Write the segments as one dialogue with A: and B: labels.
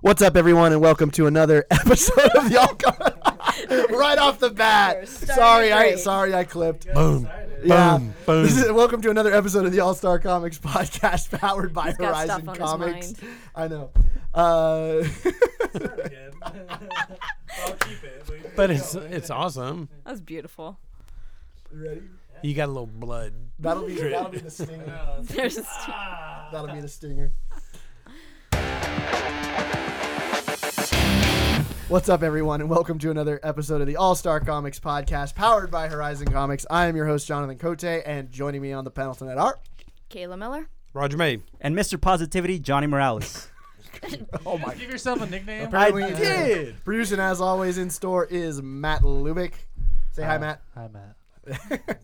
A: What's up, everyone, and welcome to another episode of Y'all. Go- right off the
B: We're
A: bat,
B: starting
A: sorry, I
B: great.
A: sorry I clipped.
C: Boom.
A: Yeah.
C: Boom.
A: This is- welcome to another episode of the All Star Comics Podcast, powered by
B: He's got
A: Horizon
B: stuff on his
A: Comics.
B: mind.
A: I know. Uh,
D: again. I'll keep it. but you
C: But
D: know,
C: it's it's awesome.
B: That was beautiful.
A: ready?
C: You got a little blood.
A: That'll be that'll be the stinger.
D: uh,
B: There's a st-
D: Ah.
A: That'll be the stinger. What's up, everyone, and welcome to another episode of the All Star Comics Podcast, powered by Horizon Comics. I am your host, Jonathan Cote, and joining me on the panel tonight are.
B: Kayla Miller.
C: Roger May.
E: and Mr. Positivity, Johnny Morales.
A: Oh my!
D: Give yourself a nickname.
A: Apparently, uh, Producing, as always, in store is Matt Lubick. Say hi, Matt.
F: Hi, Matt.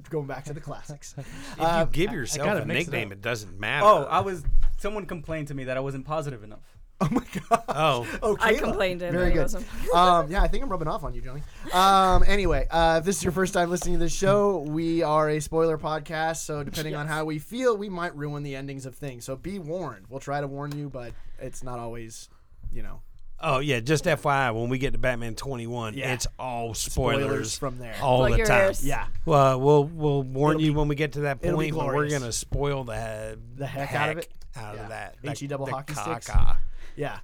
A: Going back to the classics.
C: If
A: Uh,
C: you give yourself
D: gotta
C: a
D: mix it
C: nickname,
D: up.
C: it, doesn't matter.
E: oh, I was. Someone complained to me that I wasn't positive enough.
A: oh my god.
C: oh,
A: Oh,
B: I
A: Kayla.
B: complained and
A: Very
B: I
A: good.
B: wasn't.
A: um, yeah, I think I'm rubbing off on you, Johnny. Um, anyway, uh, if this is your first time listening to this show, we are a spoiler podcast, so depending on how we feel, we might ruin the endings of things. So be warned. We'll try to warn you, but it's not always, you know,
C: oh yeah. Just FYI, when we get to Batman twenty one,
A: Yeah.
C: it's all
A: spoilers,
C: spoilers,
A: from there.
C: all
B: Plug
C: the
B: your
C: time.
B: ears.
A: Yeah,
C: Well, we'll we'll warn
A: It'll
C: you
A: be-
C: when we get to that
A: it'll be
C: point. But we're
A: glorious.
C: gonna spoil the
A: The heck out of it?
C: out
A: Yeah.
C: of that.
A: H E double
C: the
A: hockey sticks.
C: caca.
A: yeah.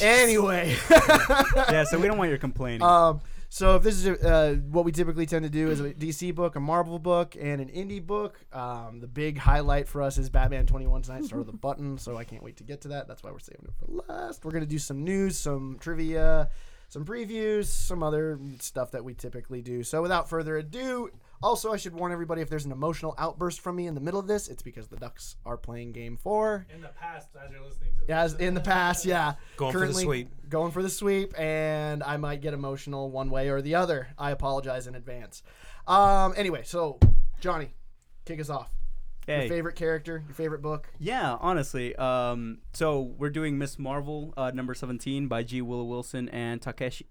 A: Anyway.
E: yeah, so we don't want your complaining.
A: Um, so if this is uh, what we typically tend to do is a DC book, a Marvel book, and an indie book. Um, the big highlight for us is Batman 21 tonight, Start with the button. So I can't wait to get to that. That's why we're saving it for last. We're gonna do some news, some trivia, some previews, some other stuff that we typically do. So without further ado. Also, I should warn everybody if there's an emotional outburst from me in the middle of this, it's because the Ducks are playing game four.
D: In the past, as you're listening to
A: As in the past, yeah.
C: Going for the sweep.
A: Going for the sweep, and I might get emotional one way or the other. I apologize in advance. Um, anyway, so Johnny, kick us off. Your
E: hey.
A: favorite character, your favorite book.
E: Yeah, honestly. Um, so we're doing Miss Marvel, uh, number 17 by G. Willow Wilson and Takeshi.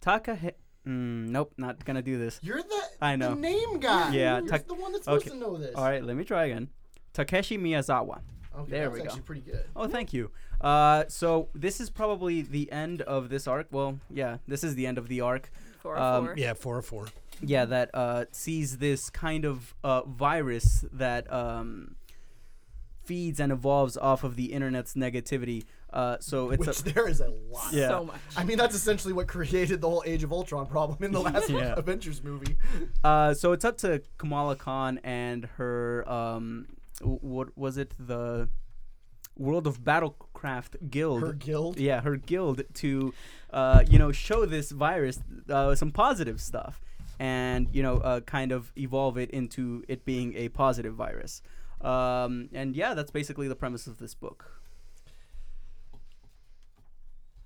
E: Takahe. Mm, nope, not gonna do this.
A: You're the,
E: I know.
A: the name guy.
E: Yeah,
A: You're
E: tuck-
A: the one that's supposed
E: okay.
A: to know this.
E: All right, let me try again. Takeshi Miyazawa.
A: Okay,
E: there
A: that's
E: we go.
A: actually pretty good.
E: Oh, thank you. Uh, so this is probably the end of this arc. Well, yeah, this is the end of the arc.
B: Four
E: Um,
B: four.
C: Yeah, four or four.
E: yeah that uh, sees this kind of uh, virus that um, feeds and evolves off of the internet's negativity uh, so it's
A: Which
E: a,
A: there is a lot.
E: Yeah.
B: So much.
A: I mean, that's essentially what created the whole Age of Ultron problem in the last
E: Yeah.
A: Avengers movie.
E: uh, so it's up to Kamala Khan and her um, w- what was it the World of Battlecraft Guild
A: Her guild.
E: yeah her guild to uh, you know show this virus uh, some positive stuff and you know uh, kind of evolve it into it being a positive virus um, and yeah that's basically the premise of this book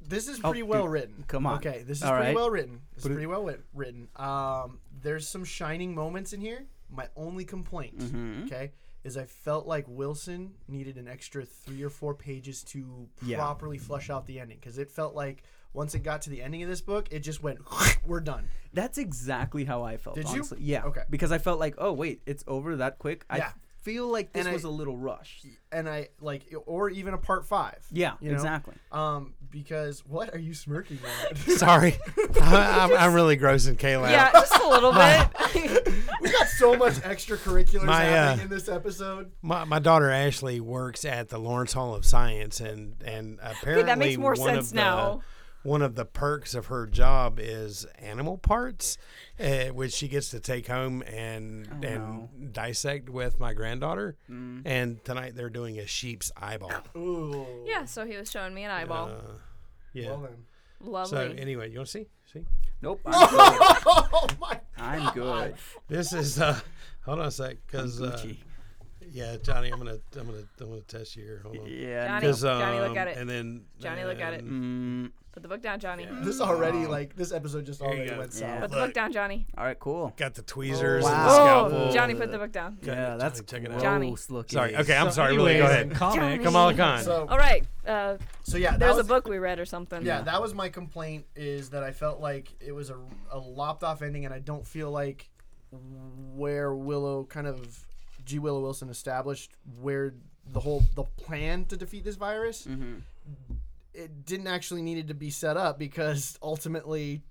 A: This is
E: Oh,
A: pretty well
E: dude,
A: written.
E: come on.
A: Okay, this is
E: All
A: pretty
E: right.
A: well written. This
E: Put
A: is
E: it-
A: pretty well wit- written. Um, there's some shining moments in here. My only complaint,
E: Mm-hmm.
A: okay, is I felt like Wilson needed an extra three or four pages to
E: Yeah.
A: properly flush out the ending because it felt like once it got to the ending of this book, it just went, we're done.
E: that's exactly how i felt
A: Did you?
E: honestly yeah
A: Okay.
E: because i felt like oh wait it's over that quick
A: Yeah.
E: i feel like this
A: And I-
E: was a little rushed
A: And I like, or even a part five.
E: yeah
A: you know?
E: exactly
A: Um, because what are you smirking at?
C: Sorry, I, I'm, I'm really grossing Kayla
B: Yeah,
C: out.
B: just a little bit.
A: we got so much extracurriculars
C: My, uh,
A: happening in this episode.
C: My, my daughter Ashley works at the Lawrence Hall of Science, and and apparently
B: makes more
C: one
B: sense
C: of the,
B: now.
C: One of the perks of her job is animal parts, uh, which she gets to take home and
B: Oh,
C: and
E: no.
C: dissect with my granddaughter.
B: Mm.
C: And tonight they're doing a sheep's eyeball.
A: Ooh.
B: yeah, so he was showing me an eyeball.
C: Uh, yeah.
A: Well then.
C: so
B: Lovely.
C: anyway, you want to see? See?
E: nope i'm good,
A: Oh my
E: I'm good.
C: This is uh, hold on a sec, because uh,
E: Gucci.
C: yeah, Johnny, I'm gonna I'm gonna I'm gonna test you here. Hold on.
E: yeah
B: Johnny,
C: 'Cause,
B: Johnny, look
C: um,
B: at it.
C: And then
B: Johnny, look at it.
C: and-
E: Mm,
B: Put the book down, Johnny.
A: This already, like, this episode just
C: Here you
A: already
C: go.
A: went
E: Yeah.
A: south.
B: Put the book
C: Look.
B: down, Johnny.
E: all right cool
C: Got the tweezers and the
A: wow.
C: scalpel.
B: Oh, Johnny, put the book down.
E: yeah that's
C: check it out.
B: Johnny.
E: gross looking.
C: Sorry. Okay, I'm
D: So
C: sorry. really,
D: anyways,
C: go
D: in
C: ahead.
D: Comics.
C: Kamala Khan.
A: So,
B: All right. Uh,
A: so yeah, that
B: there's
A: was,
B: a book we read or something.
A: Yeah, that was my complaint is that I felt like it was a, a lopped off ending, and I don't feel like where Willow kind of G Willow
B: Mm-hmm.
A: Wilson established where the whole the plan to defeat this virus it didn't actually needed to be set up because ultimately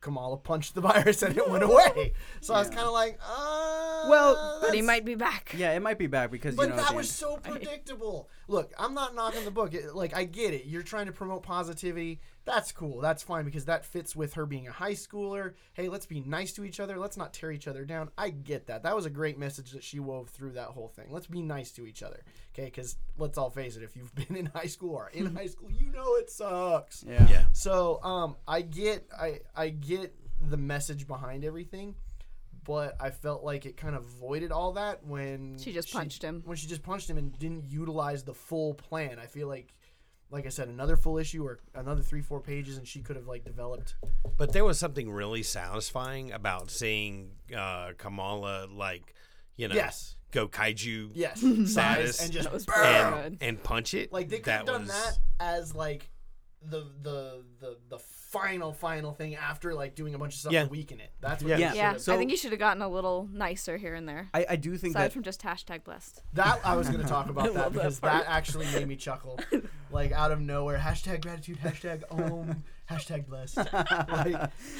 A: Kamala punched the virus and it went away. So I was
E: Yeah.
A: kind of like, uh,
E: Well,
B: But he
A: that's-
B: might be back.
E: Yeah, it might be back because
A: But
E: you know. at
A: that
E: the
A: was
E: end-
A: so predictable. Look, I'm not knocking the book. It, like, I get it. You're trying to promote positivity. That's cool. That's fine because that fits with her being a high schooler. Hey, let's be nice to each other. Let's not tear each other down. I get that. That was a great message that she wove through that whole thing. Let's be nice to each other. Okay, because let's all face it. If you've been in high school or in high school, you know it sucks.
E: yeah.
C: Yeah.
A: So um, I get I I get the message behind everything, but I felt like it kind of voided all that when
B: She just punched him.
A: When she just punched him and didn't utilize the full plan. I feel like, like I said, another full issue or another three four pages, and she could have like developed.
C: But there was something really satisfying about seeing uh, Kamala, like, you know,
A: Yes.
C: go kaiju
A: Yes,
C: Saddest.
A: size and just
B: That was
A: burn.
B: pretty
C: and,
B: good.
C: and punch it.
A: Like they could have done that as like the the the the final final thing after like doing a bunch of stuff
C: Yeah.
A: to weaken it. That's what
C: Yeah.
A: they
E: Yeah.
A: should
B: Yeah,
A: have-
E: So-
B: I think you should have gotten a little nicer here and there.
E: I, I do think
B: Aside
E: that
B: from just hashtag blessed.
A: That I was going to talk about that
B: love that
A: because that,
B: part.
A: actually made me chuckle, like out of nowhere. Hashtag gratitude. Hashtag om. hashtag blessed. Like,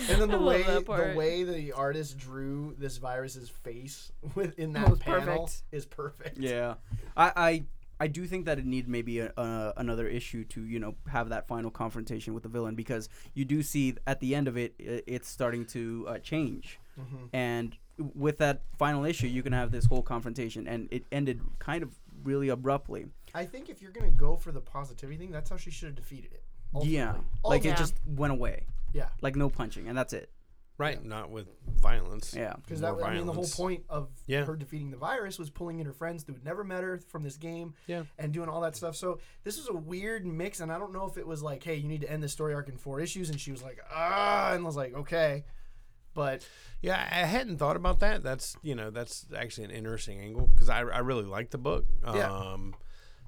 A: and then the
B: I love
A: way
B: that
A: the
B: part.
A: way the artist drew this virus's face within
B: That
A: that
B: was
A: panel
B: perfect.
A: is perfect.
E: Yeah, I, I I do think that it need maybe a, uh, another issue to you know have that final confrontation with the villain because you do see at the end of it, i it's starting to uh, change,
C: Mm-hmm.
E: and with that final issue, you can have this whole confrontation, and it ended kind of really abruptly.
A: I think if you're going to go for the positivity thing, that's how she should have defeated it.
E: Yeah,
A: ultimately. Oh,
E: like
B: Yeah.
E: it just went away,
A: Yeah.
E: like no punching, and that's it.
C: Right, not with violence.
E: Yeah.
A: Because that
C: More
A: was, I mean, the whole
C: violence.
A: point of
C: Yeah.
A: her defeating the virus was pulling in her friends who had never met her from this game
C: Yeah.
A: and doing all that stuff. So this was a weird mix, and I don't know if it was like, hey, you need to end this story arc in four issues, and she was like, ah, and was like, okay. But
C: Yeah, I hadn't thought about that. That's you know that's actually an interesting angle because I, I really liked the book.
A: Yeah.
C: Um,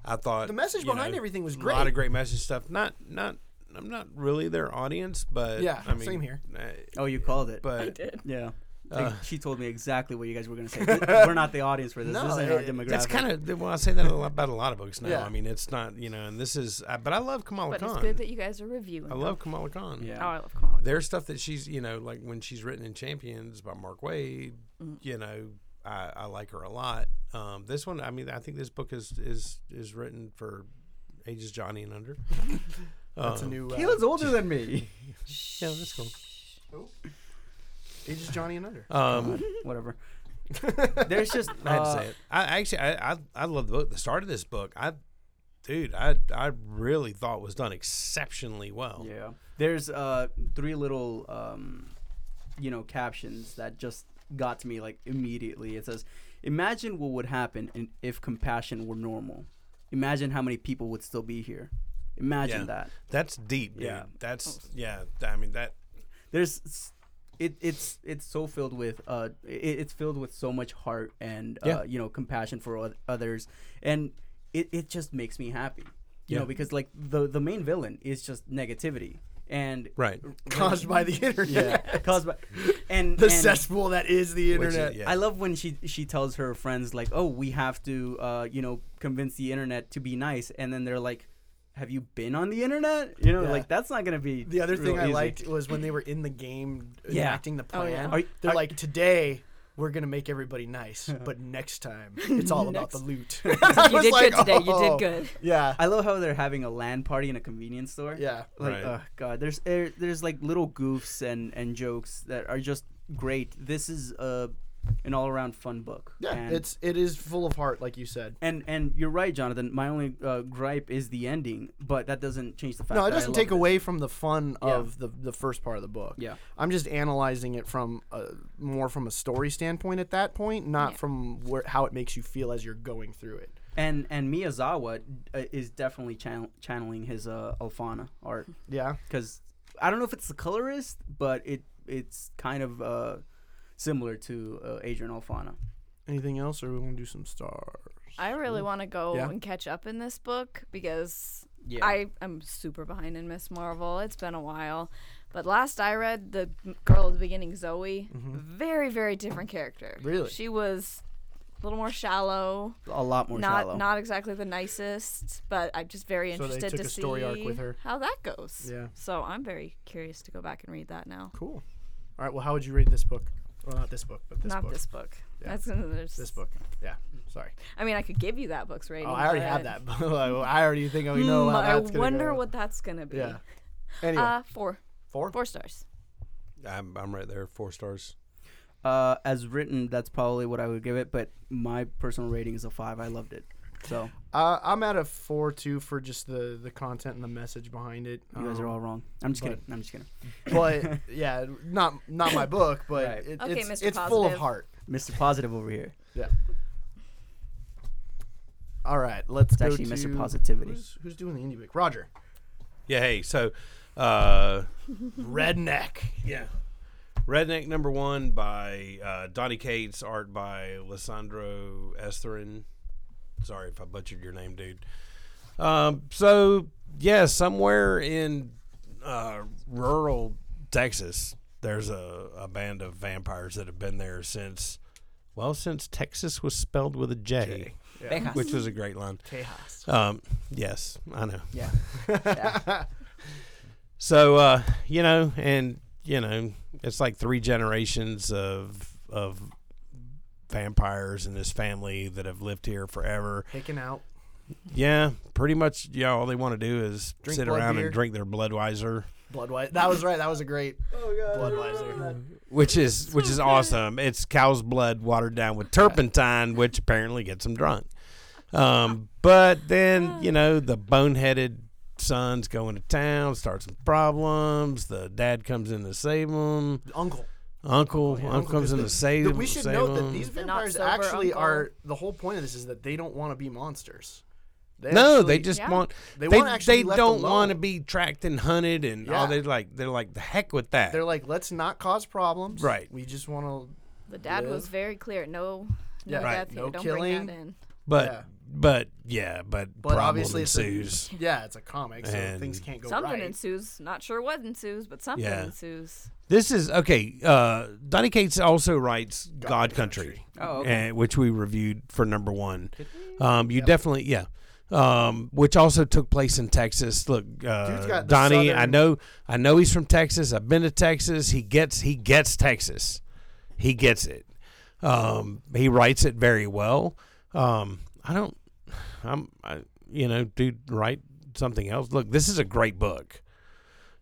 C: I thought
A: The message
C: you know,
A: behind everything was
C: A lot
A: great.
C: of great message stuff. Not not I'm not really their audience, but
A: Yeah,
C: I mean,
A: same here.
C: uh,
E: Oh, you called it.
C: but
E: yeah.
C: Uh.
E: she told me exactly what you guys were gonna say. We're not the audience for this.
A: No,
E: this isn't our
A: it-
E: demographic.
C: that's kind of well, I say that a lot about a lot of books now.
A: Yeah.
C: I mean, it's not you know, and this is. I, but I love Kamala
B: But it's
C: Khan.
B: good that you guys are reviewing.
C: I love Kamala Khan.
E: Yeah.
B: Oh, I love Kamala.
C: there's stuff that she's you know like when she's written in Champions by Mark Wade,
B: Mm-hmm.
C: you know I, I like her a lot. Um, this one, I mean, I think this book is is is written for ages Johnny and under.
A: that's a
C: Um,
A: new. Uh,
E: Kayla's older than me.
C: yeah, that's cool.
A: Ages Johnny and Under.
C: Um,
E: whatever. There's just
C: I had to
E: uh,
C: say it. I actually I, I I love the book. The start of this book, I dude, I I really thought was done exceptionally well.
E: yeah. There's uh three little um, you know captions that just got to me like immediately. It says, "Imagine what would happen in, if compassion were normal. Imagine how many people would still be here. Imagine
C: Yeah.
E: that."
C: That's deep, dude.
E: Yeah.
C: That's yeah. I mean that
E: There's s- it, it's it's so filled with uh it, it's filled with so much heart and uh,
C: Yeah.
E: you know compassion for oth- others and it, it just makes me happy you know
C: Yeah.
E: because like the the main villain is just negativity and
C: right.
A: Caused by the internet.
E: yeah caused by and
A: The
E: and
A: cesspool that is the
C: Which is-
A: internet.
C: yeah.
E: I love when she she tells her friends like, "Oh, we have to, uh, you know, convince the internet to be nice," and then they're like, "Have you been on the internet? You know,
A: Yeah.
E: like that's not gonna be."
A: The other thing
E: real
A: I
E: easy."
A: liked was when they were in the game
E: Yeah.
A: enacting the
B: Oh, yeah.
A: plan.
E: Are y-
A: They're
E: are-
A: like, today we're gonna make everybody nice, but next time it's all about the loot.
B: you did good today. You
A: oh.
B: did good.
A: Yeah,
E: I love how they're having a land party in a convenience store.
A: yeah.
E: Like,
C: Right.
E: oh god, there's there, there's like little goofs and and jokes that are just great. This is uh, an all around fun book.
A: Yeah,
E: and,
A: it's it is full of heart, like you said.
E: And, and you're right, Jonathan. My only uh, gripe is the ending, but that doesn't change the fact.
A: No, it
E: that I
A: doesn't
E: love
A: take
E: this.
A: away from the fun
E: Yeah.
A: of the the first part of the book.
E: Yeah.
A: I'm just analyzing it from a, more from a story standpoint at that point, not
B: Yeah.
A: from where, how it makes you feel as you're going through it.
E: and and Miyazawa uh, is definitely channel- channeling his uh, Alfana art
A: Yeah,
E: because I don't know if it's the colorist, but it it's kind of uh, similar to uh, Adrian Alfana.
A: Anything else, or we want to do some stars?
B: I really want to go
A: Yeah.
B: and catch up in this book because
E: Yeah.
B: I am super behind in Miss Marvel. It's been a while. But last I read, the girl at the beginning, Zoe, very, very different character.
A: Mm-hmm. Really?
B: She was a little more shallow.
E: a lot more
B: not
E: shallow.
B: not exactly the nicest, but I'm just very
A: So they
B: interested
A: took
B: to
A: a story
B: see
A: arc with her.
B: how that goes.
A: Yeah.
B: So I'm very curious to go back and read that now.
A: Cool. All right. Well, how would you rate this book? Well, not this book, but this
B: not
A: book.
B: this book.
A: Yeah.
B: That's there's,
A: This book. Yeah. Sorry.
B: I mean, I could give you that book's rating.
A: Oh, I already
B: but
A: have that. I already think I know
B: Hmm,
A: how
B: I
A: that's gonna
B: wonder
A: go.
B: what that's gonna be.
A: Yeah. Anyway,
B: Uh, four,
A: four.
B: four stars.
C: I'm, I'm right there, four stars.
E: uh, as written, that's probably what I would give it. But my personal rating is a five. I loved it. So
A: Uh, I'm at a four two for just the the content and the message behind it. Um,
E: you guys are all wrong. I'm just kidding. I'm just kidding.
A: but yeah, not not my book, but
E: Right.
A: it,
B: Okay,
A: it's
B: Mr.
A: it's full of
B: Positive.
A: heart.
E: Mr. Positive over here.
A: All right, let's
E: It's
A: go
E: actually
A: to
E: Mr. Positivity.
A: Who's, who's doing the indie book? Roger.
C: Yeah, hey, so uh,
A: Redneck.
D: Yeah.
C: Redneck number one by uh, Donnie Cates, art by Lissandro Esterin. Sorry if I butchered your name, dude. Um, so, yeah, somewhere in uh, rural Texas, there's a, a band of vampires that have been there since, well, since Texas was spelled with a J,
A: Yeah.
C: which was a great line.
A: Tejas.
C: Um, yes, I know.
E: Yeah.
C: So uh, you know, and you know, it's like three generations of of vampires in this family that have lived here forever.
A: Taken out.
C: Yeah, pretty much. Yeah, all they want to do is
A: Drink
C: sit
A: blood
C: around
A: beer.
C: and drink their Budweiser,
A: Bloodweiser. That was right. That was a great Bloodweiser.
C: which is which is awesome. It's cow's blood watered down with turpentine, which apparently gets them drunk. Um, but then you know the boneheaded son's going to town, starts some problems. The dad comes in to save him.
A: Uncle.
C: Uncle, uncle,
A: Oh, Uncle
C: comes in
A: Cthulhu.
C: to save.
A: we should
C: save
A: note that
C: him.
A: these
B: The not
A: vampires
B: sober
A: actually
B: uncle.
A: are. The whole point of this is that they don't want to be monsters. They
C: No,
A: actually-
C: they just
B: Yeah.
C: want.
A: They
C: They
A: wanna actually
C: they
A: be left
C: don't want to
A: alone.
C: be tracked and hunted and
A: Yeah.
C: all. They like they're like the heck with that.
A: They're like, let's not cause problems.
C: Right.
A: We just want to.
B: The dad was
A: Live.
B: very clear. No, no
A: Yeah. Right.
B: death here.
A: No
B: Don't
A: killing.
B: bring that in.
C: but
A: yeah.
C: but yeah, but,
A: But
C: problem
A: obviously it's a-
C: ensues.
A: Yeah, it's a comic, so
C: And-
A: things can't go
B: something
A: right.
B: ensues. Not sure what ensues, but something
C: Yeah.
B: ensues.
C: This is okay. Uh, Donny Cates also writes God, Country,
E: Oh,
C: and- which we reviewed for number one. Um, you definitely, yeah. Um, which also took place in Texas. Look,
A: Dude's
C: uh,
A: got the
C: Donnie, I
A: southern-
C: know, I know he's from Texas. I've been to Texas. He gets, he gets Texas. He gets it. Um, he writes it very well. Um, I don't, I'm, I, you know, dude, write something else. Look, this is a great book,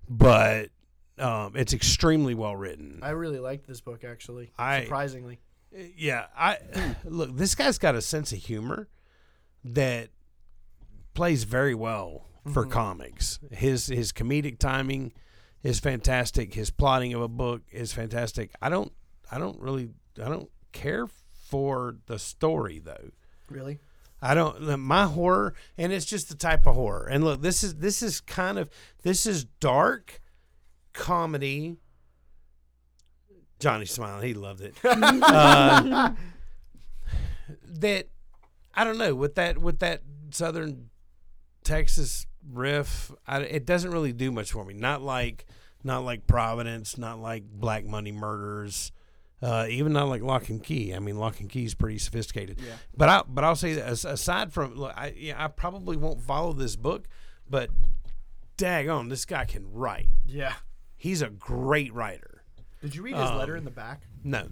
C: but um, it's extremely well written.
A: I really liked this book actually.
C: I-
A: surprisingly,
C: Yeah, I look. This guy's got a sense of humor that plays very well for comics. His his comedic timing is fantastic. His plotting of a book is fantastic. I don't I don't really I don't care for the story though.
A: really.
C: I don't my horror and it's just the type of horror. And look, this is this is kind of this is dark comedy. Johnny smiled. He loved it. Uh, that I don't know with that with that southern Texas riff. I, it doesn't really do much for me. Not like not like Providence. Not like Black Money Murders. Uh, even not like Lock and Key. I mean, Lock and Key is pretty sophisticated.
E: Yeah.
C: But I but I'll say that as, aside from look, I yeah, I probably won't follow this book, but dag on, this guy can write.
A: Yeah.
C: He's a great writer.
A: Did you read his letter in the back?
C: No.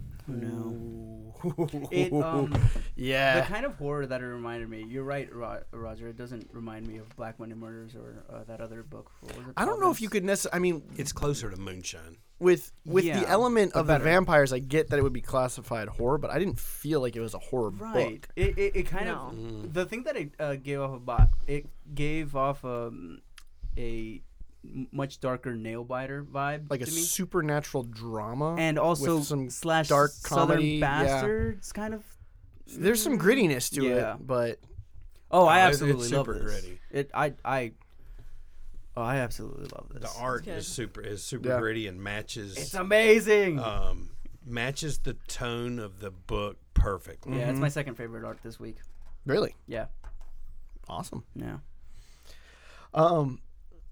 A: No.
E: It, um, the
A: yeah.
E: kind of horror that it reminded me. You're right, Ro- Roger. It doesn't remind me of Black Monday Murders or uh, that other book. What was it?
A: I don't know if you could necessarily. I mean,
C: It's closer to moonshine.
A: with with
E: Yeah,
A: the element
E: but
A: of
E: better.
A: the vampires, I get that it would be classified horror, but I didn't feel like it was a horror
E: Right.
A: book.
E: It, it, it kind
B: No.
E: of the thing that it uh, gave off about it gave off um, a m- much darker nail biter vibe,
A: Like a
E: to me.
A: supernatural drama,
E: and also
A: with some
E: slash
A: dark
E: southern
A: comedy, yeah.
E: bastards kind of.
A: there's some grittiness to
E: Yeah.
A: it, but
E: Oh, I
C: No, it- it's
E: absolutely love
C: super
E: this.
C: gritty.
E: It I I. Oh, I absolutely love this.
C: The art
B: good.
C: is super is super
A: Yeah.
C: gritty and matches
E: It's amazing.
C: um matches the tone of the book perfectly.
E: yeah,
B: Mm-hmm.
E: it's my second favorite art this week.
A: really
E: Yeah.
A: awesome.
E: No.
A: Um,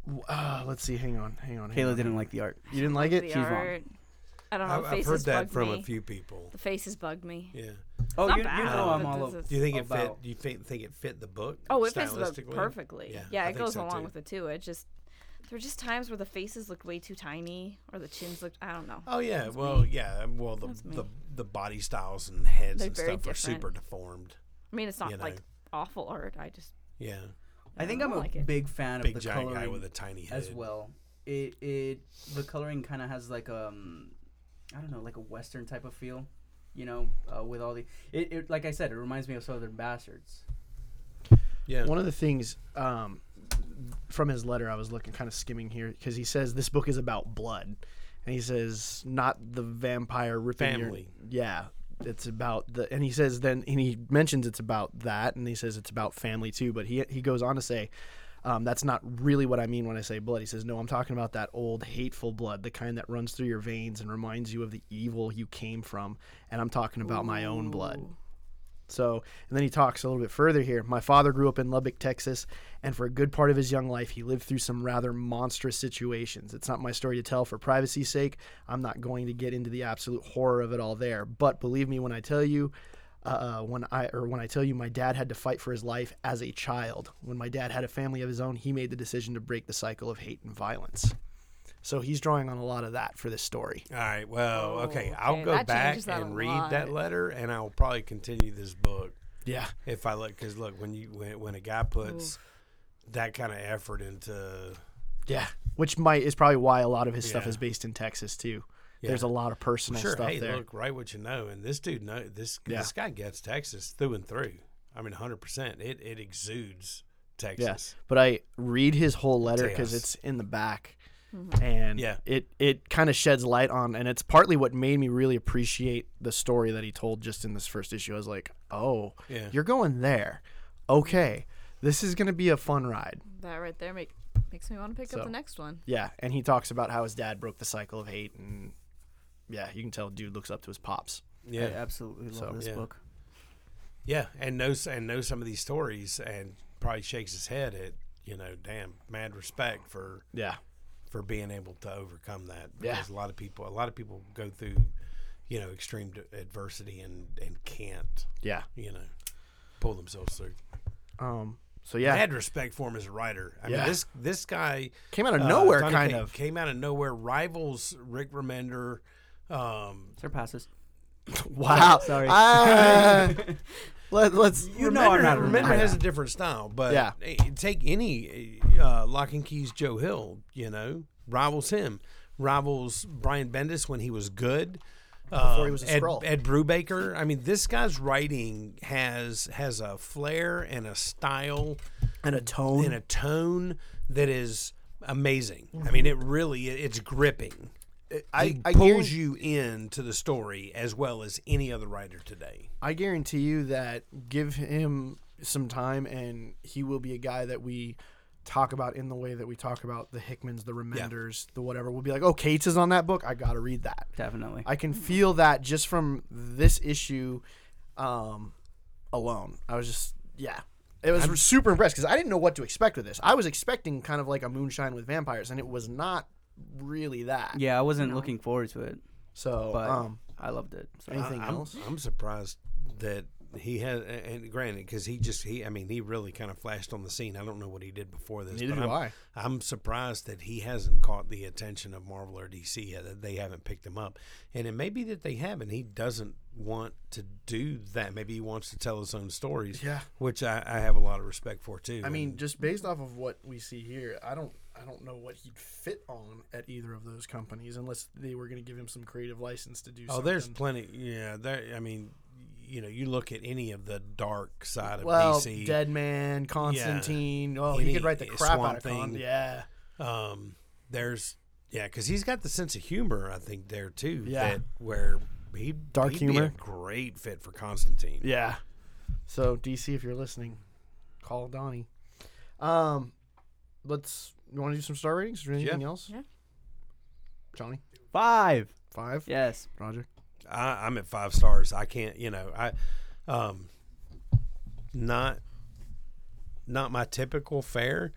A: w- uh, let's see. Hang on, hang on. hang
E: Kayla
A: on.
E: didn't like the art.
A: You didn't like
B: The
A: it?
E: She's wrong.
B: art. I don't know.
C: I've,
B: the
C: I've
B: faces
C: heard that
B: bugged
C: from
B: me.
C: a few people.
B: The faces bugged me.
C: Yeah.
E: Oh,
B: not
E: you, you
B: bad,
E: know I'm
B: but
E: all
B: this
E: over.
B: is-
C: Do you think it fit?
E: About-
C: Do you think think it fit the book?
B: Oh, it fits the book
C: stylistically?
B: perfectly. Yeah, it
C: I think
B: goes
C: so,
B: along
C: too.
B: with it too. It just there were just times where the faces looked way too tiny or the chins looked I don't know.
C: Oh yeah, well yeah, um, well the,
B: That's me.
C: the the body styles and heads
B: They're
C: and stuff
B: very
C: are super
B: different.
C: deformed.
B: I mean, it's not
C: you know.
B: like awful art. I just
C: Yeah,
E: I think
B: I
E: I'm a
B: like it.
E: big fan
C: big
E: of the
C: giant
E: coloring
C: guy with a tiny head
E: as well. It it the coloring kind of has like um I don't know like a western type of feel, you know, uh, with all the it, it like I said it reminds me of Southern Bastards.
C: Yeah,
A: One of the things um, from his letter, I was looking kind of skimming here because he says this book is about blood, and he says not the vampire ripping
C: Family.
A: Your, yeah, it's about the, and he says then, and he mentions it's about that, and he says it's about family too. But he he goes on to say. Um, that's not really what I mean when I say blood. He says, No, I'm talking about that old hateful blood, the kind that runs through your veins and reminds you of the evil you came from. And I'm talking about my own blood. So, and then he talks a little bit further here. My father grew up in Lubbock, Texas, and for a good part of his young life, he lived through some rather monstrous situations. It's not my story to tell for privacy's sake. I'm not going to get into the absolute horror of it all there, but believe me when I tell you. Uh, uh, when I or when I tell you my dad had to fight for his life as a child. When my dad had a family of his own, he made the decision to break the cycle of hate and violence. So he's drawing on a lot of that for this story.
C: All right. Well,
B: Oh,
C: okay. I'll
B: okay,
C: go
B: that
C: back
B: changes that a
C: and read that
B: lot.
C: letter, and I'll probably continue this book
A: Yeah,
C: if I look. Because look, when you when, when a guy puts that kind of effort into,
A: yeah. Which might is probably why a lot of his stuff
C: Yeah.
A: is based in Texas too.
C: Yeah.
A: There's a lot of personal
C: sure,
A: stuff
C: hey,
A: there.
C: look, write what you know. And this dude, know this
A: Yeah.
C: this guy gets Texas through and through. I mean, hundred percent. It it exudes Texas.
A: Yeah. But I read his whole letter because
C: Yes.
A: it's in the back. And
C: Yeah.
A: it, it kind of sheds light on, and it's partly what made me really appreciate the story that he told just in this first issue. I was like, oh,
C: Yeah.
A: you're going there. Okay. This is going to be a fun ride.
B: That right there make, makes me want to pick
A: So.
B: up the next one.
A: Yeah. And he talks about how his dad broke the cycle of hate. And yeah, you can tell dude looks up to his pops.
E: I
C: Yeah,
E: absolutely love
A: So,
E: this
C: yeah.
E: book.
C: yeah, and knows and knows some of these stories, and probably shakes his head at you know, damn, mad respect for
A: Yeah.
C: for being able to overcome that
A: Yeah.
C: because a lot of people a lot of people go through you know extreme d- adversity and and can't
A: Yeah.
C: you know pull themselves through
A: Um. So yeah,
C: i had respect for him as a writer i
A: Yeah.
C: mean this this guy
A: came out of
C: uh,
A: nowhere,
C: Donny
A: kind
C: Cain
A: of.
C: came out of nowhere rivals rick remender um
E: Surpasses.
A: Wow.
E: Sorry.
A: Ah. let, us
E: You know I'm not
C: remember
E: remembering
C: has a
E: that.
C: different style but
A: Yeah.
C: eh, take any uh, lock and keys joe hill you know rivals him rivals brian bendis when he was good
A: Before he
C: Um,
A: was a
C: Ed,
A: Skrull.
C: Ed Brubaker. I mean, this guy's writing has has a flair and a style
A: and a tone.
C: and a tone that is amazing. I mean, it really it- it's gripping.
A: I,
C: He
A: I,
C: pulls
A: guaran-
C: you in to the story as well as any other writer today.
A: I guarantee you that give him some time and he will be a guy that we talk about in the way that we talk about the Hickmans, the Remenders, the whatever. We'll be like, oh, Cates is on that book. I got to read that.
E: Definitely.
A: I can feel that just from this issue um, alone. I was just, yeah. It was super impressed because I didn't know what to expect with this. I was expecting kind of like a moonshine with vampires, and it was not really that.
E: yeah, I wasn't looking forward to it,
A: So,
E: but
A: um,
E: I loved it. So.
A: anything
C: I'm,
A: else?
C: I'm surprised that he had, and granted, because he just he, I mean, he really kind of flashed on the scene. I don't know what he did before this.
A: Neither
C: but
A: do
C: I'm,
A: I.
C: am surprised that he hasn't caught the attention of Marvel or DC yet. That they haven't picked him up, and it may be that they haven't. He doesn't want to do that. Maybe he wants to tell his own stories.
A: Yeah.
C: which I, I have a lot of respect for too.
A: I mean,
C: And
A: just based off of what we see here, I don't I don't know what he'd fit on at either of those companies unless they were going to give him some creative license to do
C: oh,
A: something.
C: there's plenty. Yeah, there. I mean, you know, you look at any of the dark side of
A: well,
C: DC.
A: Dead Man, Constantine. Oh, he
C: Any
A: could write the crap
C: Swamp
A: out of Con.
C: Thing.
A: Yeah,
C: Um, there's yeah, because he's got the sense of humor. I think there too.
A: Yeah.
C: that where he
A: Dark
C: he'd
A: humor.
C: be a great fit for Constantine.
A: yeah. So DC, if you're listening, call Donnie. Um, let's. You want to do some star ratings? Is there anything
C: Yeah.
A: else?
B: Yeah.
A: Johnny,
E: Five.
A: five.
E: Yes.
A: Roger.
C: I, I'm at five stars. I can't. You know, I um, not not my typical fare.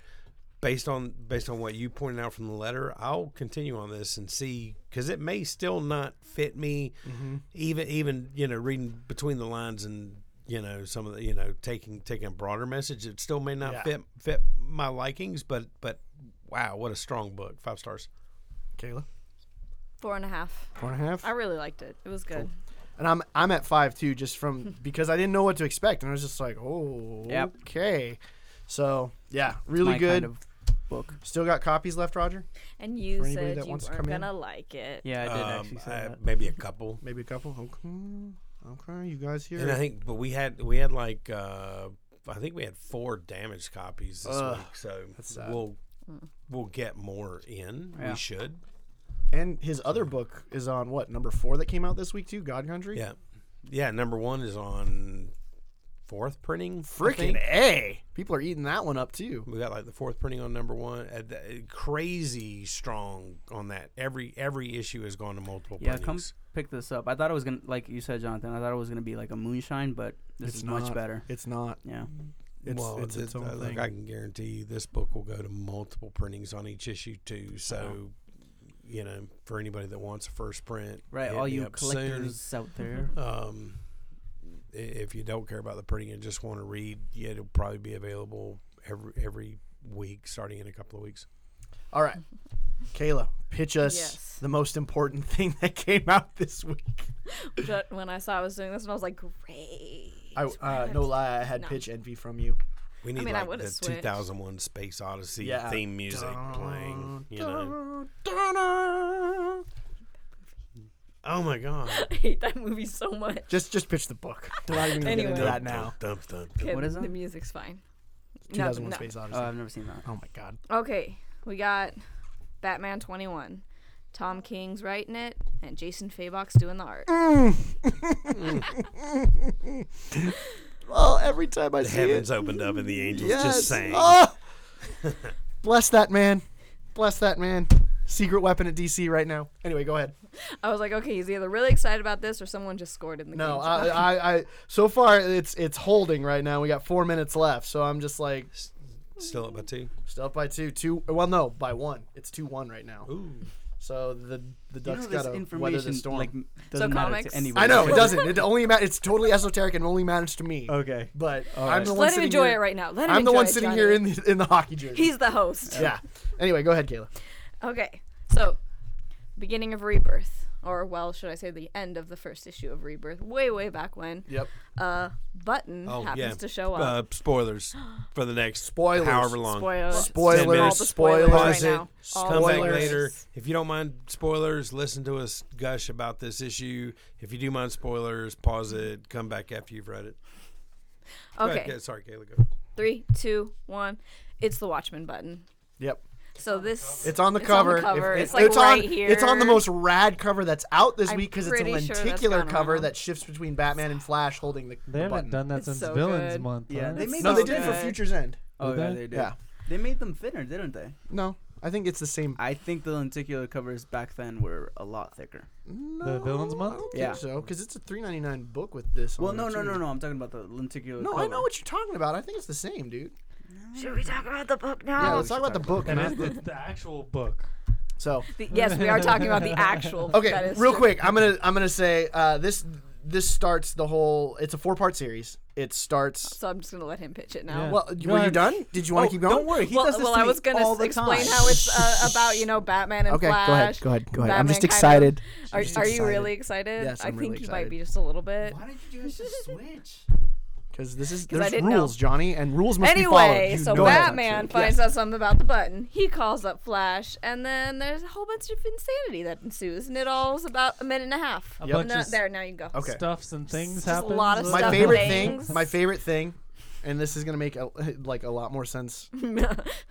C: based on based on what you pointed out from the letter, I'll continue on this and see because it may still not fit me,
E: Mm-hmm.
C: even even you know reading between the lines and you know some of the you know taking taking a broader message, it still may not
A: Yeah.
C: fit fit my likings. But but wow, what a strong book, five stars.
A: Kayla,
B: Four and a half.
A: four and a half.
B: I really liked it. It was good.
A: and I'm I'm at five too, just from because I didn't know what to expect, and I was just like, oh,
E: Yep.
A: okay. So yeah, really
E: my
A: good.
E: kind of book.
A: Still got copies left, Roger.
B: And you
A: For anybody
B: said
A: that
B: you
A: wants to
B: weren't
A: come in?
B: gonna like it.
E: Yeah, I did
C: Um,
E: actually say
C: uh,
E: that.
C: maybe a couple.
A: Maybe a couple. Okay, okay, you guys here.
C: And I think, but we had we had like uh, I think we had four damaged copies this
A: Ugh,
C: week, so
A: sad.
C: we'll we'll get more in.
E: Yeah.
C: We should.
A: And his other book is on what number four that came out this week too? God Country.
C: Yeah, yeah. Number one is on fourth printing. I
A: Freaking
C: think.
A: a! People are eating that one up too.
C: We got like the fourth printing on number one. Uh, th- crazy strong on that. Every every issue has gone to multiple.
E: Yeah,
C: printings.
E: come pick this up. I thought it was gonna, like you said, Jonathan. I thought it was gonna be like a moonshine, but this is much
A: not.
E: better.
A: It's not.
E: Yeah,
A: It's
C: well,
A: it's
C: th-
A: its own
C: uh,
A: thing.
C: Like I can guarantee you, this book will go to multiple printings on each issue too. So, you know, for anybody that wants a first print,
E: right.
C: hit
E: All
C: me
E: you
C: up
E: collectors out there.
C: Soon. Um, i- if you don't care about the printing and just want to read, yeah, it'll probably be available every every week, starting in a couple of weeks.
A: All right, Kayla, pitch us
B: Yes.
A: the most important thing that came out this week.
B: But when I saw I was doing this, and I was like, great.
A: I uh, no lie, I had
B: No.
A: pitch envy from you.
C: We need
B: mean, I
C: like
B: would've
C: the
B: switched.
C: 2001 Space Odyssey
A: Yeah.
C: theme music playing. You know. Oh my god.
B: I hate that movie so much.
A: Just just pitch the book. We're not even gonna get into
B: Anyway.
A: that now.
C: Dum, dum, dum,
B: Okay,
E: What is
B: The
E: that?
B: music's fine. No,
A: 2001
B: no.
A: Space Odyssey.
E: Uh, I've never seen that.
A: oh my god.
B: Okay, we got Batman 21. Tom King's writing it, and Jason Fabok's doing the art.
A: Mm. Well, every time I
C: The
A: see
C: heavens
A: it,
C: opened up and the angels
A: yes.
C: just sang.
B: Oh.
A: Ah! Bless that man. Bless that man. Secret weapon at DC right now. Anyway, go ahead.
B: I was like, okay, he's either really excited about this or someone just scored in the
A: No,
B: game.
A: I, I, I, so far it's it's holding right now. We got four minutes left, so I'm just like
C: Still up by two.
A: still up by two, two. Well, no, by one. It's two one right now.
C: Ooh.
A: So the the
E: You
A: Ducks
E: know
A: gotta
E: this
A: weather the
E: information
A: storm.
E: like m- doesn't matter
B: comics?
E: to anybody.
A: I know it
E: right?
A: doesn't. It only ma- it's totally esoteric and only matters to me.
E: Okay.
A: But
E: All
A: I'm
E: right.
A: the one
B: Let him
A: sitting
B: enjoy
A: here,
B: it right now. Let him
A: I'm the
B: enjoy
A: one
B: it,
A: sitting
B: Johnny.
A: here in the in the hockey jersey.
B: He's the host.
A: yeah. Anyway, go ahead, Kayla.
B: Okay, so beginning of Rebirth, or well, should I say the end of the first issue of Rebirth, way way back when.
A: Yep.
B: Uh, Button
C: Oh
B: happens
C: yeah.
B: to show
C: Uh,
B: up.
C: spoilers for the next
A: Spoilers.
C: However Uh, long.
B: Spoilers.
A: Spoilers,
B: All the spoilers
A: spoilers.
B: right now. All
C: Come
B: the
C: back
A: Spoilers.
C: later. If you don't mind spoilers, listen to us gush about this issue. If you do mind spoilers, pause it. Come back after you've read it. Go ahead,
B: Okay,
C: Kay- sorry, Kayla. Go.
B: three, two, one. It's the Watchman button.
A: Yep.
B: So this
A: It's on the
B: It's on the
A: cover.
B: cover.
A: If-
B: It's, like,
A: on,
B: right
A: It's on the
B: here.
A: most rad cover that's out this
B: I'm
A: week because it's a
B: pretty sure that's
A: lenticular
B: gone
A: cover
B: around.
A: that shifts between Batman and Flash holding the,
F: They
A: the
F: haven't
A: button.
F: done that
B: It's
F: since
B: so
F: Villains
B: good.
F: Month.
E: Yeah,
F: huh?
E: they made
A: No, they
E: those
A: did it for
E: good.
A: Future's End.
E: Oh
F: Did
E: yeah,
F: they?
E: they did.
A: Yeah.
E: They made them thinner, didn't they?
A: No, I think it's the same.
E: I think the lenticular covers back then were a lot thicker.
A: No,
F: Villains Month?
A: I don't
E: Yeah.
A: think so because it's a three ninety nine book with this.
E: Well,
A: on
E: no,
A: it,
E: no,
A: too.
E: no, no. I'm talking about the lenticular.
A: No,
E: cover.
A: I know what you're talking about. I think it's the same, dude.
B: Should we talk about the book
A: yeah,
B: now?
A: let's
E: we
A: talk
E: should
A: about the
E: talk
A: book.
F: And
A: not
F: it's
A: the-
F: the, the actual book.
A: so
B: The- yes, we are talking about the actual. that
A: Okay,
B: is
A: real
B: true.
A: quick, I'm gonna I'm gonna say uh, this this starts the whole. It's a four part series. It starts.
B: So I'm just gonna let him pitch it now.
E: Uh,
F: Yeah.
A: Well,
F: Go
A: were you
F: ahead.
A: done? Did you want to keep going?
E: oh, Don't worry. He
B: well,
E: does this
B: well
E: to
B: I
E: me
B: was gonna
E: all
B: s-
E: the
B: explain
E: time.
B: how it's uh, about you know Batman and
A: Okay, go
B: Flash.
A: ahead. Go ahead. Go ahead. I'm
B: Batman
A: just
B: kind of-
A: excited.
B: Are,
A: just
B: are you
A: excited.
B: really excited?
A: Yes,
B: I
A: I'm
B: think
A: really
B: you might
A: excited.
B: be just a little bit.
E: Why did you guys just switch?
A: Because this is
B: 'Cause I
A: there's
B: didn't know.
A: rules, Johnny, and rules must be followed.
B: Anyway,
A: You
B: so
A: know that's not
B: Batman
A: true.
B: finds
A: Yes.
B: out something about the button. He calls up Flash, and then there's a whole bunch of insanity that ensues, and it all's about a minute and a half.
F: A Yep. bunch
B: No,
F: of-
B: there, now you can go.
A: Okay.
F: Stuffs and things
B: just a
F: happen.
B: lot of
A: My
B: stuff
A: favorite
B: things.
A: thing. My favorite thing, and this is gonna make a, like a lot more sense.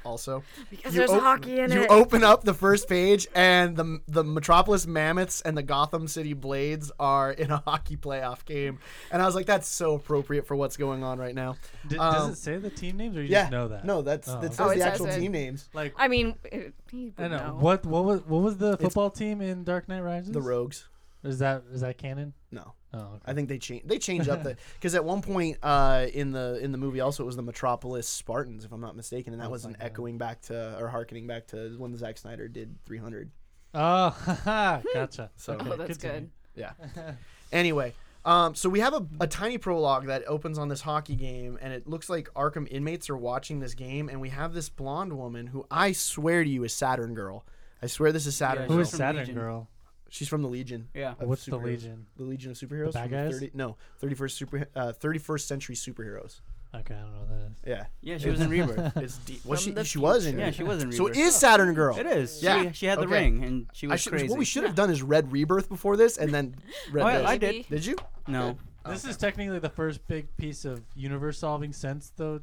A: also,
B: Because
A: You
B: there's
A: op-
B: hockey in
A: you
B: it.
A: open up the first page, and the the Metropolis Mammoths and the Gotham City Blades are in a hockey playoff game, and I was like, that's so appropriate for what's going on right now.
F: Did,
A: Um,
F: does it say the team names or you
A: Yeah,
F: just know that?
A: no, that's
F: Oh,
A: that
F: okay.
A: says
B: Oh, it
A: the
B: says
A: actual
B: it.
A: team names.
F: like
B: I mean, it, he would
F: I know.
B: know.
F: what what was what was the football team in Dark Knight Rises?
A: The Rogues.
F: Is that is that canon?
A: No.
F: Oh, okay.
A: I think they change they change up the because at one point uh, in the in the movie also it was the Metropolis Spartans if I'm not mistaken and that
F: Oh
A: was
F: my
A: an
F: God.
A: echoing back to or harkening back to when Zack Snyder did 300.
F: Oh, haha, gotcha.
A: So-
B: Oh, that's
F: continue.
A: Yeah. anyway, um, so we have a, a tiny prologue that opens on this hockey game, and it looks like Arkham inmates are watching this game, and we have this blonde woman who I swear to you is Saturn Girl. I swear this is Saturn
E: Yeah,
A: Girl.
F: Who is
E: From
F: Saturn
E: Legion.
F: Girl?
A: She's from the Legion.
E: Yeah.
A: of
F: What's the
A: superheroes.
F: Legion?
A: The Legion of Superheroes.
F: bad
A: from the
F: guys?
A: 30 no, 31st super, uh, 31st century superheroes.
F: Okay, I don't know what that is.
A: Yeah,
E: Yeah, she was in Rebirth.
A: it's deep. Was
B: From
A: she?
B: the
A: She was in.
E: yeah,
A: it.
E: she was in Rebirth.
A: So it is Saturn Girl.
E: It is.
A: Yeah.
E: She, she had the
A: Okay.
E: ring and she
A: I
E: was
A: should,
E: crazy.
A: What we should have done is read Rebirth before this, and then read
E: Oh, I-
A: this.
E: I
B: Maybe.
E: did.
A: Did you?
E: No.
F: This is technically the first big piece of universe solving since the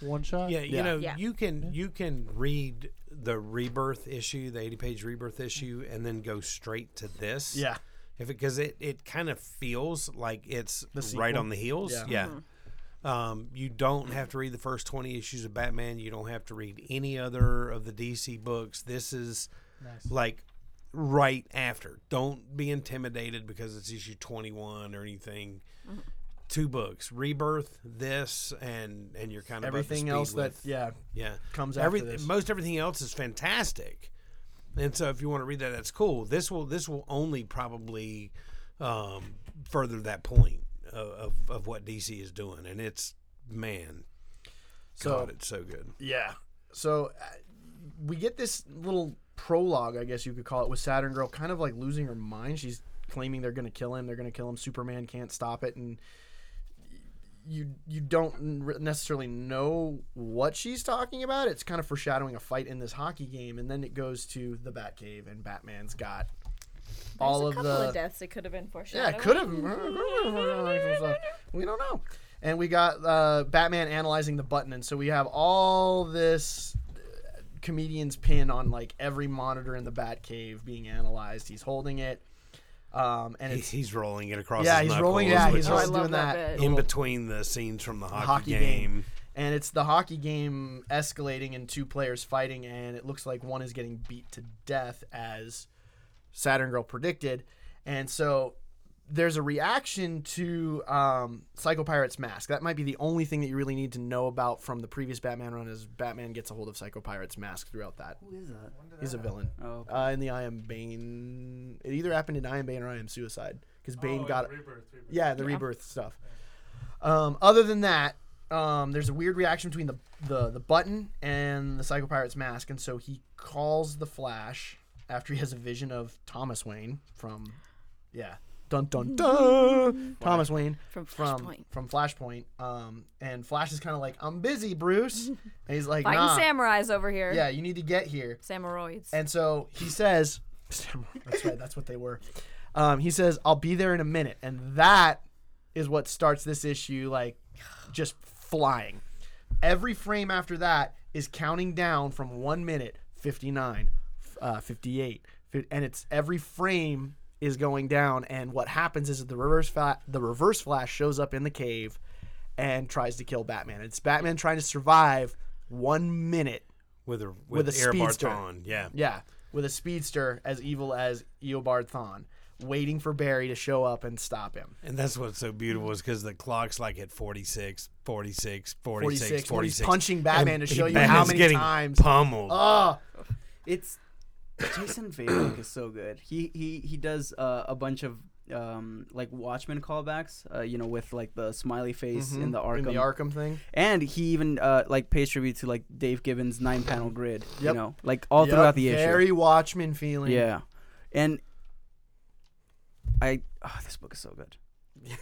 F: one shot.
C: Yeah, you
A: Yeah.
C: know,
B: Yeah.
C: you can you can read the rebirth issue, the eighty page rebirth issue, and then go straight to this.
A: Yeah.
C: if because it, it kind of feels like it's
A: The
C: right
A: sequel.
C: on the heels.
A: Yeah.
C: Yeah. Um, you don't have to read the first 20 issues of Batman. You don't have to read any other of the DC books. This is
F: Nice.
C: like right after. Don't be intimidated because it's issue 21 or anything. Two books, Rebirth, this, and and you're kind of up to
A: Everything
C: speed
A: else that
C: with-
A: yeah
C: yeah
A: comes after
C: Every,
A: this.
C: most everything else is fantastic and so if you want to read that that's cool this will this will only probably um, further that point of, of, of what dc is doing and it's man
A: So-
C: god it's so good
A: Yeah. So uh, we get this little prologue, I guess you could call it, with Saturn Girl kind of like losing her mind. She's claiming they're going to kill him. They're going to kill him. Superman can't stop it, and y- you you don't n- necessarily know what she's talking about. It's kind of foreshadowing a fight in this hockey game, and then it goes to the Batcave, and Batman's got all of
B: There's a couple
A: the
B: of deaths it could have been
A: yeah,
B: foreshadowing.
A: it could have. we don't know. And we got uh, Batman analyzing the button, and so we have all this uh, comedian's pin on like every monitor in the Batcave being analyzed. He's holding it, um, and
C: He-
A: it's
C: he's rolling it across
A: yeah,
C: his
A: he's
C: knuckles,
A: rolling. Yeah,
C: which
A: he's
C: is
B: Oh, I
A: always
B: love
A: doing
B: that
A: that.
B: bit.
C: in between the scenes from the hockey,
A: hockey game.
C: game,
A: And it's the hockey game escalating and two players fighting, and it looks like one is getting beat to death as Saturn Girl predicted. And so there's a reaction to um, Psycho Pirate's mask. That might be the only thing that you really need to know about from the previous Batman run is Batman gets a hold of Psycho Pirate's mask throughout that.
E: Who is that?
A: He's a villain.
E: Oh,
A: Uh, in the I Am Bane, it either happened in I Am Bane or I Am Suicide because Bane got it.
D: Oh, Rebirth, rebirth.
A: Yeah, the rebirth stuff. Um, other than that, um, there's a weird reaction between the, the the button and the Psycho Pirate's mask, and so he calls the Flash after he has a vision of Thomas Wayne from, yeah, dun dun dun, Thomas Wayne
B: From
A: from
B: Flashpoint.
A: from Flashpoint. Um, and Flash is kind of like, I'm busy, Bruce, and he's like,
B: Fighting
A: Nah,
B: samurais over here.
A: yeah, you need to get here.
B: Samuroids.
A: And so he says, that's right, that's what they were. Um, he says, I'll be there in a minute. And that is what starts this issue, like, just flying. Every frame after that is counting down from one minute 59, f- uh, 58. fi- And it's every frame is going down. And what happens is that the reverse, fa- the reverse flash shows up in the cave and tries to kill Batman. It's Batman trying to survive one minute
C: with a with,
A: With a
C: Air
A: speedster.
C: Barton. Yeah.
A: yeah, with a speedster as evil as Eobard Thawne, waiting for Barry to show up and stop him.
C: and that's what's so beautiful is because the clock's like at 46, 46, 46,
A: 46,
C: 46.
A: when he's punching Batman
C: And
A: to show you
C: Batman's
A: how many
C: getting
A: times.
C: pummeled.
A: Oh,
E: it's Jason Valick is so good. He he he does uh, a bunch of um, like Watchmen callbacks. Uh, you know, with like the smiley face in the Arkham.
A: Mm-hmm. in the Arkham thing.
E: and he even uh, like pays tribute to like Dave Gibbons' nine panel grid. You
A: Yep.
E: know, like all
A: Yep,
E: throughout the issue.
A: Very Watchmen feeling.
E: Yeah, and I oh, this book is so good.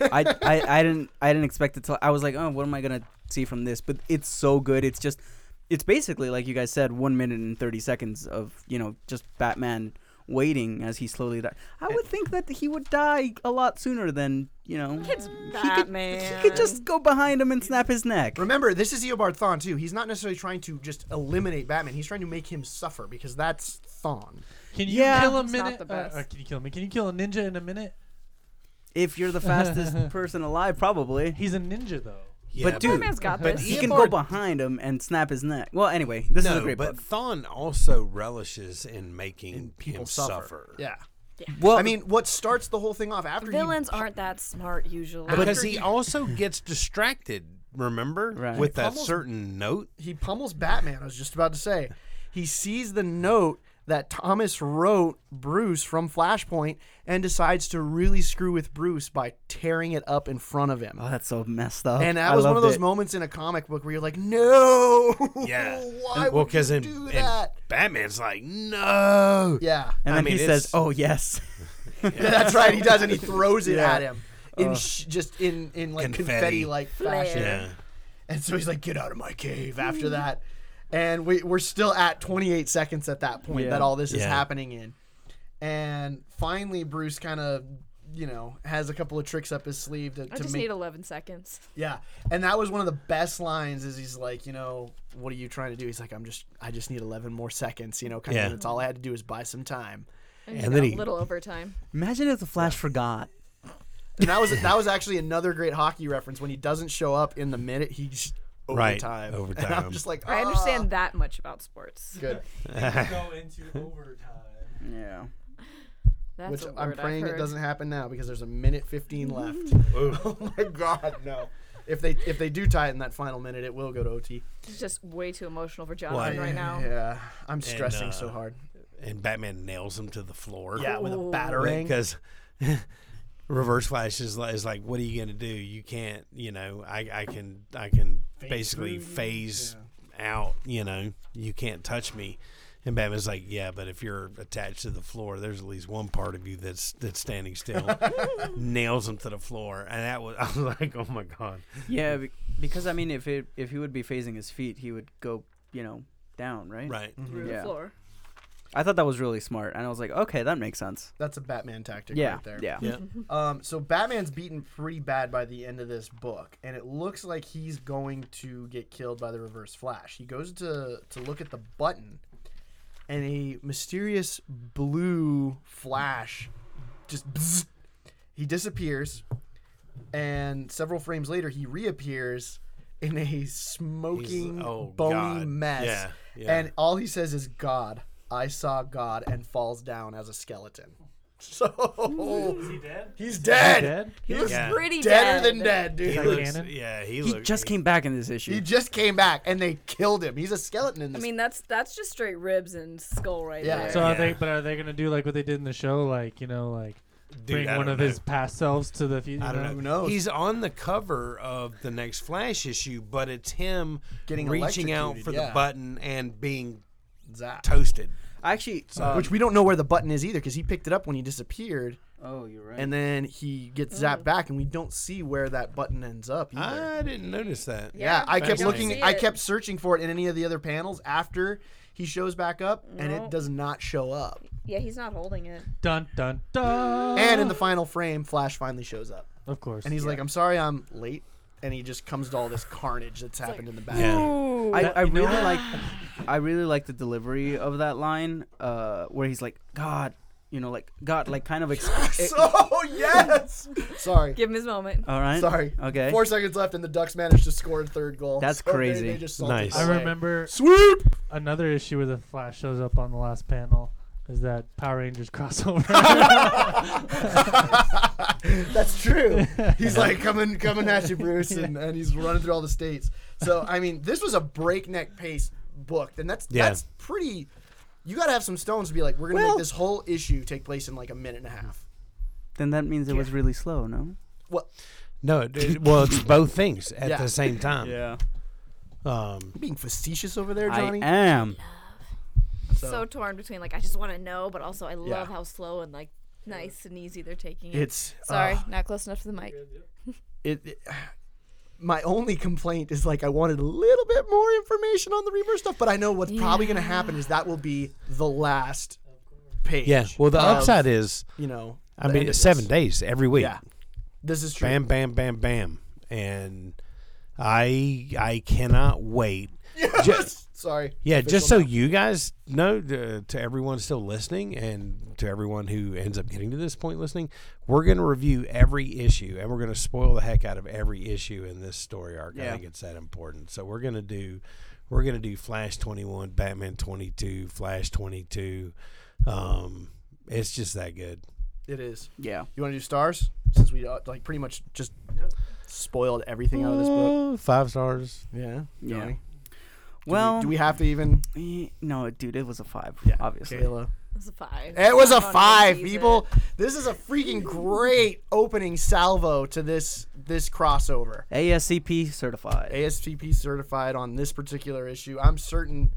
E: I, I I didn't I didn't expect it to. I was like, oh, what am I gonna see from this? But it's so good. It's just it's basically like you guys said, one minute and thirty seconds of you know just Batman waiting as he slowly dies. I would think that he would die a lot sooner than you know.
B: It's
E: He could,
B: Batman.
E: he could just go behind him and snap his neck.
A: Remember, this is Eobard Thawne too. He's not necessarily trying to just eliminate Batman. He's trying to make him suffer because that's Thawne.
F: Can you
E: Yeah.
F: kill a
B: It's not
F: minute?
B: the
F: uh,
B: best.
F: uh, can you kill me? Can you kill a ninja in a minute?
E: If you're the fastest person alive, probably.
F: He's a ninja though.
C: Yeah,
E: but dude,
B: Batman's got
C: but
B: this.
E: he
C: Ian
E: can go
C: Bard-
E: behind him and snap his neck. Well, anyway, this is a
C: no,
E: great
C: but
E: book.
C: Thon also relishes in making
A: People
C: him
A: suffer.
C: suffer.
A: Yeah.
E: Well,
A: I mean, what starts the whole thing off after
B: Villains aren't that smart usually.
C: because he also gets distracted. Remember
E: Right.
C: with that
A: Almost-
C: certain note.
A: he, he pummels Batman? I was just about to say. He sees the note that Thomas wrote Bruce from Flashpoint and decides to really screw with Bruce by tearing it up in front of him.
E: oh, that's so messed up.
A: And that
E: I
A: was one of
E: loved
A: those
E: it.
A: moments in a comic book where you're like, no,
C: Yeah.
A: why
C: well,
A: would you
C: and,
A: do
C: and
A: that?
C: Batman's like, no.
A: yeah.
E: And
C: I
E: then
C: mean,
E: he
C: it's-
E: says, "Oh yes."
A: Yeah, that's right. He does, and he throws it
E: Yeah.
A: at him in sh- just in in like confetti
C: Confetti.
A: like fashion.
C: Yeah.
A: And so he's like, "Get out of my cave!"
B: Mm.
A: After that, and we we're still at 28 seconds at that point
E: Yeah.
A: that all this is
C: Yeah.
A: happening in, and finally Bruce kind of you know has a couple of tricks up his sleeve to,
B: I
A: to
B: just
A: make
B: need 11 seconds.
A: yeah, and that was one of the best lines. Is he's like, you know, what are you trying to do? He's like, I'm just, I just need 11 more seconds. You know, kind
C: Yeah.
A: of. That's all I had to do is buy some time.
B: And,
C: And
B: then
C: then he-
B: a little overtime.
E: Imagine if the Flash forgot.
A: And that was that was actually another great hockey reference. When he doesn't show up in the minute, he's
C: Right,
A: overtime.
C: overtime.
A: And I'm just like,
B: I
A: "Ah."
B: understand that much about sports.
A: Good.
D: go into overtime.
E: Yeah.
B: That's
A: Which
B: a
A: I'm
B: word I've
A: praying it
B: heard.
A: doesn't happen now because there's a minute 15 left.
C: Ooh.
A: oh my God, no. If they if they do tie it in that final minute, it will go to OT.
B: It's just way too emotional for Jonathan
C: Well, I-
B: right now.
A: Yeah, I'm stressing
C: uh,
A: so hard.
C: and Batman nails him to the floor.
A: Yeah, with a
B: Ooh.
A: battering.
C: because Reverse Flash is like, is like, what are you gonna do? You can't, you know. I, I can, I can basically
A: through you?
C: phase out. You know, you can't touch me. And Batman's like, yeah, but if you're attached to the floor, there's at least one part of you that's that's standing still. Nails him to the floor, and that was I was like, oh my god,
E: Yeah, be- because I mean, if it if he would be phasing his feet, he would go, you know, down, right?
C: right?
B: Through the
E: Yeah.
B: floor.
E: I thought that was really smart, and I was like, okay, that makes sense.
A: That's a Batman tactic
E: Yeah,
A: right there.
E: yeah,
C: Yeah,
A: Um, so Batman's beaten pretty bad by the end of this book, and it looks like he's going to get killed by the Reverse Flash. He goes to to look at the button, and a mysterious blue flash just bzzz, he disappears, and several frames later he reappears in a smoking
C: oh,
A: bony
C: God.
A: mess,
C: Yeah, yeah.
A: and all he says is "God." I saw God and falls down as a skeleton. So
D: Is he dead?
A: He's dead.
F: dead?
A: He looks
C: Yeah.
B: Pretty
A: deader
B: dead.
A: than dead, dude.
C: he
A: He,
F: that
C: looks,
F: canon?
C: yeah, he,
E: He
C: looked-
E: just came back in this issue.
A: just came back and they killed him. He's a skeleton in
B: I
A: this.
B: mean, that's that's just straight ribs and skull right
A: Yeah.
B: there.
F: So are
C: Yeah.
F: they? But are they gonna do like what they did in the show? Like you know, like
C: dude,
F: bring
C: I
F: one
C: don't
F: of
C: know.
F: his past selves to the future.
C: I don't know.
A: Who knows?
C: He's on the cover of the next Flash issue, but it's him
A: Getting
C: reaching out
A: electrocuted,
C: for
A: yeah.
C: the button and being
A: Zap. Um,
C: toasted.
E: Actually, um,
A: Which we don't know where the button is either because he picked it up when he disappeared
E: oh, you're right.
A: and then he gets zapped back and we don't see where that button ends up either.
C: I didn't notice that.
A: Ah, yeah, I
B: you
A: kept
B: don't
A: looking.
B: see
A: I
B: it.
A: kept searching for it in any of the other panels after he shows back up, and
B: No.
A: it does not show up.
B: Yeah, he's not holding it.
F: Dun dun dun.
A: And in the final frame, Flash finally shows up,
F: of course.
A: and he's like, "I'm sorry, I'm late," and he just comes to all this carnage that's happened in the back.
B: Ooh.
E: I,
F: That-
E: I
F: you know-
E: really like I really like the delivery of that line uh, where he's like God you know like God like kind of ex- it-
A: So yes. Sorry.
B: Give him his moment.
E: all right
A: Sorry.
E: okay
A: Four seconds left, and the Ducks managed to score a third goal.
E: That's
A: So they-
E: crazy.
A: they just salted
C: Nice.
A: it
F: I
A: away.
F: remember
A: Swoop.
F: another issue where the Flash shows up on the last panel is that Power Rangers crossover.
A: That's true. He's like coming, coming at you, Bruce, and, and he's running through all the states. So I mean, this was a breakneck pace book, and that's
C: Yeah.
A: that's pretty. You got to have some stones to be like, we're gonna
E: Well-
A: make this whole issue take place in like a minute and a half.
E: then that means it was really slow no
A: Well,
C: No, it- it- well, it's both things at
A: Yeah.
C: the same time. Um,
A: being facetious over there,
E: I
A: Johnny.
E: am
A: So-
B: So, torn between like I just want to know, but also I love
A: Yeah.
B: how slow and like nice and easy they're taking it.
A: It's
B: Sorry,
A: uh,
B: not close enough to the mic.
A: it, it- my only complaint is like I wanted a little bit more information on the reverse stuff, but I know what's probably going to happen is that will be the last page.
C: yeah. Well, the
A: of,
C: upside is,
A: you know,
C: I
A: Um, the
C: mean,
A: end
C: it's
A: of
C: seven
A: this.
C: days every week.
A: Yeah, this is true.
C: Bam, bam, bam, bam, and I, I cannot wait. Yes.
A: Sorry.
C: Yeah,
A: Official
C: just so
A: now.
C: you guys know, to, to everyone still listening, and to everyone who ends up getting to this point listening, we're going to review every issue, and we're going to spoil the heck out of every issue in this story arc. I
E: Yeah.
C: think it's that important. So we're going to do, we're going to do Flash twenty one, Batman twenty two, Flash twenty two, um, It's just that good.
A: It is.
E: Yeah.
A: You want to do stars? Since we uh, like pretty much just spoiled everything out of this book.
C: Uh, Five stars.
A: Yeah.
E: Yeah.
A: Johnny? Do
E: Well,
A: we, do we have to even?
E: eh, no, dude, it was a five. obviously.
A: Kayla.
B: was a five.
A: It was a
B: I'm not gonna
A: five,
B: use
A: people. This is a freaking great opening salvo to this this crossover.
E: ASCP certified.
A: ASCP certified on this particular issue. I'm certain.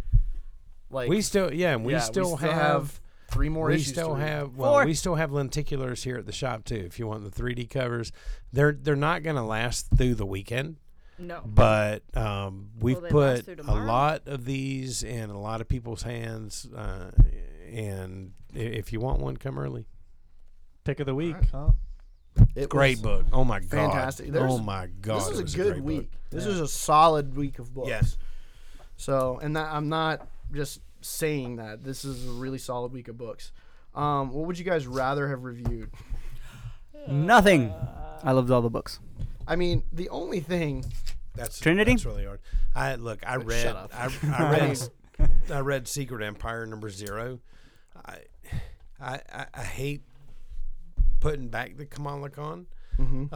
A: Like
C: We still, yeah, and we
A: yeah,
C: still have.
A: three more
C: we
A: issues. to
C: still
A: read.
C: have well,
E: Four.
C: we still have lenticulars here at the shop too. If you want the 3D covers, they're they're not going to last through the weekend.
B: it. No.
C: but um, we've
B: Will they last
C: put
B: through
C: a
B: tomorrow?
C: lot of these in a lot of people's hands. Uh, and i- if you want one, come early.
F: Pick of the week,
A: Alright.
F: huh?
A: It
C: Great
A: was-
C: book. Oh my god.
A: Fantastic. There's-
C: oh my god.
A: This
C: it was
A: is a
C: great
A: good
C: book.
A: week. This is a solid week of books.
C: Yes.
A: So, and that I'm not just saying that. This is a really solid week of books. Um, what would you guys rather have reviewed?
E: Uh, Nothing. I loved all the books.
A: I mean, the only thing
C: That's
E: Trinity?
C: That's really hard. I look. I read.
A: up.
C: I, I read. I read Secret Empire number zero. I, I, I, I hate putting back the Kamala Khan. Um,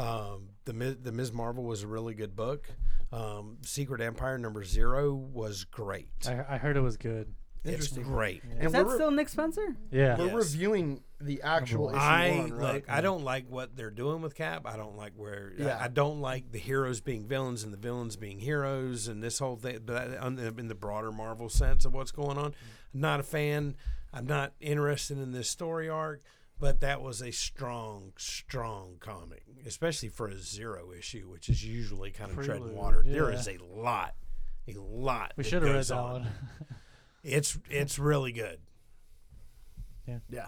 C: the Mi- the Ms. Marvel was a really good book. Um, Secret Empire number zero was great.
F: I, I heard it was good.
C: It's great.
A: and
E: Is that
A: we're,
E: still Nick Spencer?
F: Yeah.
A: we're
C: Yes.
A: reviewing the actual issue
C: I
A: one, right?
C: look. I don't like what they're doing with Cap. I don't like where.
A: Yeah.
C: I, I don't like the heroes being villains and the villains being heroes and this whole thing. But I- on the- in the broader Marvel sense of what's going on, I'm not a fan. I'm not interested in this story arc. But that was a strong, strong comic, especially for a zero issue, which is usually kind of treading
F: Prelude,
C: water. There
F: yeah.
C: is a lot, a lot.
F: We
C: that
F: should have read
C: goes
F: that
C: on.
F: one.
C: It's it's really good.
A: Yeah.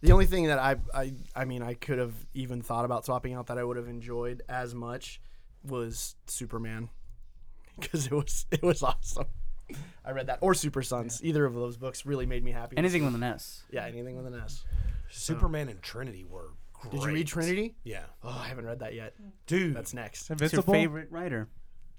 A: The only thing that I, I, I mean, I could have even thought about swapping out that I would have enjoyed as much was Superman, because it was it was awesome. I read that or Super Sons. Either of those books really made me happy.
E: Anything with an S.
A: yeah, anything with an S.
C: Superman and Trinity were. Great. Mm.
A: Did you read Trinity?
C: Yeah,
A: Oh, I haven't read that yet.
C: dude.
A: That's next.
E: It's your
F: Invincible.
E: favorite writer.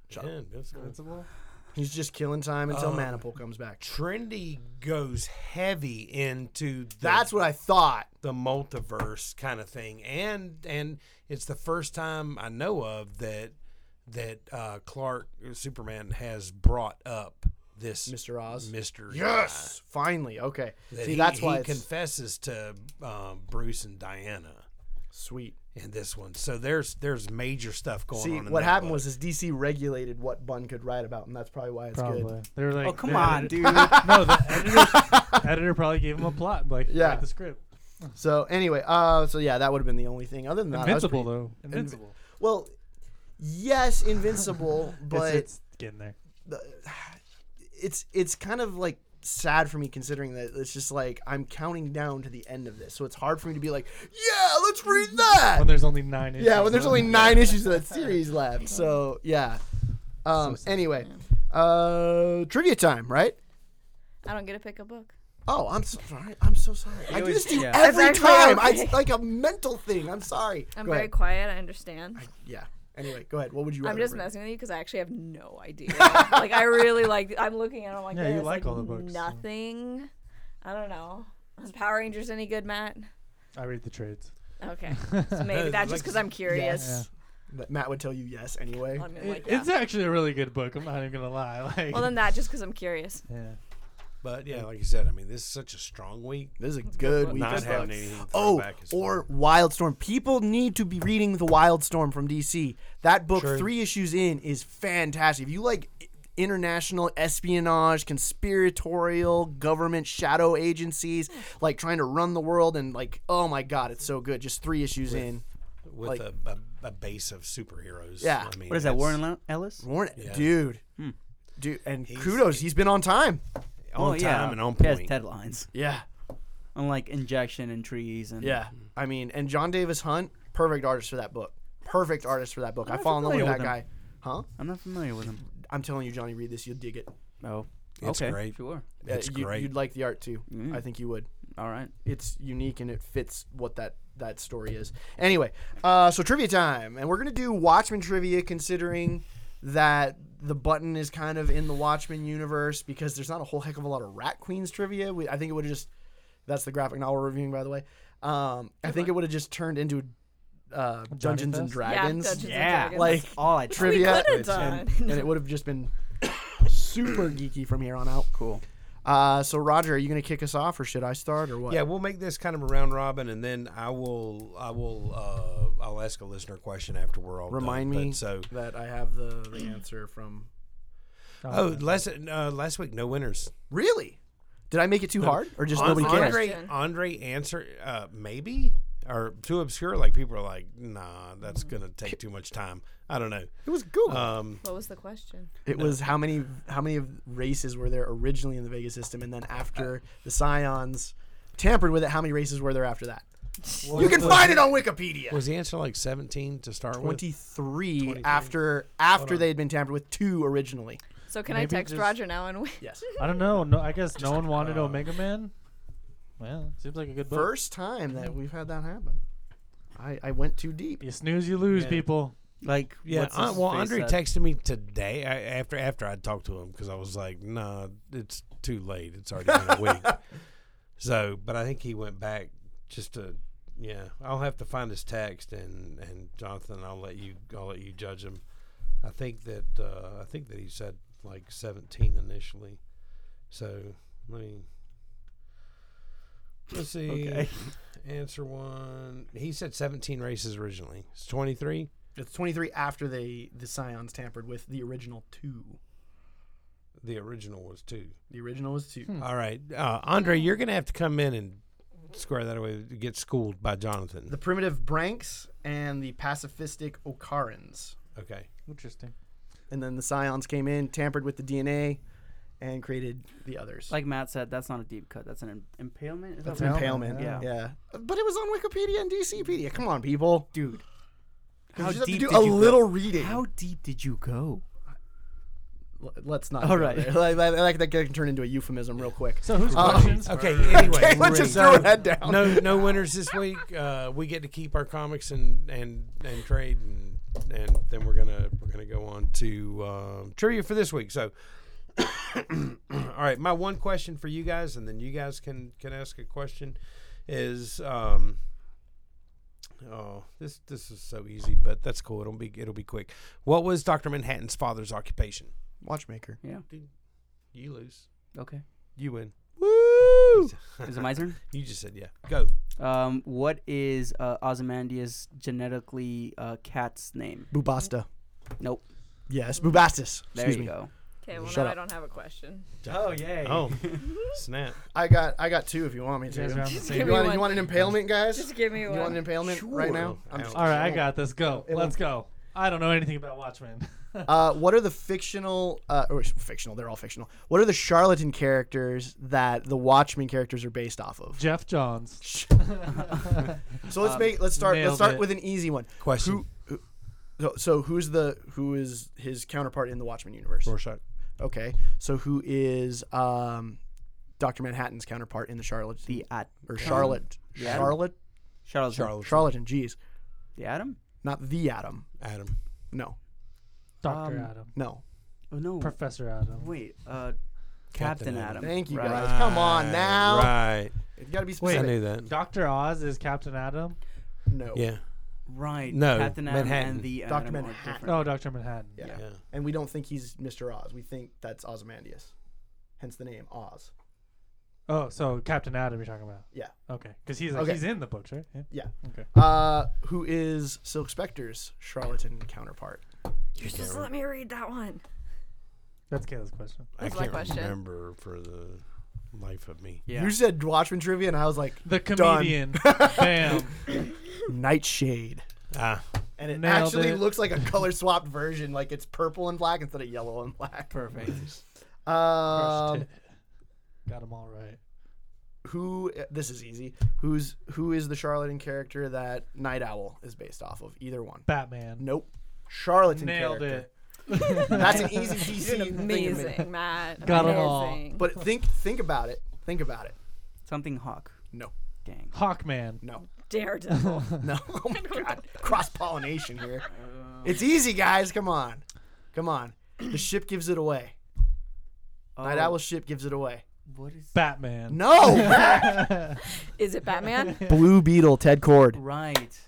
A: Shut
C: Yeah, Invincible.
F: Invincible.
A: He's just killing time until
C: Um,
A: Maniple comes back.
C: Trinity goes heavy into the,
A: That's what I thought.
C: the multiverse kind of thing, and and it's the first time I know of that that uh, Clark Superman has brought up this
A: Mr. Oz?
C: mystery.
A: Yes, finally. Okay.
C: guy, that
A: See,
C: he-
A: that's
C: he
A: why it's
C: confesses to um, Bruce and Diana
A: sweet.
C: in this one. So there's there's major stuff going
A: See,
C: on. in
A: what
C: that
A: happened
C: book.
A: was is DC regulated what Bun could write about, and that's probably why it's
F: Probably.
A: good.
F: They were like,
E: Oh come
F: the
E: on,
F: editor-
E: dude.
F: No, the editor, editor probably gave him a plot. Like,
A: Yeah.
F: write the script.
A: So anyway, uh, so yeah, that would have been the only thing. Other than that, that was
F: Invincible
A: pretty-
F: though. Invincible.
A: Well, yes, invincible, but
F: it's, it's getting there.
A: it's it's kind of like sad for me considering that it's just like I'm counting down to the end of this, so it's hard for me to be like, yeah, let's read that.
F: When there's only nine.
A: Yeah,
F: issues
A: when there's
F: left.
A: only nine issues of that series left. So yeah. Um. Anyway, uh, trivia time, right?
B: I don't get to pick a book.
A: Oh, I'm so sorry. I'm so sorry. I do
E: always-
A: this to you
E: yeah.
A: every
B: That's
A: time. I,
B: actually
A: it's like a mental thing. I'm sorry.
B: I'm
A: Go
B: very
A: ahead.
B: quiet. I understand.
A: Yeah. Anyway, go ahead. What would you?
B: I'm
A: rather
B: just
A: read?
B: messing with you because I actually have no idea. like I really like. I'm looking at. it, I'm like,
F: Yeah, you
B: "There's,
F: like all the books, so-
B: Nothing. I don't know. Is Power Rangers any good, Matt?
F: I read the trades.
B: Okay, so maybe
C: No,
B: that's
C: like-
B: just because I'm curious.
A: But Matt would tell you yes anyway.
B: I mean,
F: It-
B: like, yeah.
F: It's actually a really good book. I'm not even gonna lie. Like,
B: well, then that just because I'm curious.
F: yeah.
C: but yeah, like you said, I mean, this is such a strong week.
A: This is a good
B: one.
A: week.
C: Not
A: of
C: having
A: books.
C: anything.
A: Oh,
C: throwback is
A: or Wildstorm. People need to be reading the Wildstorm from DC. That book,
C: True.
A: three issues in, is fantastic. If you like i- international espionage, conspiratorial government shadow agencies, like trying to run the world, and like, oh my god, it's so good. Just three issues in.
C: with
A: Like-
C: a, a, a base of superheroes.
A: Yeah.
C: I mean,
E: What is that,
C: that's-
E: Warren Lo- Ellis?
A: Warren,
C: Yeah.
A: dude,
C: Hmm.
A: dude, and kudos, he's been on time.
C: On
E: oh,
C: time
E: yeah.
C: and on
E: He has
C: point.
E: deadlines.
A: Yeah,
E: Unlike injection and trees and
A: yeah. I mean, and John Davis Hunt, perfect artist for that book. Perfect artist for that book. I fall in love with
E: familiar
A: that guy.
E: with
A: Huh?
E: I'm not familiar with him.
A: I'm telling you, Johnny, read this. You'll dig it.
E: Oh.
C: It's
E: okay.
C: great.
E: Sure.
A: Uh,
C: It's
A: you,
C: great. Mm.
A: You'd like the art too. I think you would.
E: All right.
A: It's unique and it fits what that that story is. Anyway, uh, so trivia time, and we're gonna do Watchmen trivia, considering that the button is kind of in the Watchmen universe because there's not a whole heck of a lot of Rat Queens trivia. We, I think it would just That's the graphic novel we're reviewing, by the way. Um, I think it would have just turned into uh, Dungeons and
F: Fest?
A: Dragons.
B: Yeah, Dungeons and
E: Yeah,
B: Dragons.
A: Like
E: all I
B: we
A: trivia,
B: could have
A: and,
B: done.
A: and it would have just been super geeky from here on out.
E: cool.
A: Uh, so Roger, are you gonna kick us off, or should I start, or what?
C: Yeah, we'll make this kind of a round robin, and then I will, I will, uh, I'll ask a listener question after we're all done.
A: Remind
C: But
A: me
C: So,
A: that I have the, the answer from.
C: oh, last uh, last week, no winners.
A: Really? Did I make it too hard, or just nobody
B: Andre-
A: cares?
C: Andre, Andre, answer uh, maybe or too obscure. Like people are like, nah, that's gonna take too much time. I don't know.
A: It was Google.
C: Um,
B: What was the question?
A: It was how many how many of races were there originally in the Vegas system, and then after the Scions tampered with it, how many races were there after that? you can find it on Wikipedia.
C: was the answer like seventeen to start with?
A: Twenty three after after they had been tampered with two originally.
B: So can I
F: Maybe
B: text
F: just-
B: Roger now and win?
A: Yes.
F: I don't know. No, I guess no one wanted Omega Man. Well, seems like a good book.
A: uh, First time that we've had that happen. I, I went too deep.
F: you snooze, you lose,
E: Yeah.
F: people.
E: Like
C: Yeah.
E: what's
C: Uh,
E: his
C: well,
E: face
C: Andre
E: at-
C: texted me today I, after after I talked to him because I was like, nah, it's too late. It's already been a week. So, but I think he went back just to. Yeah, I'll have to find his text and and Jonathan, I'll let you I'll let you judge him. I think that uh, I think that he said like 17 initially. So let me let's see.
E: Okay.
C: Answer one. He said 17 races originally. It's 23.
A: It's twenty three after they the Scions tampered with the original two.
C: The original was two.
A: The original was two.
C: All right, uh, Andre, you're gonna have to come in and square that away. Get schooled by Jonathan.
A: The primitive Branks and the pacifistic Okarans.
C: Okay.
F: Interesting.
A: And then the Scions came in, tampered with the DNA, and created the others.
E: Like Matt said, that's not a deep cut. That's an im- impalement. Is
A: That's
E: that
A: an
E: what-
A: impalement.
E: Yeah.
A: yeah. But it was on Wikipedia and DCpedia. Come on, people.
E: dude.
A: You
E: How
A: just have to
E: deep
A: do
E: did
A: a
E: you go?
A: little reading.
E: How deep did you go?
A: L- Let's not.
E: All
A: All right.
E: right.
A: Like, like, like that can turn into a euphemism real quick.
F: So whose
A: Um,
F: questions?
C: Okay. Anyway,
A: Caitlin just threw her head down.
C: no no winners this week. Uh, we get to keep our comics and and and trade and and then we're gonna we're gonna go on to um, trivia for this week. So. All right, my one question for you guys, and then you guys can can ask a question, is um, oh this this is so easy, but that's cool. It'll be it'll be quick. What was Doctor Manhattan's father's occupation?
A: Watchmaker.
C: You lose.
E: Okay.
C: You win.
A: Woo!
E: Is it my turn?
C: You just said yeah. Go.
E: Um, what is uh, Ozymandias genetically uh, cat's name?
A: Bubasta.
E: Nope.
A: Yes, Bubastis.
E: There
A: Excuse
E: you
A: me.
E: go.
B: Okay, well
A: Shut
B: now I
A: up.
B: don't have a question.
E: Oh yay.
C: Oh, snap.
A: I got I got two if you want me to.
F: guys are on the
A: You,
F: same
B: Give me
A: want,
B: one.
A: you want an impalement, guys?
B: Just give me
A: you want an
B: one.
A: impalement right now?
C: Sure.
A: I'm just-
F: All right, I got this. Go.
A: It
F: Let's go. I don't know anything about Watchmen.
A: Uh, what are the fictional uh, or fictional? They're all fictional. What are the charlatan characters that the Watchmen characters are based off of?
F: Jeff Johns.
A: So let's make let's start let's
F: Um, nailed
A: start
F: it.
A: with an easy one.
C: Question.
A: Who, who so, so who's the who is his counterpart in the Watchmen universe?
C: Rorschach.
A: Okay. So who is um Dr. Manhattan's counterpart in the Charlotte
E: The at
A: or Charlotte
E: Yeah.
A: Charlotte
E: Charlotte.
C: Charles.
A: Charlatan, geez.
E: The Adam?
A: Not the Atom.
C: Adam.
A: No.
F: Doctor
E: Um,
F: Adam.
A: No.
E: Oh no.
F: Professor Adam.
E: Wait. Uh,
C: Captain
E: Captain,
C: Adam.
E: Adam.
A: Thank you
E: Right.
A: guys. Come on now.
C: Ah, Right.
A: It's got to be
C: I
A: specific.
C: knew that.
F: Doctor Oz is Captain Adam.
A: No.
C: Yeah.
E: Right.
C: No,
E: Captain Adam
C: Manhattan.
E: and the
A: Dr.
E: Adam are
A: Manhattan.
E: different.
F: Oh, Doctor Manhattan.
A: Yeah.
C: Yeah.
A: And we don't think he's Mr. Oz. We think that's Ozymandias. Hence the name Oz.
F: Oh, so Captain Adam you're talking about?
A: Yeah.
F: Okay, because he's like,
A: Okay.
F: he's in the books, right? Yeah.
A: Yeah.
F: Okay.
A: Uh, who is Silk Spectre's charlatan counterpart?
B: You just let me read that one.
F: That's Kayla's question.
C: I
B: That's my
C: can't
B: question.
C: remember for the life of me.
E: Yeah.
A: You said Watchmen trivia, and I was like,
F: The
A: Done.
F: comedian. Bam.
A: Nightshade.
C: Ah,
A: And it
F: Nailed
A: actually
F: it.
A: looks like a color swapped version. Like it's purple and black instead of yellow and black.
E: Perfect.
A: Um,
F: Got them all right.
A: who? This is easy. Who's who is the charlatan character that Night Owl is based off of? Either one.
F: Batman.
A: Nope. Charlatan
F: Nailed
A: character.
F: it.
A: That's an easy DC thing to make.
B: Amazing, Matt.
F: Got 'em all.
B: amazing.
A: But think think about it. Think about it.
E: Something Hawk.
A: No.
E: Dang.
F: Hawkman.
A: No.
B: Daredevil.
A: No. Oh my god. Cross pollination here.
C: Uh,
A: It's easy, guys. Come on. Come on. The ship gives it away.
C: Oh.
E: Oh,
A: Night Owl ship gives it away.
E: What is
F: Batman.
A: No,
B: Is it Batman?
A: Blue Beetle, Ted Cord,
E: right?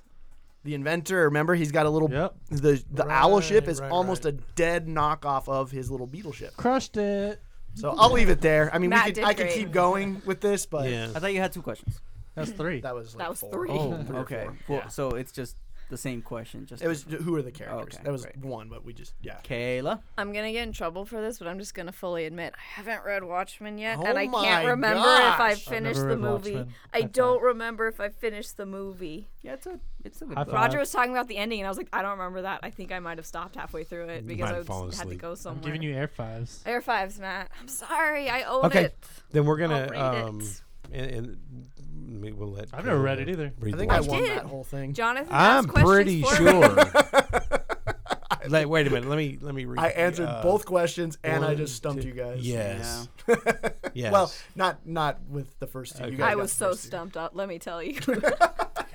A: the inventor. Remember, he's got a little.
F: Yep.
A: The the
C: Right,
A: owl ship is
C: right,
A: almost
C: right.
A: a dead knockoff of his little beetle ship.
F: Crushed it.
A: So I'll leave it there. I mean,
B: Matt
A: we could,
B: did
A: I could
B: great.
A: keep going with this, but
C: yeah.
E: I thought you had two questions.
F: That's three.
A: that was like
B: That was
A: four.
B: three.
E: Oh,
A: Three or
E: okay.
A: four.
E: Well,
A: Yeah.
E: so it's just the same question. Just
A: It was who are
C: Oh,
A: the characters?
E: Okay,
A: that was
E: great.
A: one, but we just yeah.
E: Kayla.
B: I'm gonna get in trouble for this, but I'm just gonna fully admit I haven't read Watchmen yet,
A: Oh
B: and I
A: my
B: can't remember if I
A: gosh. I've
B: finished
F: never
B: the
F: read
B: movie.
F: Watchmen.
B: I
F: That's
B: don't remember if I finished the movie.
E: Yeah, it's a it's a good.
F: High
E: book.
F: five.
B: Roger was talking about the ending, and I was like, I don't remember that. I think I might have stopped halfway through it
C: You
B: because
C: might
B: I
C: have fallen
B: just had to
C: asleep.
B: go
F: I'm
B: somewhere.
F: giving you air fives.
B: Air fives, Matt. I'm sorry, I own
C: Okay.
B: it.
C: Then we're
B: I'll
C: gonna
B: read
C: um,
B: it.
C: and, and we- we'll let.
F: I've never read
C: Kayla
F: it either.
C: read
A: I
C: the
A: think I
C: last
A: won
C: one.
B: did.
A: that whole thing.
B: Jonathan,
C: I'm
B: asked questions
C: pretty
B: for me.
C: sure. like, wait a minute. Let me let me read.
A: I
C: the,
A: answered
C: uh,
A: both questions and I just
C: one,
A: stumped
C: two-
A: you guys.
C: Yes. yes.
A: Well, not not with the first two. You
C: Okay.
A: guys
B: I
A: got
B: was
A: the
B: so
A: first two.
B: stumped up. Let me tell you.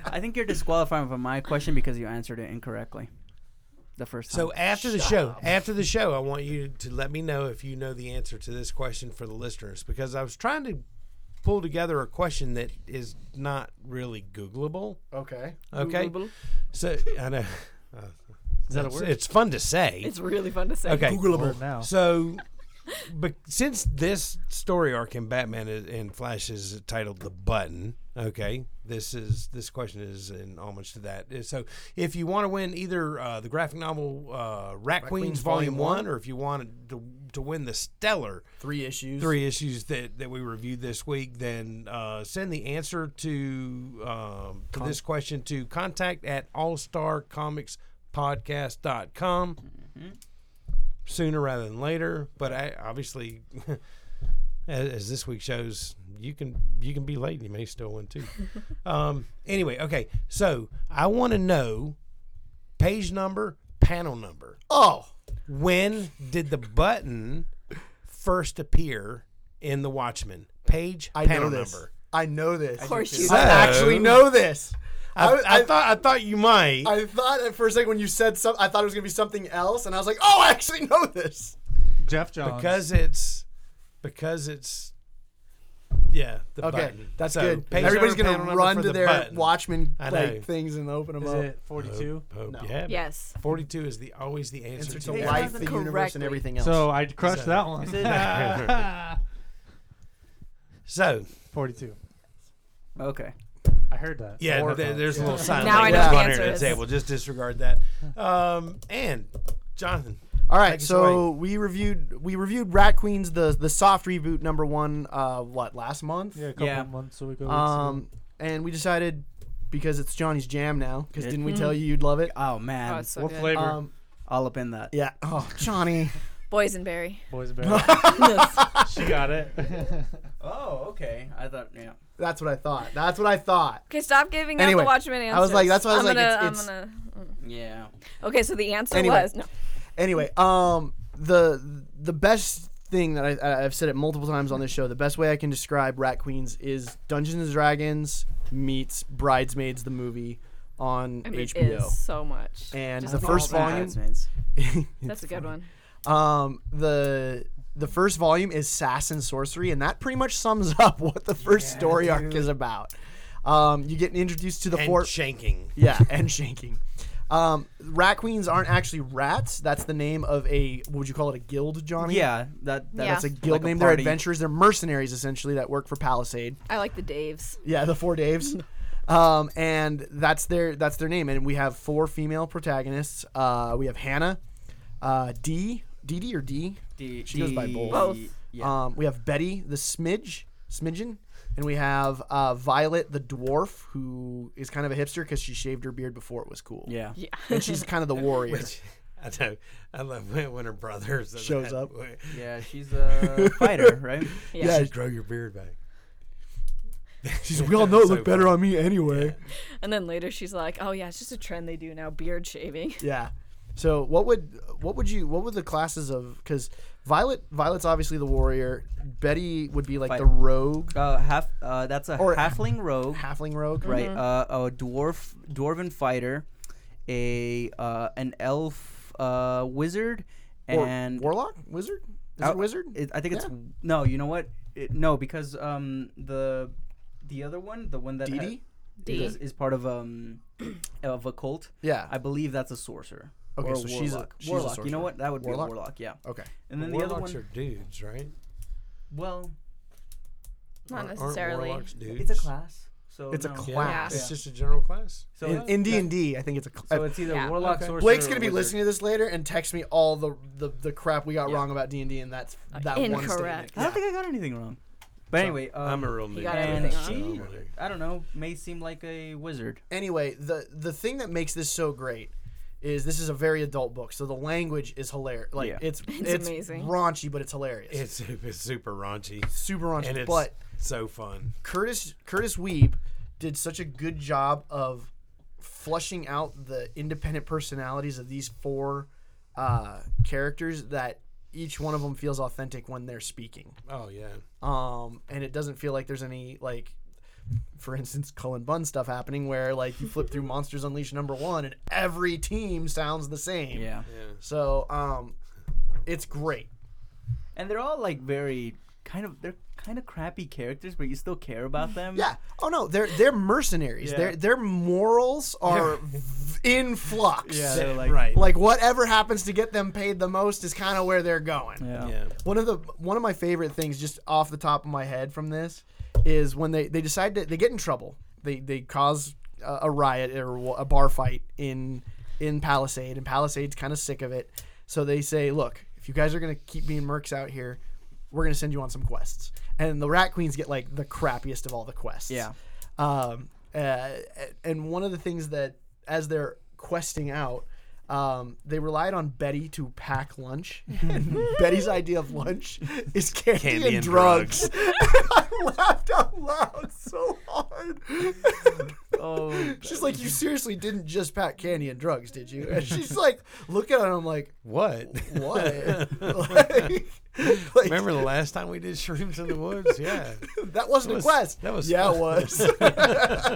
E: I think you're disqualifying from my question because you answered it incorrectly, the first
F: Oh,
E: time.
C: So after the show, after the show, I want you to let me know if you know the answer to this question for the listeners because I was trying to pull together a question that is not really Googleable.
A: Okay.
C: Okay, so I know
F: Is that a
C: it's,
F: word?
C: it's fun to say.
B: It's really fun to say.
C: okay,
F: Word now.
C: So, but since this story arc in Batman is, and Flash is titled "The Button," okay, this is this question is in homage to that. Uh, So, if you want to win either uh, the graphic novel uh, Rat, Queens, Volume One, or if you want to to win the stellar
A: Three issues.
C: three issues that, that we reviewed this week, then uh, send the answer to um, to this question to contact at allstarcomicspodcast.com sooner rather than later. But I obviously, as, as this week shows, you can you can be late. and You may still win too. um, anyway, okay. So I want to know page number, panel number.
A: Oh.
C: When did the button first appear in The Watchmen? Page,
A: I know
C: panel
A: this.
C: number.
A: I know this.
B: Of course you
A: I actually know this.
C: I,
A: I-
C: I, thought I thought you might.
A: I thought at first, like when you said something, I thought it was gonna be something else, and I was like, "Oh, I actually know this."
F: Jeff Johns.
C: because it's because it's yeah. The
A: Okay,
C: button.
A: that's
C: So,
A: good.
C: page
A: Everybody's
C: number,
A: gonna
C: panel number
A: run
C: for
A: to
C: the
A: their
C: button.
A: Watchmen
C: I know.
A: like things and open them
F: is
A: up.
F: it 42?
C: Hope
A: No.
C: you have it.
B: Yes.
C: 42 is the always the answer,
A: Answer
C: to,
A: to
C: everything.
A: life, the universe,
B: Correctly.
A: and everything else.
F: So I crushed
C: Is
F: that one.
E: Is it-
C: So
F: 42.
E: okay.
F: I heard that.
C: yeah,
F: Four
C: no, there-
F: times.
C: there's a little sign
B: Now I
C: language
B: know the
C: on here
B: answer
C: at
B: is.
C: the table. Just disregard that. Um, and Jonathan,
A: All
C: Take
A: right,
C: us
A: so we reviewed we reviewed Rat Queens the the soft reboot number one. Uh, what last month?
F: Yeah, a couple
E: Yeah.
F: months ago.
A: Um, and we decided because it's Johnny's jam now. Because
E: It-
A: didn't we tell you you'd love it?
E: Oh
B: Oh,
E: man,
B: it's so
F: what
B: good.
F: flavor?
A: Um,
E: all up in that.
A: yeah. Oh, Johnny.
B: Boysenberry.
F: Boys Bear. she got it.
E: Oh, okay. I thought yeah.
A: That's what I thought. That's what I thought.
B: Okay, stop giving out
A: Anyway,
B: the Watchmen answers.
A: I was like- that's why I was
B: am
A: like,
B: gonna,
A: it's-
B: I'm
A: it's-
B: gonna.
E: Yeah.
B: Okay, so the answer
A: Anyway.
B: was no.
A: Anyway, um, the the best thing that I- I, I've said it multiple times on this show. The best way I can describe Rat Queens is Dungeons and Dragons meets Bridesmaids the movie on
B: I mean,
A: HBO.
B: It is so much.
A: And
B: Just
A: the
B: all
A: first
B: that.
A: volume-
B: That's a good one.
A: Um, the the first volume is sass and sorcery, and that pretty much sums up what the first story arc is about. Um, you get introduced to the
C: and
A: four,
C: shanking.
A: yeah, and shanking. Um, rat queens aren't actually rats. That's the name of a what would you call it? A guild, Johnny?
E: Yeah. That
A: that's
E: that's
B: Yeah.
A: a guild
E: Like a
A: name. They're
E: party.
A: adventurers. They're mercenaries essentially that work for Palisade.
B: I like the Daves.
A: Yeah, the four Daves. Um, and that's their that's their name. And we have four female protagonists. Uh, we have Hannah, uh, D, D D or D.
E: the,
A: She goes by
E: the-
A: both.
B: Both.
E: Yeah.
A: Um, we have Betty the Smidge, Smidgen, and we have uh, Violet the dwarf, who is kind of a hipster because she shaved her beard before it was cool.
E: yeah.
B: Yeah.
A: and she's kind of the warrior.
C: Which I know. I love when, when her brother says
A: Shows
C: that.
A: up.
E: Yeah. She's a fighter, right?
B: Yeah.
A: Yeah.
C: grow your beard back.
A: She's we all know it
C: So
A: looked better
C: funny.
A: on me anyway.
B: And then later she's like, oh yeah, it's just a trend they do now, beard shaving.
A: Yeah. So what would what would you what would the classes of because Violet Violet's obviously the warrior. Betty would be like
E: Fight.
A: the rogue,
E: Uh, half. Uh, that's a
A: Or-
E: halfling rogue.
A: halfling rogue,
E: right?
B: Mm-hmm.
E: Uh, a dwarf, dwarven fighter, a uh, an elf uh, wizard,
A: Or
E: and
A: warlock, wizard, is
E: Uh,
A: it wizard?
E: it- I think it's
A: Yeah.
E: no. You know what? I- it, no, because um the the other one, the one that ha-
A: Didi?
B: D.
E: Is, is part of um of a cult.
A: Yeah.
E: I believe that's a sorcerer.
A: Okay,
E: or a
A: so she's a-
E: warlock.
A: she's a
E: warlock. You know
A: sorcerer.
E: what? That would
A: Warlock?
E: be a warlock. Yeah.
A: okay.
E: And then the
C: warlocks
E: other
C: are
E: one.
C: dudes, right?
E: well,
B: Not
C: Aren't- aren't
B: necessarily.
C: warlocks dudes?
E: it's a class. So
A: It's a
E: no.
A: class.
C: Yeah,
B: Class.
C: it's
E: Yeah.
C: just a general class.
E: So
A: in,
E: it's-
A: in D and D, I think it's a.
E: So
A: Cl- uh,
E: it's either
B: Yeah.
E: warlock,
C: Okay.
E: sorcerer.
A: Blake's
E: or
A: gonna be
E: wizard.
A: listening to this later and text me all the the, the crap we got
E: Yeah.
A: wrong about D and D, and that's that one statement.
B: Uh, Incorrect.
E: I don't think I got anything wrong. But
C: So,
E: anyway, um,
C: I'm a real
B: He
C: nerd.
B: got
E: and
B: everything wrong.
E: she,
C: I'm a nerd.
E: I don't know, may seem like a wizard.
A: anyway, the the thing that makes this so great is this is a very adult book, so the language is hilarious. Like
E: Yeah.
A: it's
B: It's
A: it's,
B: amazing.
A: raunchy, but it's hilarious.
C: It's super, it's super raunchy,
A: super raunchy,
C: and it's
A: but
C: so fun.
A: Curtis Curtis Weeb did such a good job of flushing out the independent personalities of these four uh, characters that each one of them feels authentic when they're speaking.
C: Oh yeah,
A: Um, and it doesn't feel like there's any like for instance Cullen Bunn stuff happening where like you flip through Monsters Unleashed number 1 and every team sounds the same.
E: Yeah.
C: yeah.
A: So, um it's great.
E: And they're all like very kind of they're kind of crappy characters, but you still care
B: Mm.
E: about them.
A: Yeah. Oh no, they're they're mercenaries.
E: Yeah.
A: Their their morals are v- in flux.
E: Yeah, they're like
C: right.
A: Like whatever happens to get them paid the most is kind of where they're going.
E: Yeah.
C: yeah,
A: One of the one of my favorite things, just off the top of my head from this, is when they they decide that they get in trouble. They they cause a, a riot or wa- a bar fight in in Palisade, and Palisade's kind of sick of it. So they say, look, if you guys are gonna keep being mercs out here, we're gonna send you on some quests. And the Rat Queens get like the crappiest of all the quests.
E: Yeah.
A: Um, uh, and one of the things that, as they're questing out, um, they relied on Betty to pack lunch. And Betty's idea of lunch is candy,
C: Candy
A: and,
C: and
A: drugs. I laughed out loud so hard.
E: Oh.
A: she's like, "You seriously didn't just pack candy and drugs, did you?" And she's like, looking at him like,
C: what?
A: "What?" like, like,
C: Remember the last time we did shrooms in the woods? Yeah,
A: That wasn't
C: That was-
A: a quest.
C: that was
A: yeah, it
C: fun.
A: was.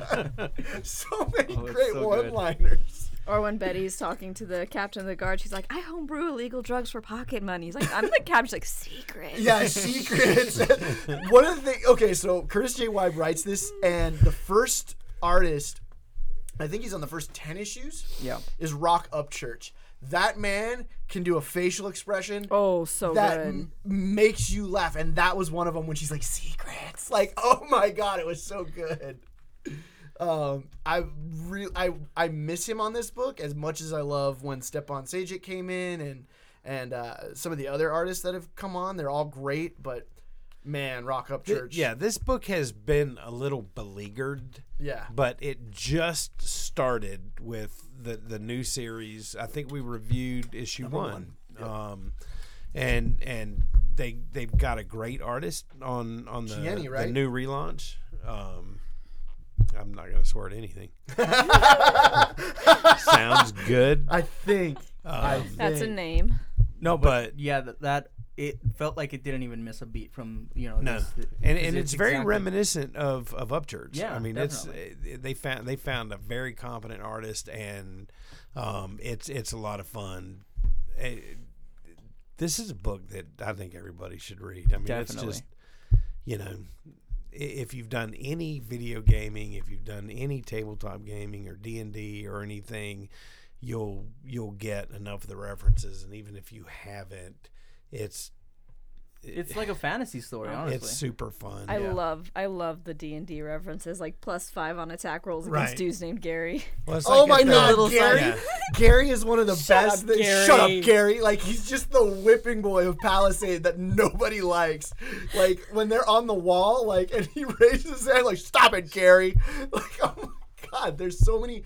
A: so many
E: Oh, it's
A: great
E: so good.
A: one-liners.
B: Or when Betty's talking to the captain of the guard, she's like, I homebrew illegal drugs for pocket money. He's like, I'm the captain's like, secret.
A: Yeah, secrets. one of the things. Okay, so Curtis J. Wybe writes this, and the first artist, I think he's on the first ten issues,
E: Yeah.
A: is Rock Upchurch. That man can do a facial expression.
B: Oh, so
A: that
B: good.
A: m- makes you laugh, and that was one of them when she's like secrets. Like, oh my god, it was so good. Um, I re- I I miss him on this book as much as I love when Stepan Sajic came in and and uh, some of the other artists that have come on. They're all great, but man, Rock Up
C: Th-
A: Church.
C: yeah. This book has been a little beleaguered.
A: yeah,
C: but it just started with the the new series. I think we reviewed issue one, um, and and they they've got a great artist on on the,
A: Gianni,
C: the
A: right?
C: new relaunch. Um, I'm not gonna swear at anything. Sounds good.
A: I think. I
C: Um,
B: That's a
A: think.
B: name.
C: no, but
E: Yeah, that, that it felt like it didn't even miss a beat from you know.
C: No,
E: this- th-
C: and,
E: this
C: and
E: is
C: it's very
E: exactly-
C: reminiscent of of Upchurch.
E: Yeah,
C: I mean it's eh, they found they found a very competent artist, and um, it's it's a lot of fun. Eh, this is a book that I think everybody should read. I mean,
E: Definitely.
C: it's just you know, i- if you've done any video gaming, if you've done any tabletop gaming or D and D or anything, you'll you'll get enough of the references, and even if you haven't, it's
E: It's like a fantasy story, honestly.
C: it's super fun.
B: I love I love the D and D references, like plus five on attack rolls against
C: Right.
B: dudes named Gary.
C: Well, it's
A: Oh
C: like
A: my
C: if the-
A: god, Gary!
C: Yeah.
A: Gary is one of the best.
E: up,
A: thi- Shut up,
E: Gary.
A: Gary! Like he's just the whipping boy of Palisade that nobody likes. Like when they're on the wall, like and he raises his hand, like "Stop it, Gary!" Like oh my god, there's so many.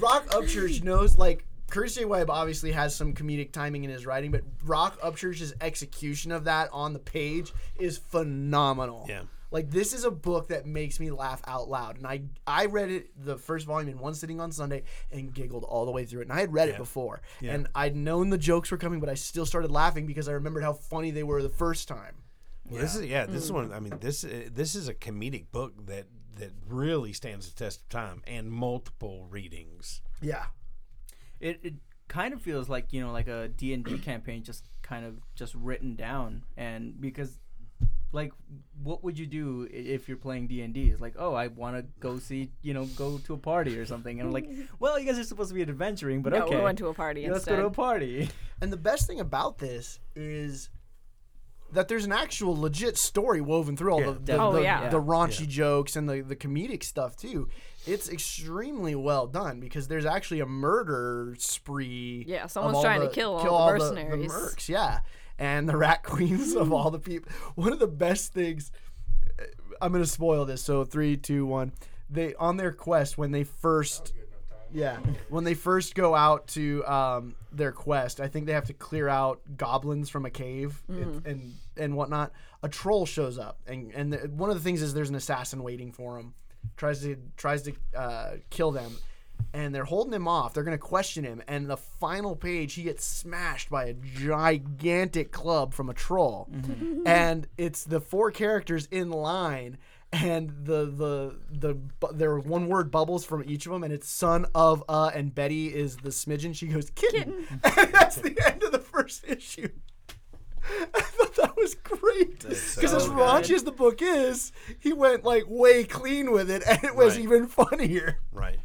A: Rock Upchurch knows like. Curtis J. Webb obviously has some comedic timing in his writing, but Rock Upchurch's execution of that on the page is phenomenal.
C: Yeah.
A: Like this is a book that makes me laugh out loud, and I I read it the first volume in one sitting on Sunday and giggled all the way through it. And I had read it before, and I'd known the jokes were coming, but I still started laughing because I remembered how funny they were the first time.
C: Well, This is yeah. This is one. I mean, this i- this is a comedic book that that really stands the test of time and multiple readings.
A: Yeah,
E: it, it kind of feels like you know like a d&d campaign just kind of just written down and because like what would you do i- if you're playing D&D? It's like, "Oh, I want to go see, you know, go to a party or something." And I'm like, "Well, you guys are supposed to be adventuring, but
B: no,
E: okay.
B: we went to a party
E: Yeah, let's
B: instead.
E: go to a party."
A: And the best thing about this is that there's an actual legit story woven through all
C: Yeah,
A: the, the,
E: definitely.
B: Oh,
A: the-
B: yeah.
A: the raunchy jokes and the, the comedic stuff too. It's extremely well done because there's actually a murder spree.
B: Yeah,
A: of
B: someone's
A: all
B: trying to
A: the-
B: kill all the mercenaries.
A: The, mercs, yeah, and the rat queens of all the people. One of the best things. I'm gonna spoil this. So three, two, one. They on their quest when they first
D: Good enough time.
A: yeah, when they first go out to um, their quest, I think they have to clear out goblins from a cave and, and and whatnot. A troll shows up, and and the, one of the things is there's an assassin waiting for him. tries to tries to uh, kill them, and they're holding him off. They're gonna question him, and the final page he gets smashed by a gigantic club from a troll, and it's the four characters in line and the the the bu- there are one word bubbles from each of them, and it's son of uh, and Betty is the smidgen. She goes kitten, and that's the end of the first issue. I thought that was great
C: That's
A: because
C: so
A: as
C: good.
A: raunchy as the book is, he went like way clean with it, and it was
C: Right.
A: even funnier.
C: Right.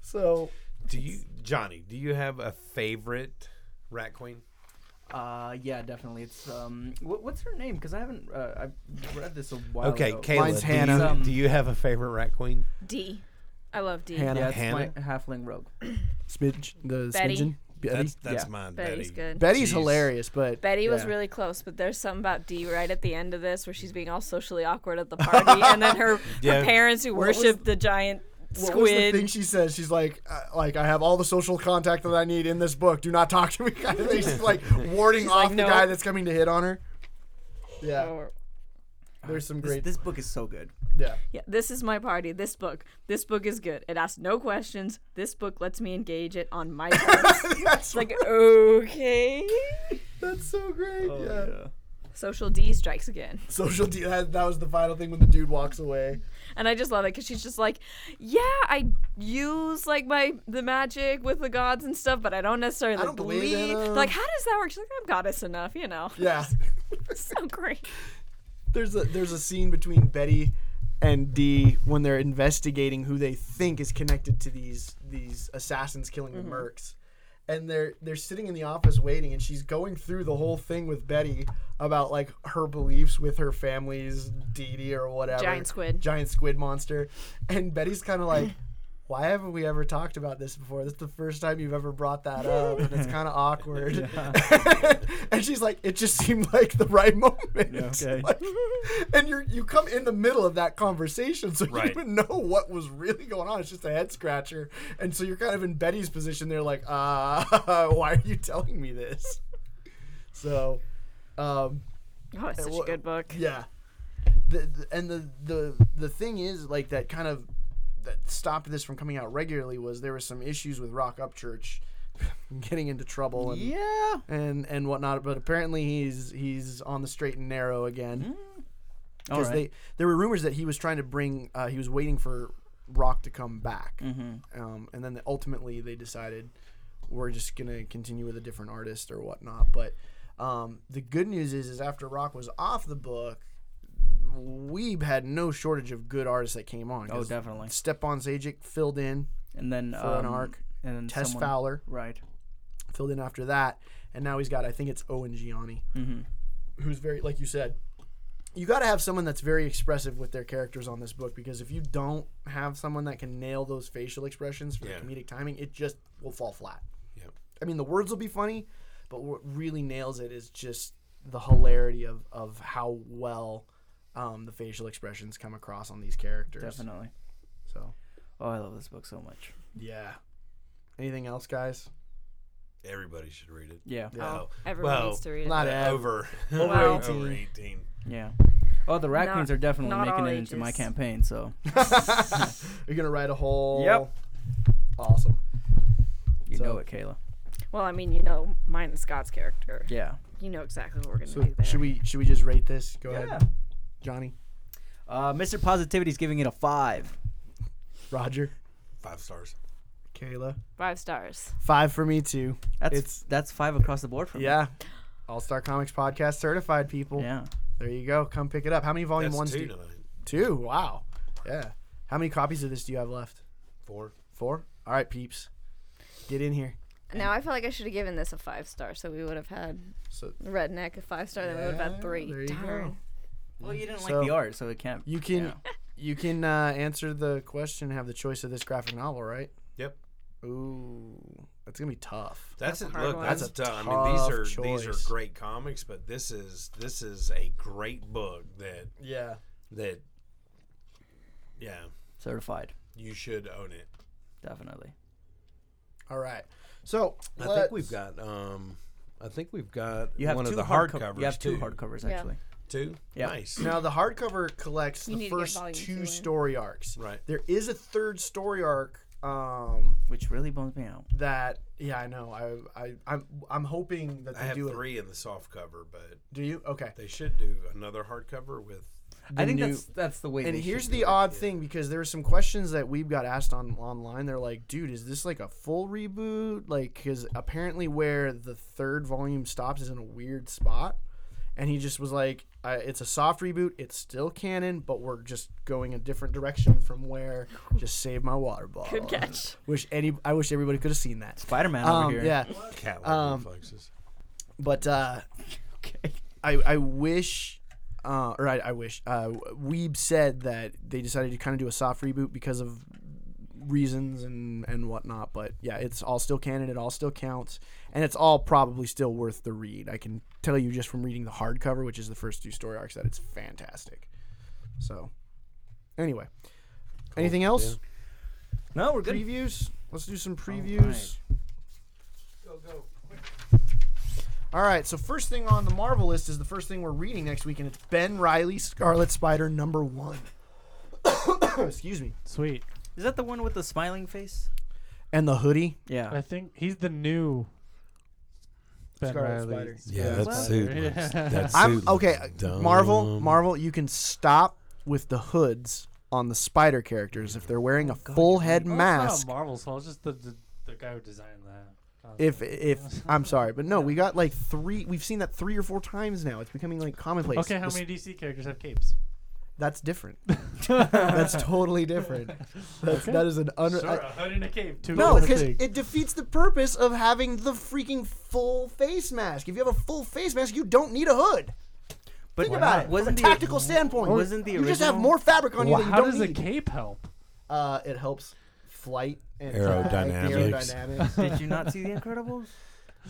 A: So
C: Do you, Johnny? Do you have a favorite rat queen?
E: Uh, yeah, definitely. It's um, wh- what's her name? Because I haven't uh, I've read this a while.
C: okay,
E: ago.
C: Kayla.
A: Mine's
C: do,
A: Hannah.
C: You,
E: Um,
C: do you have a favorite rat queen?
B: D. I love D.
A: Hannah.
E: Yeah, it's
C: Hannah?
E: my halfling rogue.
A: smidge the
B: Betty.
A: smidgen Betty.
C: That's that's
E: Yeah.
C: mine,
B: Betty's
C: Betty.
B: good.
A: Betty's
C: Jeez.
A: hilarious, but
B: Betty was
A: yeah.
B: really close, but there's something about D right at the end of this where she's being all socially awkward at the party, and then her,
C: Yeah.
B: her parents who
A: What was-
B: worship the giant
A: What was the
B: squid.
A: thing she says? She's like, uh, like I have all the social contact that I need in this book. Do not talk to me. Kind of thing. She's like warding
B: She's
A: off
B: like,
A: the
B: "No." Oh.
A: guy that's coming to hit on her. Yeah,
B: Or-
A: there's some
E: This,
A: great.
E: this book is so good.
A: yeah,
B: yeah, this is my party. This book. This book is good. It asks no questions. This book lets me engage it on my terms.
A: that's
B: it's like okay.
A: that's so great.
E: Oh,
B: "Oh,
A: yeah.
B: Social D strikes again.
A: social. De- that, that was the final thing when the dude walks away.
B: and I just love it because she's just like, yeah, I use like my the magic with the gods and stuff, but I don't necessarily
A: I don't believe in
B: believe. They're
A: 'em.
B: like, how does that work? She's like, I'm goddess enough, you know.
A: Yeah,
B: so great.
A: there's a there's a scene between Betty and D when they're investigating who they think is connected to these these assassins killing
B: Mm-hmm.
A: the mercs. And they're they're sitting in the office waiting and she's going through the whole thing with Betty about like her beliefs with her family's deity or whatever.
B: Giant squid.
A: Giant squid monster. And Betty's kind of like Why haven't we ever talked about this before? This is the first time you've ever brought that up, and it's kind of awkward. and she's like, "It just seemed like the right moment."
E: okay.
A: Like, and you you come in the middle of that conversation, so
C: Right.
A: you don't even know what was really going on. It's just a head scratcher, and so you're kind of in Betty's position. They're like, uh, why are you telling me this?" So, um,
B: Oh, it's such
A: well,
B: a good book.
A: yeah, the, the- and the the the thing is like that kind of that stopped this from coming out regularly was there were some issues with Rock Upchurch getting into trouble and
E: Yeah.
A: and and whatnot. But apparently he's he's on the straight and narrow again
E: Mm. All
A: because they
E: right.
A: there were rumors that he was trying to bring uh, he was waiting for Rock to come back,
E: Mm-hmm.
A: um, and then ultimately they decided we're just gonna continue with a different artist or whatnot. But um, the good news is is after Rock was off the book. Weeb had no shortage of good artists that came on.
E: Oh, definitely.
A: Stepan Sajic filled in,
E: And then
A: for an
E: um,
A: arc.
E: And then
A: Tess
E: someone-
A: Fowler
E: Right.
A: filled in after that, and now he's got I think it's Owen Gianni, who's very like you said. You got to have someone that's very expressive with their characters on this book because if you don't have someone that can nail those facial expressions for
C: Yeah.
A: the comedic timing, it just will fall flat.
C: Yep.
A: I mean, the words will be funny, but what really nails it is just the hilarity of, of how well um, the facial expressions come across on these characters.
E: Definitely.
A: So,
E: Oh, I love this book so much.
A: yeah. Anything else, guys?
C: Everybody should read it.
E: Yeah.
A: Yeah.
B: Oh, everyone
C: Well,
B: needs to read it.
A: Not
C: Uh,
A: Ev.
C: over
A: Over
B: Wow.
A: 18.
C: over eighteen.
E: Yeah. Oh, the rat
B: Not-
E: queens are definitely
B: not
E: making
B: all
E: it into my
B: ages.
E: campaign. So
A: You're going to write a whole.
E: Yep.
A: Awesome.
E: you
A: So-
E: know it, Kayla.
B: Well, I mean, you know, mine and Scott's character.
E: Yeah.
B: You know exactly what we're gonna
A: So
B: do there.
A: should we should we just rate this? Go ahead, Johnny,
E: Uh, Mr. Positivity's giving it a five.
A: Roger,
C: Five stars.
A: Kayla.
B: Five stars.
A: Five for me too.
E: That's
A: It's-
E: that's five across the board for me.
A: Yeah, All Star Comics podcast certified people.
E: Yeah.
A: There you go. Come pick it up. How many volume
C: That's
A: ones?
C: two
A: do you,
C: tonight.
A: two. Wow. Yeah. How many copies of this do you have left?
C: Four.
A: Four. All right, peeps. Get in here.
B: Now I feel like I should have given this a five star, so we would have had
A: So
B: Redneck a five star, then we would have
A: Yeah,
B: had three.
A: there you go.
B: Darn.
E: Well, you didn't
A: So-
E: like the art, so it can't.
A: you can
E: Yeah.
A: you can uh, answer the question and have the choice of this graphic novel, right?
C: Yep.
A: Ooh, that's gonna be tough.
C: That's,
B: That's a
C: it.
B: hard
C: Look,
B: one.
C: that's,
A: That's
C: a
A: a
C: tough. I mean, these
A: tough
C: are these
A: choice.
C: are great comics, but this is this is a great book that
A: Yeah.
C: that yeah
E: Certified,
C: you should own it.
E: definitely.
A: All right. So
C: I think
A: let's-
C: we've got um I think we've got
E: You have
C: one
E: two
C: of the
E: hardco-
C: hardcovers
E: You have
C: too.
E: two hardcovers
B: Yeah.
E: actually.
C: Two?
E: Yeah.
C: Nice.
A: Now the hardcover collects
B: You need
A: the
B: to get
A: first
B: volume two
A: two
B: in.
A: story arcs.
C: Right.
A: There is a third story arc um,
E: which really bums me out.
A: that yeah I know I I I'm, I'm hoping that
C: I
A: they
C: have
A: do it.
C: three in the soft cover, but
A: Do you okay?
C: they should do another hardcover with
E: I think
A: new-
E: that's that's the way.
A: And
E: they should
A: here's
E: do
A: the
E: it.
A: odd thing because there were some questions that we've got asked on online. They're like, dude, is this like a full reboot? Like, because apparently where the third volume stops is in a weird spot. And he just was like, uh, it's a soft reboot. It's still canon, but we're just going a different direction from where. Just save my water bottle.
B: Good catch.
A: Wish any. I wish everybody could have seen that.
E: Spider-Man over
A: Um,
E: here.
A: yeah,
C: cat
A: Um,
C: reflexes.
A: but uh,
E: Okay.
A: I, I wish, uh, or I, I wish, uh, Weeb said that they decided to kind of do a soft reboot because of reasons and, and whatnot. But yeah, it's all still canon. It all still counts. And it's all probably still worth the read. I can tell you just from reading the hardcover, which is the first two story arcs, that it's fantastic. So, anyway. Anything else?
E: No,
F: Oh,
E: we're good.
A: Previews? Let's do some previews.
E: right.
D: Go, go.
A: All right, so first thing on the Marvel list is the first thing we're reading next week, and it's Ben Riley Scarlet Spider number one. Excuse me.
F: Sweet.
E: Is that the one with the smiling face?
A: And the hoodie.
E: Yeah.
F: I think he's the new Ben
A: Scarlet Spider.
F: Reilly.
C: Yeah,
F: Scarlet
C: that
F: Spider.
C: suit looks-
F: Yeah.
C: that
A: I'm
C: suit
A: okay.
C: looks
A: uh, Marvel,
C: dumb.
A: Marvel, you can stop with the hoods on the spider characters if they're wearing a full head
F: Oh, It's
A: mask.
F: not Marvel's fault. It's just the, the, the guy who designed that. Oh,
A: If
F: okay.
A: if I'm sorry, but no, we got like three. We've seen that three or four times now. It's becoming like commonplace.
F: okay, how
A: This-
F: many DC characters have capes?
A: That's different. that's totally different. That's,
F: Okay.
A: That is an under. uh,
F: Sure, a hood and a cape. Two
A: No,
F: little
A: because
F: things.
A: it defeats the purpose of having the freaking full face mask. If you have a full face mask, you don't need a hood.
E: But
A: Think about it from
E: Wasn't
A: a
E: the-
A: tactical standpoint.
E: Wasn't the
A: you just have
E: original-
A: more fabric on you
F: Wha-
A: than you
F: how
A: don't
F: does
A: need.
F: a cape help?
A: uh, it helps flight and
C: Aerodynamics.
A: aerodynamics.
E: Did you not see The Incredibles?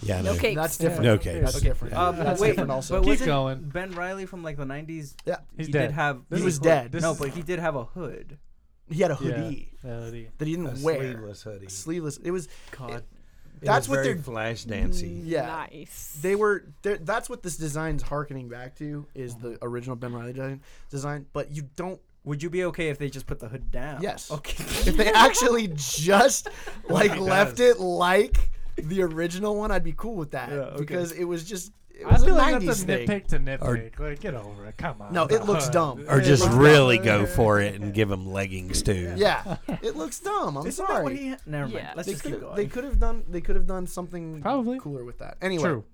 C: Yeah,
B: No cakes.
A: That's different.
C: No case.
A: That's different.
E: Um,
A: That's
E: wait,
A: different also.
E: But
F: Keep
E: wasn't
F: going.
E: Ben Riley from like the 90s.
A: Yeah.
F: He's
E: he
F: dead.
E: did have.
A: He
F: This
A: was
F: is-
A: dead.
F: this
E: no,
F: is-
E: but he did have a hood.
A: He had a
F: yeah,
A: hoodie
F: yeah, E hoodie.
A: that he didn't
C: A
A: wear.
C: sleeveless hoodie.
A: Sleeveless. It was.
E: God.
A: That's what they're.
C: flash dancy.
A: Yeah.
B: Nice.
A: they were they're- that's what this design's harkening back to is the original Ben Riley design, design but you don't
E: Would you be okay if they just put the hood down?
A: Yes.
E: Okay.
A: if they actually just like
C: He
A: left
C: does.
A: it like the original one I'd be cool with that
E: Yeah, okay.
A: because it was just it
F: I
A: was a
F: feel
A: 90s
F: like that's a
A: thing.
F: nitpick to nitpick. like, get over it. Come on.
A: No, it looks
F: Uh,
A: dumb.
C: Or
A: It
C: just
A: looks
C: really go for it and give him leggings too.
A: Yeah, it looks dumb. I'm
E: Isn't that what
A: sorry.
E: he? Ha- Never mind.
B: Yeah.
E: Let's
A: they
E: just keep
A: could
E: going.
A: they could have done they could have done something
F: Probably.
A: cooler with that. Anyway,
F: True.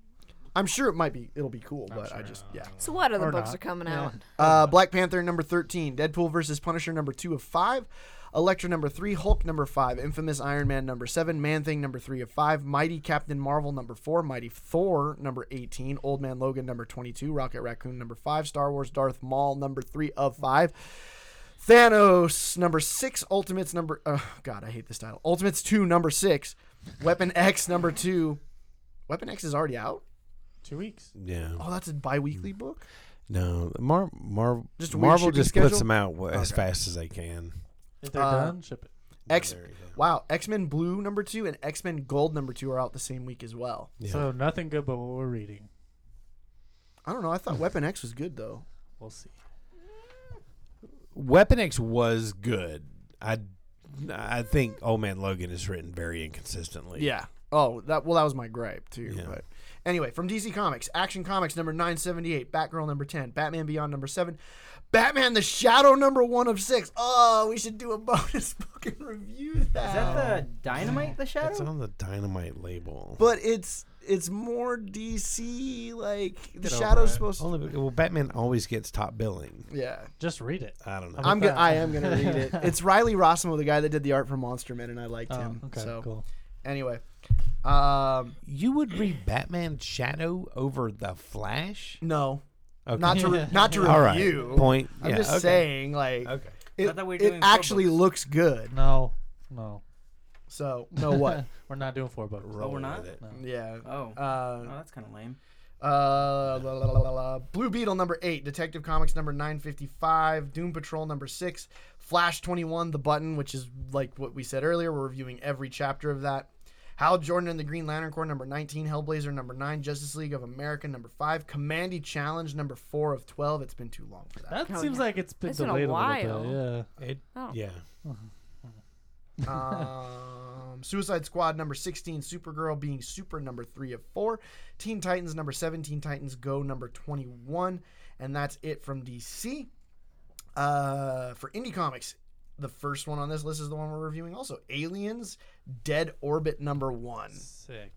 A: I'm sure it might be it'll be cool,
F: I'm
A: but I
F: sure.
A: just yeah.
B: so what other
F: Or
B: books
F: not.
B: are coming
F: Yeah.
B: out?
A: Uh, Black Panther number 13, Deadpool versus Punisher number 2 of 5, Elektra number 3, Hulk number 5, Infamous Iron Man number 7, Man Thing number 3 of 5, Mighty Captain Marvel number 4, Mighty Thor number 18, Old Man Logan number 22, Rocket Raccoon number 5, Star Wars Darth Maul number 3 of 5. Thanos number 6, Ultimates number uh, god, I hate this title. Ultimates 2 number 6, Weapon X number 2. Weapon X is already out?
F: Two weeks.
C: Yeah.
A: Oh, that's a bi-weekly book?
C: No, Mar- Mar-
A: Just a weird
C: Marvel
A: shipping
C: just puts
A: schedule?
C: them out wh- as
A: Okay.
C: fast as they can.
F: If they're
A: Uh,
F: done, ship it.
A: X
C: There you go.
A: Wow, X Men Blue number two and X Men Gold number two are out the same week as well.
C: Yeah.
F: So nothing good but what we're reading.
A: I don't know. I thought Weapon X was good though.
F: We'll see.
C: Weapon X was good. I I think Old Man Logan is written very inconsistently.
A: Yeah. Oh, that well, that was my gripe too.
C: Yeah.
A: But anyway, from DC Comics, Action Comics number nine seventy eight, Batgirl number ten, Batman Beyond number seven, Batman the Shadow number one of six. Oh, we should do a bonus book and review that.
E: Is that the dynamite? The shadow.
C: It's on the dynamite label.
A: But it's it's more DC like the
C: Get over
A: shadow's
C: it.
A: supposed to.
C: Only be- well, Batman always gets top billing.
A: Yeah,
F: Just read it.
C: I don't know.
F: I'm
A: I'm gonna
F: fan.
A: I am gonna read it. It's Riley Rossimo, the guy that did the art for Monster Men, and I liked
F: Oh,
A: him.
F: okay,
A: Um, so
F: cool.
A: anyway, um,
C: you would read Batman Shadow over the Flash?
A: no,
C: Okay.
A: not to re- not to
C: All right.
A: review.
C: Point.
A: I'm
C: yeah,
A: just
C: okay.
A: saying, like,
C: Okay.
A: it,
E: Not that we're
A: it
E: doing four
A: actually
E: books.
A: looks good.
F: No, no.
A: So no what?
F: We're not doing four books.
A: Oh,
C: Roll
E: we're not?
C: with it.
A: yeah.
E: Oh.
A: Uh,
E: Oh, that's kind of lame.
A: Uh, la, la, la, la, la. Blue Beetle number eight, Detective Comics number nine fifty five, Doom Patrol number six, Flash twenty one, The Button, which is like what we said earlier. We're reviewing every chapter of that. Hal Jordan and the Green Lantern Corps number nineteen, Hellblazer number nine, Justice League of America number five, Commandy Challenge number four of twelve. It's been too long for that.
F: That
B: Oh,
F: seems
B: yeah.
F: like it's been
B: It's been a
F: delayed
B: while.
F: little bit. Yeah.
C: It,
B: Oh.
C: Yeah.
A: um, Suicide Squad number 16, Supergirl being super number 3 of 4, Teen Titans number 17, Titans Go number 21, and that's it from DC. Uh, for indie comics, the first one on this list is the one we're reviewing also Aliens Dead Orbit number 1.
F: Sick.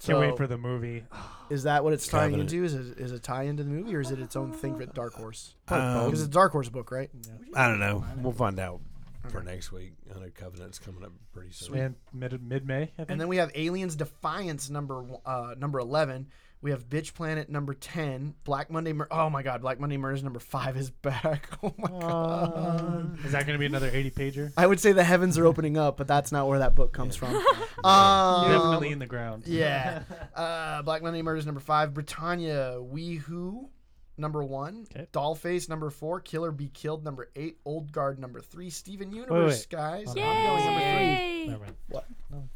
A: So-
F: Can't wait for the movie. Oh,
A: Is that what it's trying to
C: Covenant.
A: do? Is it, is it a tie into the movie or is it its own thing for Dark Horse?
C: Um,
A: Because it's a Dark Horse book, right?
C: I don't know. We'll find out for next week. I know Covenant's coming up pretty soon.
F: And mid mid May, I think.
A: And then we have Aliens Defiance number w- uh, number eleven. We have Bitch Planet number ten. Black Monday. Mur- oh my God! Black Monday Murders number five is back. Oh my God!
F: is that going to be another 80 pager?
A: I would say the heavens are opening up, but that's not where that book comes from. Um,
F: Definitely in the ground.
A: Yeah. Uh, Black Monday Murders number five. Britannia We Who number one.
F: 'Kay.
A: Dollface number four. Killer Be Killed number eight. Old Guard number three. Steven Universe
F: wait.
A: guys.
F: Hold on.
A: Ongoing number three.
B: Yay!
F: Never mind.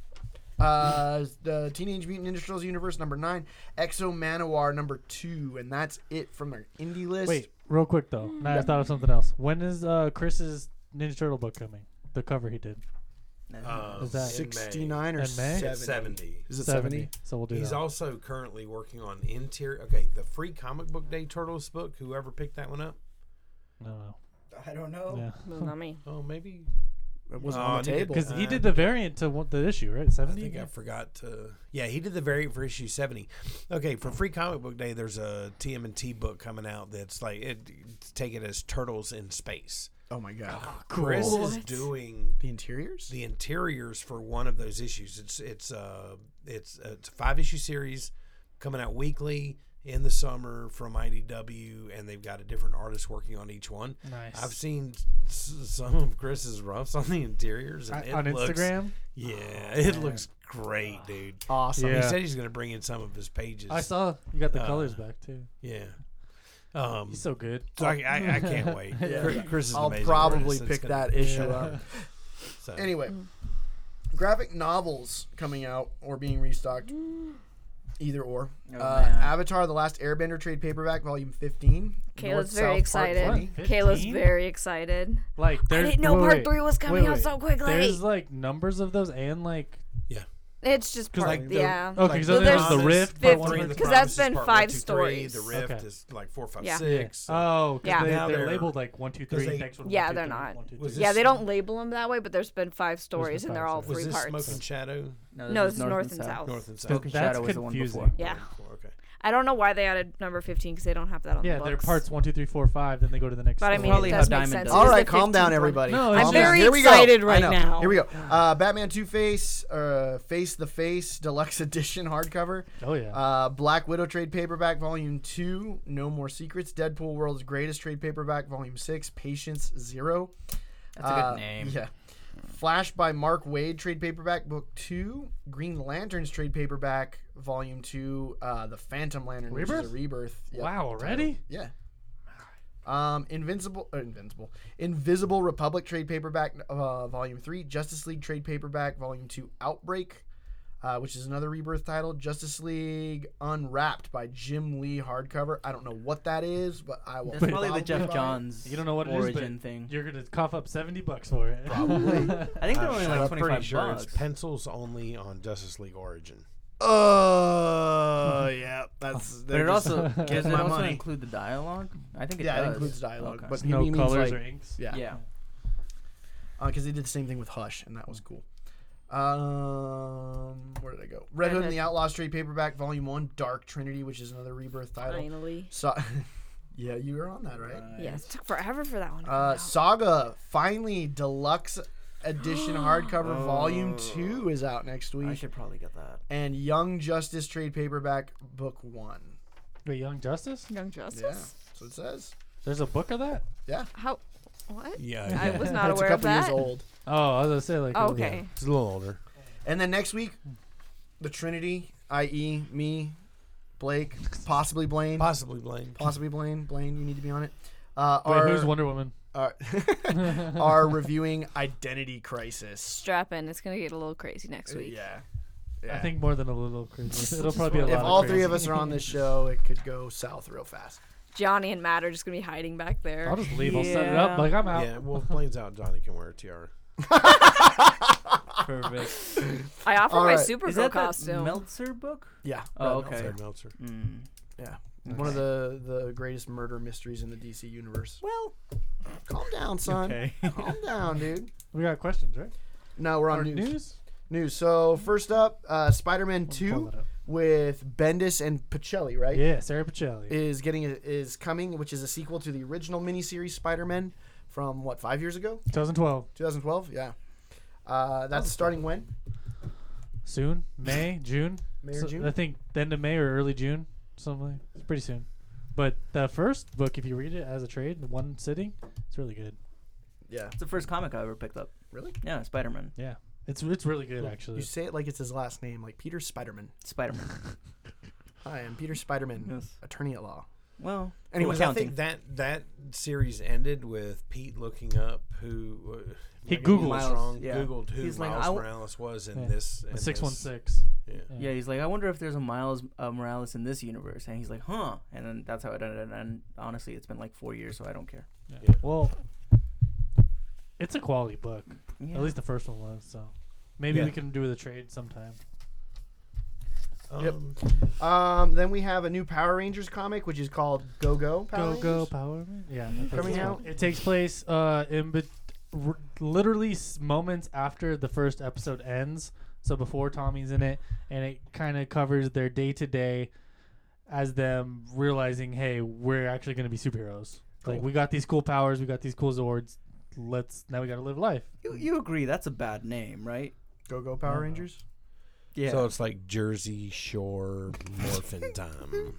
A: Uh, the Teenage Mutant Ninja Turtles universe number nine, Exo Manowar number two, and that's it from our indie list.
F: Wait, real quick though. Now I thought of something else. When is uh, Chris's Ninja Turtle book coming? The cover he did.
C: Um,
F: Is that-
A: sixty-nine or
F: In May?
A: seventy?
C: 70.
A: Is it seventy?
F: So we'll do
C: He's
F: that.
C: also currently working on interior. Okay, the free comic book day turtles book. Whoever picked that one up.
F: no,
E: I don't know.
F: no. Yeah.
B: Well, not me.
C: Oh, maybe.
A: It wasn't
C: Oh,
A: on
C: I
A: the
C: think it
A: table.
F: Because he
C: Uh,
F: did the variant to one, the issue, right?
C: I
F: 70?
C: think I forgot to. Yeah, he did the variant for issue seventy. Okay, for free comic book day, there's a TMNT book coming out that's like it. Take it as turtles in space.
A: Oh my god!
C: Chris is
B: What?
C: doing
A: The interiors?
C: the interiors for one of those issues. It's it's uh it's it's a five issue series coming out weekly in the summer from IDW, and they've got a different artist working on each one.
F: Nice.
C: I've seen s- some of Chris's roughs on the interiors and
F: I-
C: it
F: on
C: looks,
F: Instagram,
C: Yeah, it looks great, dude.
A: awesome.
C: He
F: Yeah.
C: said he's gonna bring in some of his pages.
F: I saw you got the
C: uh,
F: colors back too.
C: Yeah. Um,
F: He's so good.
C: so I, I, I can't wait. Chris- Chris is an
A: I'll
C: amazing
A: probably
C: artist. It's
A: pick
C: gonna-
A: that issue up.
C: so.
A: Anyway, graphic novels coming out or being restocked. Either or.
E: Oh,
A: uh,
E: man.
A: Avatar: The Last Airbender trade paperback, volume fifteen. North,
B: Kayla's
A: South,
B: very
A: Part
B: excited.
A: 20.
B: Kayla's
F: 15?
B: very excited.
F: Like
B: I
F: there's
B: didn't know
F: wait,
B: part
F: wait,
B: three was coming
F: wait,
B: out
F: wait.
B: so quickly.
F: There's like numbers of those and like
B: it's just
F: 'Cause,
B: part,
C: like, the-
B: yeah.
F: okay,
C: Like,
F: so
B: Well,
F: there's, the
B: there's
F: rift.
B: fifty-
F: part one,
B: Three
F: part
B: of
F: two.
B: because that's been
C: part
B: five
C: two, three,
B: stories.
C: The rift
F: Okay.
C: is like four, five,
B: Yeah.
C: six.
F: Oh, 'cause
B: Yeah.
F: They,
C: Now
F: they're,
C: they're-
F: labeled like one, two,
C: because
F: three.
C: they-
F: next one,
B: Yeah,
F: one, two,
B: they're
F: three,
B: not.
F: one, two,
C: Was
F: three.
B: yeah,
C: this-
B: they don't label them that way, but there's been five stories
F: been
B: and they're
F: five
B: all
F: stories.
C: Was
B: three
C: this
B: parts.
C: Smoke and Shadow?
E: No,
B: no,
E: this
B: this
E: is
B: is North and South.
C: North and South.
E: Smoke and
F: That's
E: Shadow was the one
F: confusing.
E: before.
B: Yeah.
C: Okay.
B: I don't know why they added number 15 because they don't have that on
F: Yeah,
B: the books.
F: they're parts one, two, three, four, five. Then they go to the next.
B: But I
F: story.
B: mean,
E: Probably
B: it
E: how
B: does make
E: Diamond
B: sense.
E: does
B: It
A: All
B: was
A: right,
B: the
A: calm
B: 15th
A: down,
B: one.
A: everybody.
F: No,
A: Calm
F: it's
B: I'm
A: down.
B: very
A: Here we go.
B: excited
A: I
B: right
A: know.
B: now.
A: Here we go. Uh, Batman Two Face, uh, Face the Face Deluxe Edition hardcover.
F: oh yeah.
A: Uh, Black Widow trade paperback volume two, No More Secrets. Deadpool World's Greatest trade paperback volume six, Patience Zero.
E: That's a good
A: Uh,
E: name.
A: Yeah. Flash by Mark Wade trade paperback book two, Green Lanterns trade paperback volume two, uh, The Phantom Lantern, which is
F: Rebirth?
A: a rebirth. Yep.
F: wow, already?
A: Yeah. Um, Invincible, uh, Invincible, Invisible Republic trade paperback uh, volume three, Justice League trade paperback volume two, Outbreak, uh, which is another rebirth title, Justice League Unwrapped by Jim Lee hardcover. I don't know what that is, but I will.
E: That's probably the
A: buy
E: Jeff
A: it.
E: Johns.
F: You don't know what it is,
E: origin
F: but
E: thing.
F: You're gonna cough up seventy bucks for it.
E: I think they're only like
C: I'm
E: twenty five
C: pretty sure
E: bucks.
C: it's pencils only on Justice League Origin.
A: Oh yeah, that's.
E: but it also does it
A: my
E: also
A: money.
E: include the dialogue? I think it
A: yeah,
E: does.
A: it includes dialogue,
E: Okay.
A: but he
F: no
A: means
F: colors
A: like,
F: or inks.
A: yeah,
E: yeah.
A: Uh, because they did the same thing with Hush, and that was cool. Um, where did I go? Red Hood and the Outlaw Street paperback, Volume One, Dark Trinity, which is another rebirth title.
B: Finally.
A: So, yeah, you were on that, right?
B: Yes, it took forever for that one. to come
A: Uh,
B: out.
A: Saga finally deluxe edition hardcover volume two is out next
E: I
A: week,
E: should probably get that.
A: and Young Justice trade paperback book one.
F: Wait, Young Justice?
B: Young
A: Yeah,
B: Justice?
A: so it says.
F: There's a book of that?
B: How? What?
C: Yeah,
B: I was not
A: But it's a
B: aware of
A: couple years
B: that.
A: old.
F: Oh, I was gonna say like.
B: Oh,
F: uh,
B: okay.
C: it's a little older.
A: And then next week, the Trinity, i.e., me, Blake, possibly Blaine,
C: Possibly Blaine.
A: possibly Blaine. Blaine, you need to be on it. Uh,
F: Wait,
A: are,
F: who's Wonder Woman?
A: are, are reviewing Identity Crisis.
B: Strap in. It's gonna get a little crazy next week.
A: Uh, Yeah. yeah.
F: I think more than a little crazy. It'll probably be a
A: if
F: lot.
A: all
F: of
A: three of
F: crazy.
A: us are on this show, it could go south real fast.
B: Johnny and Matt are just gonna be hiding back there.
F: I'll just leave. I'll set it up.
B: Yeah.
F: Like I'm out.
C: Yeah, well, if Blaine's out. Johnny can wear a tiara.
E: Perfect.
B: I offer
A: All
B: my
A: right.
B: Supergirl
E: Is that
B: costume.
E: that Meltzer book?
A: Yeah.
E: Oh,
A: Brad
E: okay.
A: Meltzer.
C: Fred Meltzer.
E: Mm.
A: One of the, the greatest murder mysteries in the DC universe.
E: Well,
A: Calm down, son.
E: okay.
A: Calm down, dude.
F: We got questions, right?
A: No, we're on
F: Or
A: news. news.
F: news? Oh,
A: So first up, uh, Spider-Man
F: Let me pull
A: Two
F: that up.
A: with Bendis and Pacelli, right?
F: Yeah, Sarah Pacelli.
A: Is getting is coming, which is a sequel to the original miniseries Spider-Man from what five years ago,
F: 2012.
A: 2012. Yeah. Uh, that's starting when?
F: Soon, May, June.
A: May or
F: So,
A: June?
F: I think the end of May or early June, something. Like, it's pretty soon. But the first book, if you read it as a trade, in one sitting, it's really good.
A: Yeah.
E: It's the first comic I ever picked up.
A: Really?
E: Yeah, Spider Man.
F: Yeah, it's it's really good
A: You
F: actually.
A: say it like it's his last name, like Peter Spiderman.
E: Spider Man.
A: Hi, I'm Peter Spiderman,
E: Yes.
A: attorney at law.
E: Well,
A: Anyways,
E: we're
C: I
E: counting.
C: think that that series ended with Pete looking up who uh,
F: He
C: am I gonna get
F: Googled.
C: this wrong,
E: Yeah.
C: Googled who
E: He's like,
C: Miles
E: I w-
C: Morales was in
F: Yeah.
C: this in
F: The six one
C: this-
F: six.
C: Yeah.
E: yeah, he's like, I wonder if there's a Miles uh, Morales in this universe, and he's like, huh, and then that's how it ended. And honestly, it's been like four years, so I don't care.
F: Yeah.
C: Yeah.
F: Well, it's a quality book.
E: Yeah.
F: At least the first one was. So maybe
C: Yeah.
F: we can do the trade sometime.
A: Yep.
C: Um,
A: Um, then we have a new Power Rangers comic, which is called Go Go Power
F: go go
A: Rangers. Mm-hmm.
F: Power Man. Yeah,
A: Coming
F: that's what it's
A: out.
F: called. It takes place uh in bet- r- literally s- moments after the first episode ends, so before Tommy's in it, and it kind of covers their day to day as them realizing, hey, we're actually going to be superheroes. Like
A: Cool.
F: we got these cool powers, we got these cool Zords. Let's now we got to live life.
E: You, you agree that's a bad name, right?
A: Go Go Power Rangers.
E: Yeah.
C: So it's like Jersey Shore Morphin Time.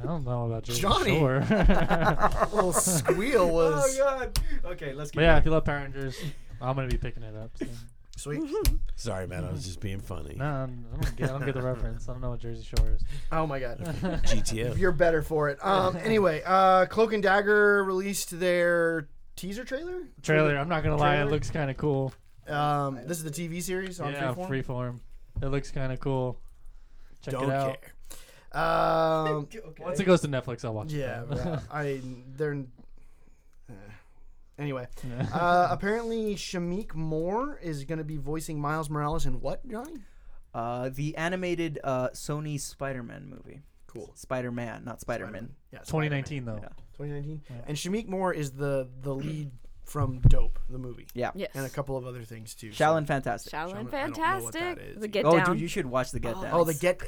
F: I don't know about Jersey
A: Johnny.
F: Shore. but
A: That little squeal was
E: God. Okay, let's
F: yeah, if you love Power Rangers, I'm gonna be picking it up. So.
A: sweet.
C: Sorry, man. I was just being funny.
F: No, I'm- I don't, get, I don't get the reference. I don't know what Jersey Shore is.
A: Oh my god.
C: GTF.
A: You're better for it. Um, anyway, uh, Cloak and Dagger released their teaser trailer.
F: Trailer. I'm not gonna lie. It
A: Trailer?
F: looks kind of cool.
A: Um, this is the TV series on
F: yeah,
A: Freeform.
F: freeform. It looks kind of cool. Check
C: Don't
F: it out.
C: care.
A: Um,
F: Once it goes to Netflix, I'll watch
A: yeah,
F: it.
A: yeah, I they're. eh. Anyway,
F: Yeah.
A: uh, apparently Shamik Moore is going to be voicing Miles Morales in what, Johnny?
E: Uh, the animated uh, Sony Spider Man movie.
A: Cool.
E: Spider Man, not Spider Man.
A: Yeah, Spider-Man.
F: 2019 though.
E: Yeah.
A: 2019.
F: Yeah.
A: And Shamik Moore is the the lead from Dope, the movie,
E: Yeah.
B: yes.
A: and a couple of other things too. so-
E: Shaolin Fantastic.
A: Shaolin-
B: Shaolin
A: I don't know what that
B: Fantastic.
A: is.
B: The Get
E: oh,
B: Down.
E: dude, you should watch the Get Down.
A: Oh, the Get.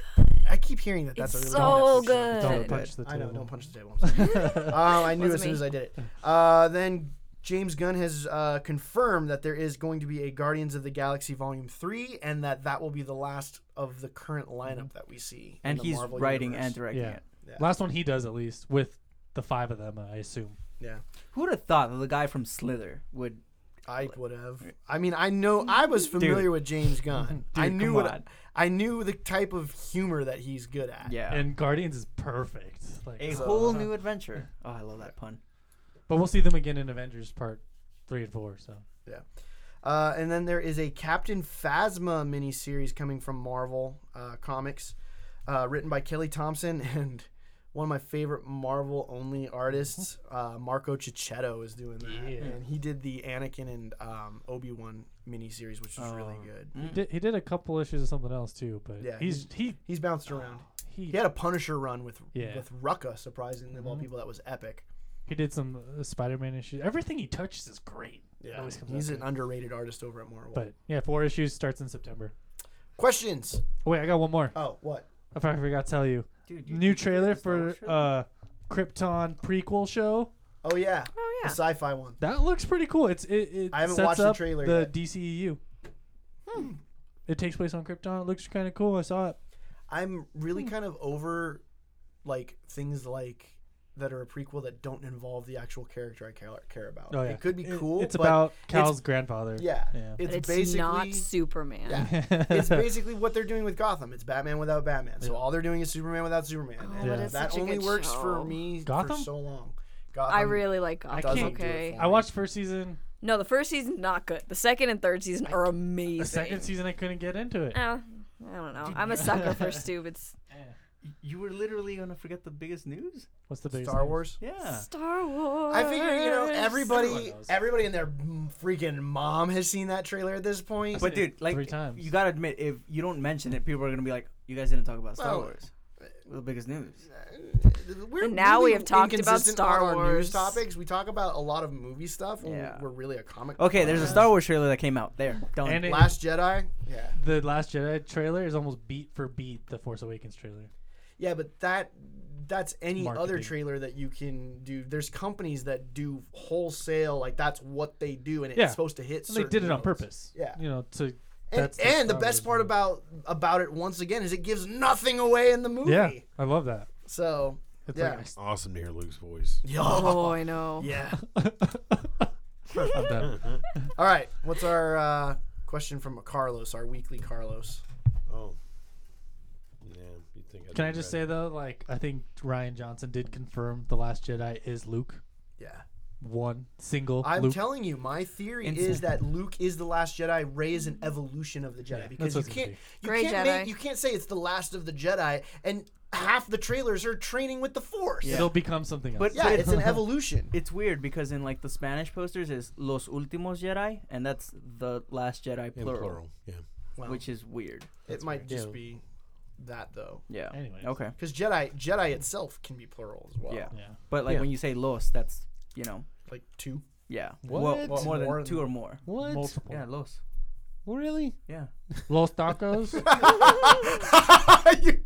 A: I keep hearing that. That's
B: It's
A: a really
B: so
A: good. episode.
B: good.
F: Don't
E: Good.
F: punch the
A: I know.
F: table.
A: Don't punch the table. I'm sorry. um, I knew
B: Wasn't
A: as soon
B: me.
A: as I did it. Uh, then James Gunn has uh, confirmed that there is going to be a Guardians of the Galaxy Volume Three, and that that will be the last of the current lineup that we see. in
E: Mm-hmm. and
A: the
E: he's
A: Marvel
E: writing
A: universe.
E: and directing
F: Yeah.
E: it.
F: Last one he does at least with the five of them. I assume.
A: Yeah,
E: Who would have thought that the guy from Slither would?
A: I would have. I mean, I know I was familiar
E: Dude.
A: with James Gunn. I
E: Dude,
A: knew
E: come
A: what
E: on.
A: I knew the type of humor that he's good at.
E: Yeah.
F: And Guardians is perfect. Like,
E: a
A: So-
E: whole new adventure. Oh, I love that pun.
F: but we'll see them again in Avengers Part three and four. So
A: Uh, and then there is a Captain Phasma miniseries coming from Marvel uh, Comics, uh, written by Kelly Thompson and one of my favorite Marvel only artists, uh, Marco Cicchetto, is doing that.
F: Yeah.
A: And he did the Anakin and um, Obi Wan miniseries, which is really
E: Oh.
A: good.
F: he did, he did a couple issues of something else too. But
A: Mm-hmm. Yeah,
F: he's he
A: He's bounced around.
F: he
A: He had a Punisher run with
F: Oh. Yeah. Mm-hmm.
A: with Rucka, surprisingly of all people. That was epic.
F: he did some uh, Spider Man issues. Everything he touches is great.
A: Yeah.
F: always comes
A: He's
F: out
A: an underrated artist over at Marvel.
F: But yeah, four issues starts in September.
A: Questions?
F: Oh, wait, I got one more.
A: Oh, what?
F: I probably forgot to tell you.
E: Dude, you-
F: New
E: you think
F: trailer
E: it's Star
F: for
E: Wars trailer?
F: uh, Krypton prequel show.
A: Oh yeah,
B: Oh
A: the
B: yeah.
A: sci-fi one.
F: That looks pretty cool. It's it, it
A: I haven't
F: sets
A: watched the
F: up
A: trailer
F: The
A: yet. Hmm.
F: DCEU. It takes place on Krypton. It looks kind of cool. I saw it.
A: I'm
B: Hmm.
A: really kind of over like things like that are a prequel that don't involve the actual character I care, care about.
F: Oh, yeah.
A: It could be
F: It-
A: cool.
F: it's
A: but
F: about
A: it's-
F: Cal's grandfather.
A: yeah.
F: Yeah.
A: It's,
B: But it's
A: basically
B: not Superman.
A: Yeah. it's basically what they're doing with Gotham. It's Batman without Batman. So all they're doing is Superman without Superman.
B: Oh,
A: And
F: but it's
A: That
B: such a
A: only
B: good
A: works
B: show.
A: for me
F: Gotham?
A: for so long. Gotham,
B: I really like Gotham.
F: can't do it
B: Okay.
A: for
F: I watched first season.
B: No, the first season's not good. The second and third season are amazing.
F: The second season, I couldn't get into it.
B: Oh, I don't know. I'm a sucker for stupid s-
E: You were literally gonna forget the biggest news.
F: What's the biggest
A: Star
F: news?
A: Wars.
E: Yeah.
B: Star Wars.
A: I figure you know
F: Everyone
A: everybody,
F: knows.
A: everybody and their m- freaking mom has seen that trailer at this point.
E: But dude, like
F: three times.
E: you gotta admit, if you don't mention it, people are gonna be like, "You guys didn't talk about Star
A: Well,
E: Wars." The biggest news.
A: we're
B: And now we
A: really
B: have talked about
A: inconsistent
B: Star
A: on our
B: Wars.
A: news topics. We talk about a lot of movie stuff. When
E: Yeah.
A: we're really a comic.
E: Okay, there's a Star Wars trailer that came out. There, done.
F: And it-
A: Last Jedi. Yeah,
F: The Last Jedi trailer is almost beat for beat the Force Awakens trailer.
A: yeah, but that that's any other
F: Marketing.
A: trailer that you can do. There's companies that do wholesale, like that's what they do, and it's
F: Yeah.
A: supposed to hit.
F: And they
A: certain
F: did it on
A: notes.
F: purpose.
A: Yeah.
F: You know, to
A: And,
F: that's
A: and the
F: Star
A: best
F: Wars
A: part
F: movie.
A: about about it once again is it gives nothing away in the movie.
F: Yeah, I love that.
A: So
F: It's
A: Yeah.
F: like I s-
C: Awesome to hear Luke's voice.
B: Oh, I know.
A: yeah.
F: I'm done.
A: All right. What's our uh, question from Carlos? Our weekly Carlos.
C: Oh. Yeah. You think I'd
F: Can I
C: be
F: just
C: ready.
F: say though, like I think Ryan Johnson did confirm the Last Jedi is Luke,
A: Yeah.
F: one single
A: I'm
F: Luke.
A: telling you, my theory
E: Insane.
A: is that Luke is the last Jedi. Ray is an evolution of the Jedi
F: that's
A: because you
F: what it's gonna
A: can't
F: be.
A: you
B: Grey
A: can't
B: Jedi.
A: make, you can't say it's the last of the Jedi and half the trailers are training with the Force.
F: It'll become something else.
E: But-
A: Yeah, it's an evolution.
E: it's weird because in like the Spanish posters is Los Últimos Jedi, and that's the Last Jedi
C: In
E: plural,
C: plural. Yeah.
A: Wow.
E: which is weird.
A: it might just
F: Yeah.
A: be that though,
E: Yeah.
F: Anyways.
E: Okay.
A: because Jedi Jedi itself can be plural as well.
E: Yeah.
F: yeah.
E: But like
C: Yeah.
E: when you say Los, that's you know,
A: like two.
E: yeah,
F: What?
E: Well, more than
A: More than-
E: two or more.
C: What?
F: Multiple.
E: Yeah, Los.
C: Really?
E: Yeah.
F: Los Tacos.
A: you,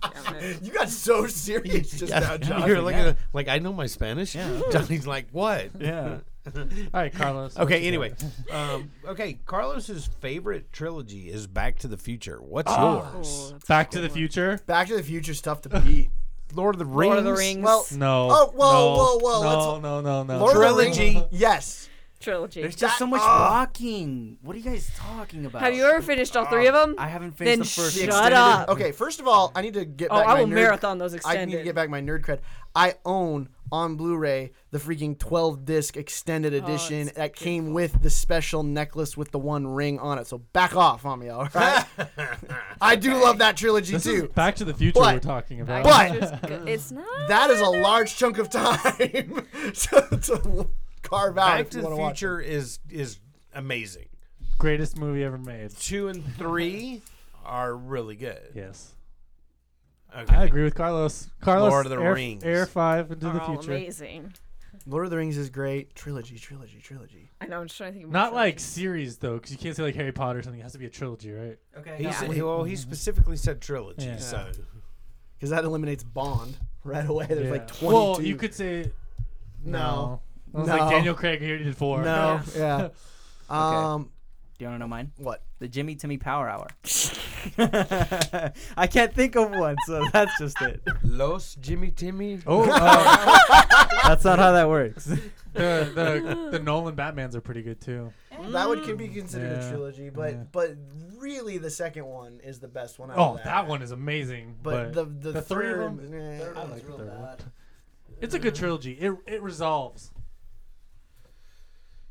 B: Damn it.
A: you got so serious just now, Josh.
C: You're like,
E: yeah.
C: a- like I know my Spanish. Johnny's like, what?
E: Yeah.
F: All right, Carlos. what
C: Okay.
F: you
C: Anyway,
F: got?
C: um, okay. Carlos's favorite trilogy is Back to the Future. What's
B: Oh,
C: yours?
B: that's
F: Back
B: a
F: to the
B: good one.
F: Future.
A: Back to the Future's tough to beat.
C: Lord of the Rings.
B: Lord of the Rings
A: Well,
F: No.
A: Oh, whoa,
F: no,
A: whoa, whoa,
F: No,
A: let's-
F: no, no, no.
A: Lord of the
C: Trilogy.
A: Rings- Yes.
B: trilogy.
E: There's just so
A: That-
E: much
A: ah.
E: walking. What are you guys talking about?
B: Oh. Have you ever finished all
A: Oh,
B: three of them?
E: I haven't finished
B: Then
E: the first.
B: shut
E: one.
A: Extended-
B: up.
A: Okay, first of all, I need to get
B: Oh,
A: back
B: I
A: my
B: will
A: nerd-
B: marathon those
A: I need to
B: extended.
A: get back my nerd cred. I own on Blu-ray the freaking 12 disc extended edition
B: Oh, it's
A: that came with the special necklace with the one ring on it. So back off on me, all right? I do love that trilogy
F: This is
A: too.
F: Back to the Future
A: But-
F: we're talking about.
A: But-
B: It's just good- it's not.
A: that is a large chunk of time to, to carve out.
C: Back
A: if
C: to
A: you
C: the
A: wanna watch it.
C: Future is is amazing.
F: greatest movie ever made.
C: Two and three are really good.
F: Yes.
C: Okay.
F: I agree with Carlos. Carlos
C: Lord of the
F: Air,
C: Rings.
F: Air 5 into
B: Are
A: Oh,
F: the
B: all
F: future.
B: amazing.
A: Lord of the Rings is great. Trilogy, trilogy, trilogy.
B: I know. I'm just trying to think. Of
F: Not
B: more
F: like
B: trilogies.
F: series though, because you can't say like Harry Potter or something. It has to be a trilogy, right?
E: Okay.
C: He
E: yeah.
C: said, well, he specifically said trilogy.
F: Yeah.
C: So
A: Because that eliminates Bond right away. There's like 22.
F: Well, you could say
A: No.
F: no. I was
A: No.
F: like Daniel Craig here did four.
A: No, yeah. Um,
E: Do you want to know mine?
A: what?
E: The Jimmy Timmy Power Hour. I can't think of one, so that's just it.
C: Los Jimmy Timmy.
F: Oh, uh,
E: That's not how that works.
F: the, the the Nolan Batmans are pretty good too.
A: That would can be considered a
F: Yeah,
A: trilogy, but
F: yeah.
A: but really the second one is the best one. Out
F: Oh,
A: of
F: that.
A: that.
F: one is amazing.
A: But,
F: But,
A: the the,
F: the three of
A: third,
F: them-
A: eh,
F: I like the third one. It's a good trilogy. It it resolves.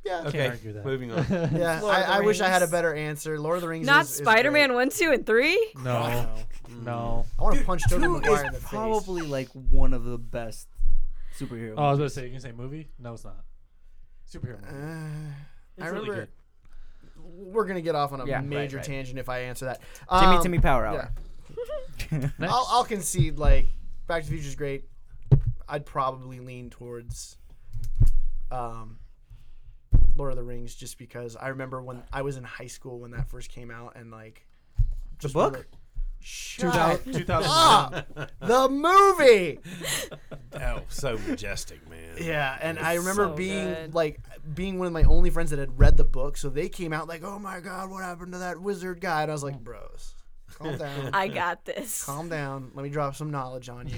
A: Yeah,
C: Okay,
F: Can't argue that.
C: moving on.
A: yeah.
B: Lord of the
A: I, I wish I had a
B: Rings.
A: better answer. Lord of the Rings.
B: Not
A: is, is
B: Spider-Man
A: great.
B: one, two, and three.
F: No, no.
A: I want to punch Tobey
E: Two
A: Maguire
E: is
A: in the face.
E: probably like one of the best superhero.
F: Oh, I was about to say you can say movie. No, it's not. Superhero movie.
A: Uh, I
F: really
A: remember. We're gonna get off on a
E: Yeah, right,
A: major
E: right.
A: tangent if I answer that.
E: Jimmy
A: Um,
E: Timmy Power
A: yeah.
E: Hour.
F: Next.
A: I'll, I'll concede. Like Back to the Future is great. I'd probably lean towards um, Lord of the Rings just because I remember when I was in high school when that first came out and like just
E: book?
A: really- Shut
F: 2000,
B: Oh.
F: 2001.
A: up! the movie.
C: Oh, so majestic, man.
A: Yeah, and I remember
B: so
A: being
B: good.
A: like being one of my only friends that had read the book, so they came out like, "Oh my god, what happened to that wizard guy?" And I was like, "Bros, calm down,
B: I got this.
A: calm down. Let me drop some knowledge on you."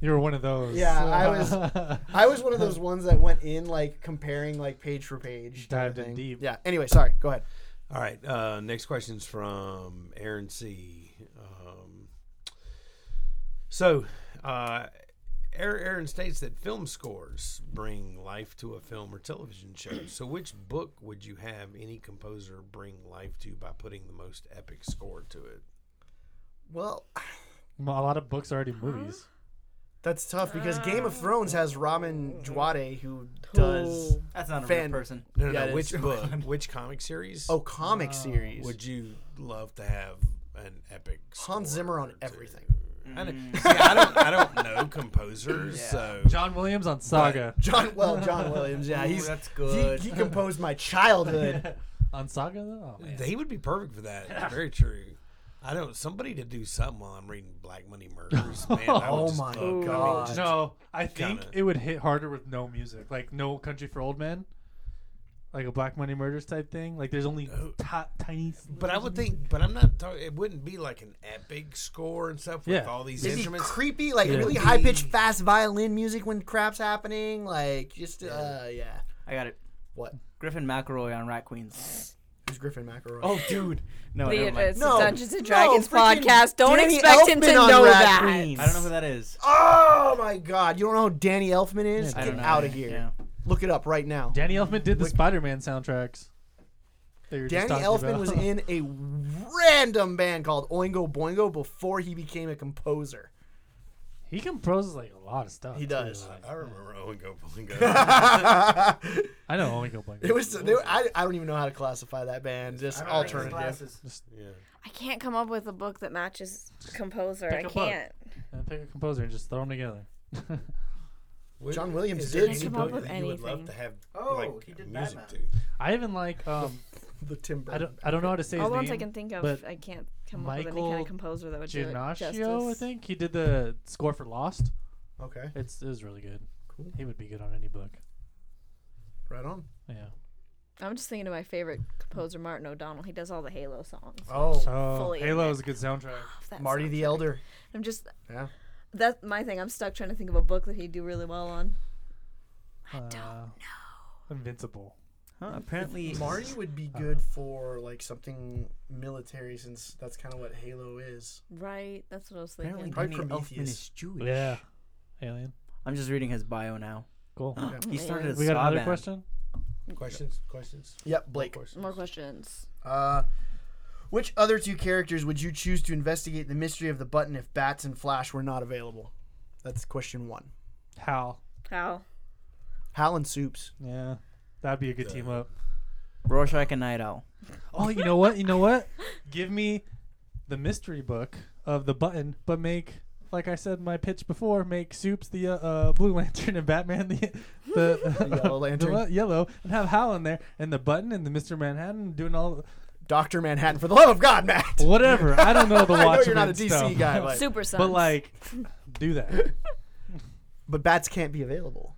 F: you were one of those.
A: Yeah, I was- I was one of those ones that went in like comparing like page for page. type of
F: Dived in
A: thing.
F: deep.
A: Yeah. Anyway, sorry. Go ahead.
C: All right. Uh, next question's from Aaron C. Um, so, uh, Aaron Aaron states that film scores bring life to a film or television show. So, which book would you have any composer bring life to by putting the most epic score to it?
A: Well,
F: a lot of books are already movies.
A: that's tough because Game of Thrones has Ramin Djawadi who does.
E: That's not a
A: Fan-
E: real person.
C: No, no,
A: Yeah, it
C: no.
A: is.
C: Which book? Which comic series?
A: Oh, comic series.
C: would you love to have an epic?
A: Hans
C: score
A: Zimmer on
C: to?
A: everything.
C: I don't, see, I don't. I don't know composers, so
F: John Williams on Saga.
A: John well, John Williams. Yeah, he's
E: that's
A: he,
E: good.
A: he composed my childhood.
F: on Saga, though? Oh, man.
C: They would be perfect for that. Very true. I don't. Somebody to do something while I'm reading Black Money Murders. Man, I would
A: Oh
C: just
A: my
C: love- I mean,
A: God.
C: just-
F: No, I think
C: kinda-
F: it would hit harder with no music, like no Country for Old Men, like a Black Money Murders type thing. Like there's only
C: Oh.
F: ti- tiny.
C: but I would think. But I'm not. Talk, it wouldn't be like an epic score and stuff with
F: Yeah.
C: all these
A: It'd be
C: instruments.
A: creepy, like
F: Yeah.
A: really
C: Would
A: high pitched,
C: be-
A: fast violin music when crap's happening. Like just uh, yeah.
E: I got it.
A: What?
E: Griffin McElroy on Rat Queens.
A: Who's Griffin McElroy?
E: Oh, dude. No,
B: The-
E: never
B: it's
E: mind.
A: No,
B: a Dungeons and
A: no,
B: Dragons
A: freaking
B: podcast. Don't
A: Danny
B: expect him to
A: Elfman on
B: know
A: Rat
B: that.
A: Queens.
E: I don't know who that is.
A: Oh my God! You don't know who Danny Elfman is?
E: I
A: Get
E: don't know.
A: out of here!
E: Yeah.
A: Look it up right now.
F: Danny Elfman did the Spider Man soundtracks. that you were just
A: Danny
F: talking
A: Elfman
F: about.
A: was in a random band called Oingo Boingo before he became a composer.
F: He composes like a lot of stuff.
A: He
F: too,
A: does.
F: like-
C: Uh, I remember Owen Go Bowling Go.
F: I know. Only go blank.
A: It was they were, I, I don't even know how to classify that band. Just alternative.
C: yeah.
B: I can't come up with a book that matches composer.
F: Pick
B: I
F: a book.
B: can't.
F: And pick a composer and just throw them together.
C: Would-
A: John Williams
C: is there
A: did
C: any
B: come up
C: book
B: with
C: that You would love
B: anything.
C: to have
E: Oh,
C: like
E: he did
C: music
E: Batman.
C: to.
F: I even like um
A: The Timber.
F: I don't I don't know how to say his
B: All the ones I
F: name.
B: can think of,
F: but
B: I can't come up with any kind
F: Michael
B: of composer that would do it
F: Giannaccio,
B: justice.
F: I think he did the score for Lost.
A: Okay,
F: It's it was really good.
A: Cool.
F: He would be good on any book.
A: right on.
F: Yeah.
B: I'm just thinking of my favorite composer, Martin O'Donnell. He does all the Halo songs.
A: Oh,
F: Oh,
B: Fully in
F: Halo
B: it.
F: is a good soundtrack.
B: That
A: Marty
B: sound-
A: the Elder.
B: I'm just.
A: Yeah.
B: That's my thing. I'm stuck trying to think of a book that he'd do really well on.
F: I don't know. Uh, Invincible.
E: Huh, apparently,
A: Marty would be good for like something military, since that's kind of what Halo is.
B: Right. That's what I was
E: apparently
B: thinking.
A: Probably
E: Danny Elfman
A: Prometheus.
E: is Jewish.
F: Yeah. Alien.
E: I'm just reading his bio now.
F: Cool.
E: He
B: Yeah.
E: started. A
F: we got
E: ska
F: another
E: band.
F: question.
C: Questions? Questions?
A: Yep, Blake.
C: Questions.
B: More questions.
A: Uh, which other two characters would you choose to investigate the mystery of the button if Bats and Flash were not available? That's question one.
F: Hal.
B: How?
A: Hal and Soups.
F: Yeah. That'd be a good team up.
E: Rorschach and Night Owl.
F: Oh, you know what? You know what? Give me the mystery book of the button, but make like I said in my pitch before, make Soups the uh, uh, Blue Lantern and Batman the the,
A: The Yellow Lantern.
F: the yellow, and have Hal in there and the button and the Mister Manhattan doing all
A: Doctor Manhattan, for the love of God, Matt.
F: whatever. I don't know the
A: I know
F: Watchmen
A: you're not a DC
F: stuff.
A: guy, but
B: Super Sons.
F: but like do that.
A: but Bats can't be available.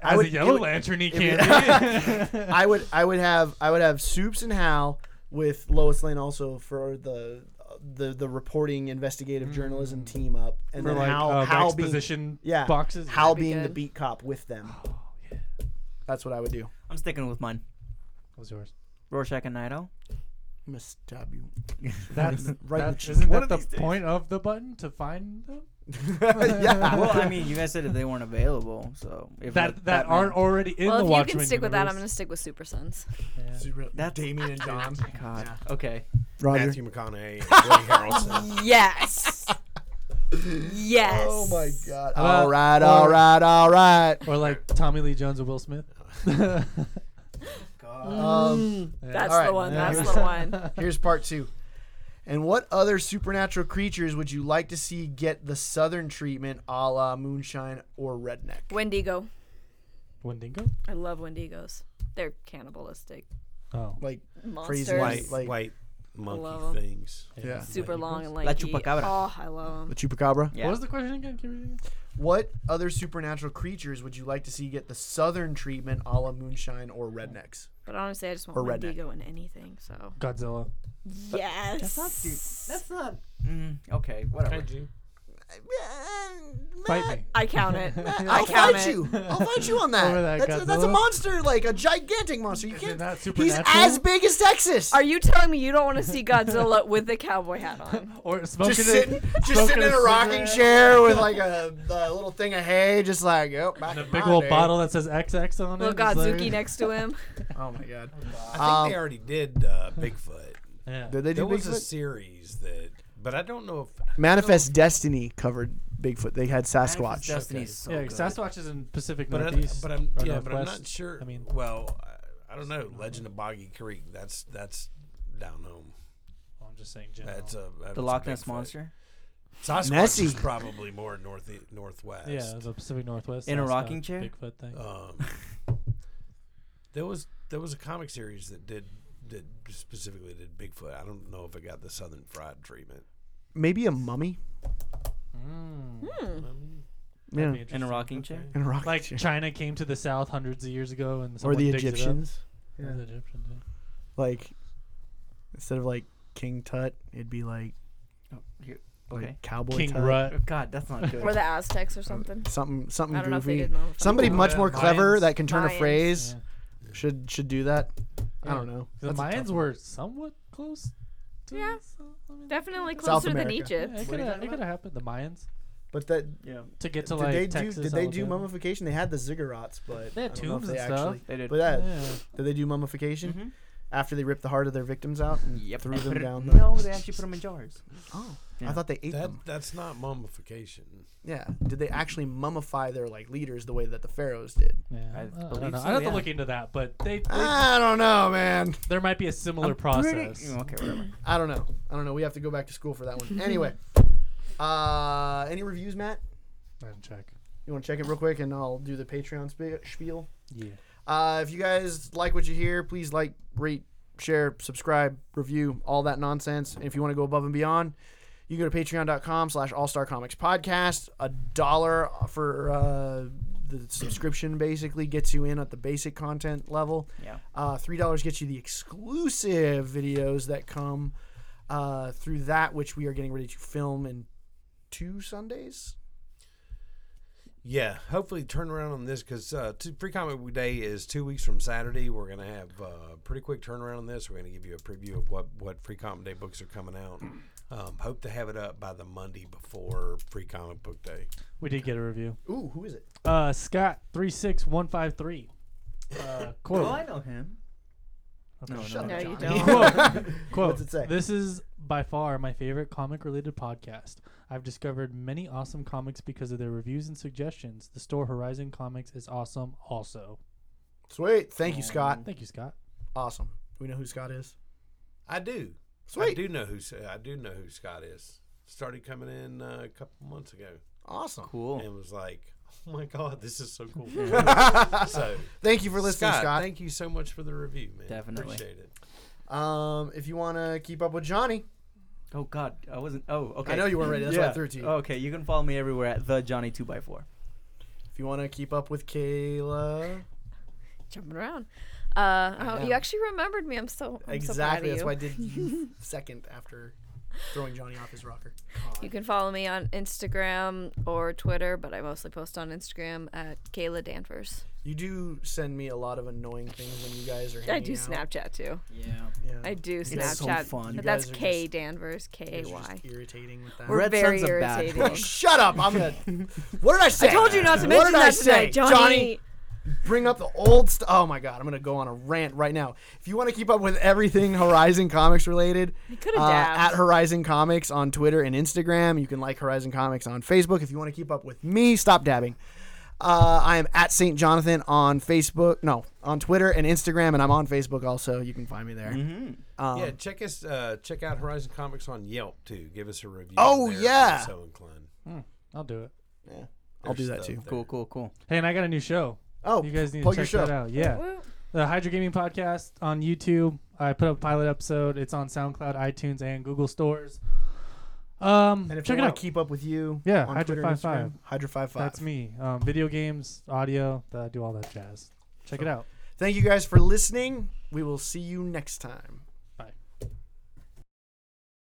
F: As
A: would-
F: a Yellow
A: it would-
F: Lantern, he
A: it
F: can't. be.
A: I would I would have I would have Soups and Hal with Lois Lane also for the the the reporting investigative journalism team up and
F: Mm. for
A: then
F: like
A: Hal,
F: uh,
A: Hal being
F: exposition
A: yeah
F: boxes.
A: Hal
B: That'd be
A: being the
B: good.
A: beat cop with them. Oh, That's what I would do.
E: I'm sticking with mine.
F: What was yours?
E: Rorschach and Night Owl.
A: I'm gonna stab you.
F: That's
A: Right in the
F: that,
A: chin.
F: isn't
E: One
F: that
E: of
F: the
E: these days.
F: point of the button to find them?
A: yeah.
E: well, I mean, you guys said if they weren't available, so if
F: that
E: like,
F: that, aren't already in
B: well,
F: the
B: if you
F: Watchmen
B: can stick with that, I'm going
F: universe.
B: to stick with Super Sons.
E: That's-
A: Damien and John.
E: God.
A: Yeah.
E: Okay.
A: Roger.
C: Matthew McConaughey. and Woody Harrelson.
B: Yes. yes.
A: Oh my God.
F: How about-
A: All right. All
F: or-
A: right. All right.
F: Or like Tommy Lee Jones and Will Smith.
B: Mm.
A: Um,
B: That's
A: All right.
B: the one.
A: Yeah.
B: That's the one.
A: here's part two. And what other supernatural creatures would you like to see get the southern treatment, a la moonshine or redneck?
B: Wendigo.
F: Wendigo.
B: I love Wendigos. They're cannibalistic
F: Oh,
A: like
B: monsters.
A: Crazy
C: white,
A: There's- like-
C: white
B: Love 'em.
C: monkey things.
A: yeah.
B: Super long and
E: La
B: lanky.
E: chupacabra.
B: Oh, I love
A: The
B: them.
A: chupacabra.
E: Yeah.
F: What was the question again? Can you read it again?
A: What other supernatural creatures would you like to see get the southern treatment, a la moonshine or rednecks?
B: But honestly, I just want
A: Or
B: Wendigo in anything. So
F: Godzilla.
B: yes.
E: That's not. Too, that's not. Mm, okay. Whatever.
C: Kaiju.
B: Uh,
F: Fight me.
B: I count it.
A: I'll
B: I count
A: fight
B: it.
A: you. I'll fight you on
F: Over that
A: that. That's a, that's a
F: Godzilla?
A: monster, like a gigantic monster. You
F: Is it
A: can't.
F: not
A: He's
F: supernatural?
A: as big as Texas.
B: Are you telling me you don't want to see Godzilla with the cowboy hat on?
F: Or smoking
A: just
F: a-
A: sitting, just
F: smoking
A: sitting in a rocking
F: cigarette.
A: chair with like a, a little thing of hay, just like yep. back
F: And a
A: in
F: big
A: my
F: old
A: day.
F: bottle that says XX on it.
B: Little
F: It's like-
B: Godzuki next to him.
A: Oh my god.
C: I think
A: Um,
C: they already did uh, Bigfoot.
F: Yeah.
A: Did they
C: There
A: do
C: was a
A: Bigfoot?
C: series that, but I don't know if I don't
A: Manifest Destiny covered Bigfoot. They had
E: Manifest
A: Sasquatch.
E: Destiny is so
F: yeah,
E: good.
F: Sasquatch is in Pacific
C: But, I,
F: Northeast.
C: but I'm
F: or
C: yeah, but I'm
F: Northwest.
C: not sure.
F: I mean,
C: well, I, I don't know. Legend of Boggy Creek. That's that's down home.
F: well, I'm just saying. General.
C: That's a that's
E: the
C: a
E: Loch Ness
C: Bigfoot.
E: monster
C: Sasquatch
A: Nessie.
C: is probably more north northwest.
F: yeah, the Pacific Northwest.
E: In a
F: Sasquatch,
E: rocking chair?
F: Bigfoot thing.
A: Oh.
C: Um, there was there was a comic series that did that specifically did Bigfoot. I don't know if it got the Southern Fried treatment.
A: Maybe a mummy.
F: Mm.
A: Yeah.
F: That'd be
E: in a
F: interesting.
E: rocking chair.
A: In a rocking
F: Like
A: chair.
F: China came to the South hundreds of years ago, and
A: or
F: someone
A: the
F: digs it up.
A: Egyptians.
F: Or the Egyptians, yeah.
A: Like instead of like King Tut, it'd be like,
E: Oh, here-
A: like
E: Okay.
A: Cowboy
F: King
A: Tut.
F: Rut.
E: God, that's not good.
B: Or the Aztecs or something.
A: Something something
B: I don't know if they
A: goofy.
B: did know.
A: Somebody
C: Oh,
A: much
C: yeah,
A: more clever
C: Mayans.
A: that can turn a
B: Mayans.
A: phrase
F: Yeah.
A: should should do that. I
F: Yeah.
A: don't know.
F: The
A: That's a tough
F: Mayans
A: one.
F: were somewhat close. To
B: Yeah.
F: South- I mean,
B: Definitely
A: South
B: closer than
A: America.
F: Yeah,
B: Egypt.
F: it
E: What
F: could
E: are you
F: have
E: talking
F: it could have happened. The Mayans
A: But that
E: yeah,
F: to get to
A: did
F: like
A: they
F: Texas.
A: do did they do
F: Alabama.
A: mummification? They had the ziggurats, but
F: They had
A: I don't know if
F: tombs
A: they
F: and stuff. Mm-hmm.
A: actually-
E: they did.
A: But that
F: Yeah.
A: did they do mummification
E: Mhm.
A: after they ripped the heart of their victims out and
E: Yep.
A: threw
E: and
A: them
E: put it-
A: down? The,
E: No, they actually put them in jars.
A: Oh,
E: Yeah.
A: I thought they ate
C: That
A: them.
C: that's not mummification.
A: Yeah. Did they actually mummify their like leaders the way that the pharaohs did?
F: Yeah,
E: I
F: I, don't
E: believe
F: know.
E: so,
F: I'd have
E: yeah.
F: to look into that, but they, they-
A: I don't know, man.
F: there might be a similar
E: I'm pretty-
F: process.
E: Mm, okay, whatever.
A: I don't know. I don't know. We have to go back to school for that one. Anyway, uh, any reviews, Matt?
F: I didn't check.
A: You want to check it real quick, and I'll do the Patreon spe- spiel.
F: Yeah.
A: Uh, if you guys like what you hear, please like, rate, share, subscribe, review, all that nonsense. And if you want to go above and beyond, you can go to patreon.com slash all star comics podcast. A dollar for uh, the subscription basically gets you in at the basic content level.
E: Yeah.
A: Uh, Three dollars gets you the exclusive videos that come uh, through that, which we are getting ready to film in two Sundays.
C: Yeah, hopefully turn around on this because uh, t- free comic book day is two weeks from Saturday. We're gonna have uh, pretty quick turnaround on this. We're gonna give you a preview of what what free comic day books are coming out. Um, hope to have it up by the Monday before free comic book day.
F: We did get a review.
A: Ooh, who is it?
F: Uh, Scott three six one five three. Uh,
E: Oh,
F: quote.
E: I know him.
F: Oh,
E: No, no,
A: Shut
E: no.
A: up,
B: you
A: Johnny.
B: don't.
F: quote. quote.
A: What's it say?
F: This is by far my favorite comic related podcast. I've discovered many awesome comics because of their reviews and suggestions. The store Horizon Comics is awesome. Also,
A: Sweet. Thank you, Scott.
F: thank you, Scott.
A: Awesome. Do we know who Scott is?
C: I do. I
A: Sweet.
C: do know who S- I do know who Scott is. Started coming in uh, a couple months ago
A: Awesome.
E: Cool.
C: and was like, "Oh my god, this is so cool." so
A: Thank you for listening, Scott.
C: thank you so much for the review, man.
E: Definitely.
C: appreciate it.
A: Um, if you want to keep up with Johnny,
E: Oh God, I wasn't. Oh, okay.
A: I know you weren't ready. That's why I
E: yeah. Oh,
A: threw it to you.
E: Okay, you can follow me everywhere at the Johnny Two x Four.
A: if you want to keep up with Kayla,
B: Jumping around. Uh, oh,
A: know.
B: you actually remembered me. I'm so I'm so proud of
A: exactly.
B: you.
A: that's why I did you second after throwing Johnny off his rocker.
B: You can follow me on Instagram or Twitter, but I mostly post on Instagram at Kayla Danvers.
A: You do send me a lot of annoying things when you guys are.
B: I
A: Hanging
B: do
A: out.
B: Snapchat too.
E: Yeah.
A: Yeah.
B: I do
E: so
B: Snapchat.
E: fun. You
B: But that's
A: guys are
B: K
A: just-
B: Danvers, K
A: It's
B: A
A: just
B: Y.
A: irritating with that.
B: We're
E: Red
B: very
E: Son's a bad
B: irritating.
A: Shut up! I'm gonna. What did I say?
B: I told you not to
A: What
B: mention
A: did I
B: that today,
A: say?
B: Johnny.
A: bring up the old stuff. Oh my god, I'm gonna go on a rant right now. If you want to keep up with everything Horizon Comics related,
B: coulda
A: uh,
B: dabbed.
A: at Horizon Comics on Twitter and Instagram. You can like Horizon Comics on Facebook. If you want to keep up with me, stop dabbing. Uh, I am at Saint Jonathan on Facebook. No, on Twitter and Instagram, and I'm on Facebook also. You can find me there. Um,
C: yeah, check us. Uh, check out Horizon Comics on Yelp too. Give us a review.
A: Oh,
C: there if
A: yeah.
C: you're So inclined.
F: I'll do it.
A: I'll do
C: There's
A: that
C: stuff
A: too.
C: there.
E: Cool, cool, cool.
F: Hey, and I got a new show.
A: Oh,
F: You guys need to
A: plug
F: check
A: your show.
F: that out. Yeah.
B: Woo.
F: the Hydra Gaming Podcast on YouTube. I put up a pilot episode. It's on SoundCloud, iTunes, and Google stores. Um,
A: And if
F: check
A: you
F: it
A: want
F: out.
A: to keep up with you,
F: Yeah,
A: on
F: Hydra
A: Twitter and
F: 55.
A: Instagram, Hydra five five.
F: That's me. Um, video games, audio, uh, do all that jazz. Check it out.
A: Thank you guys for listening. We will see you next time.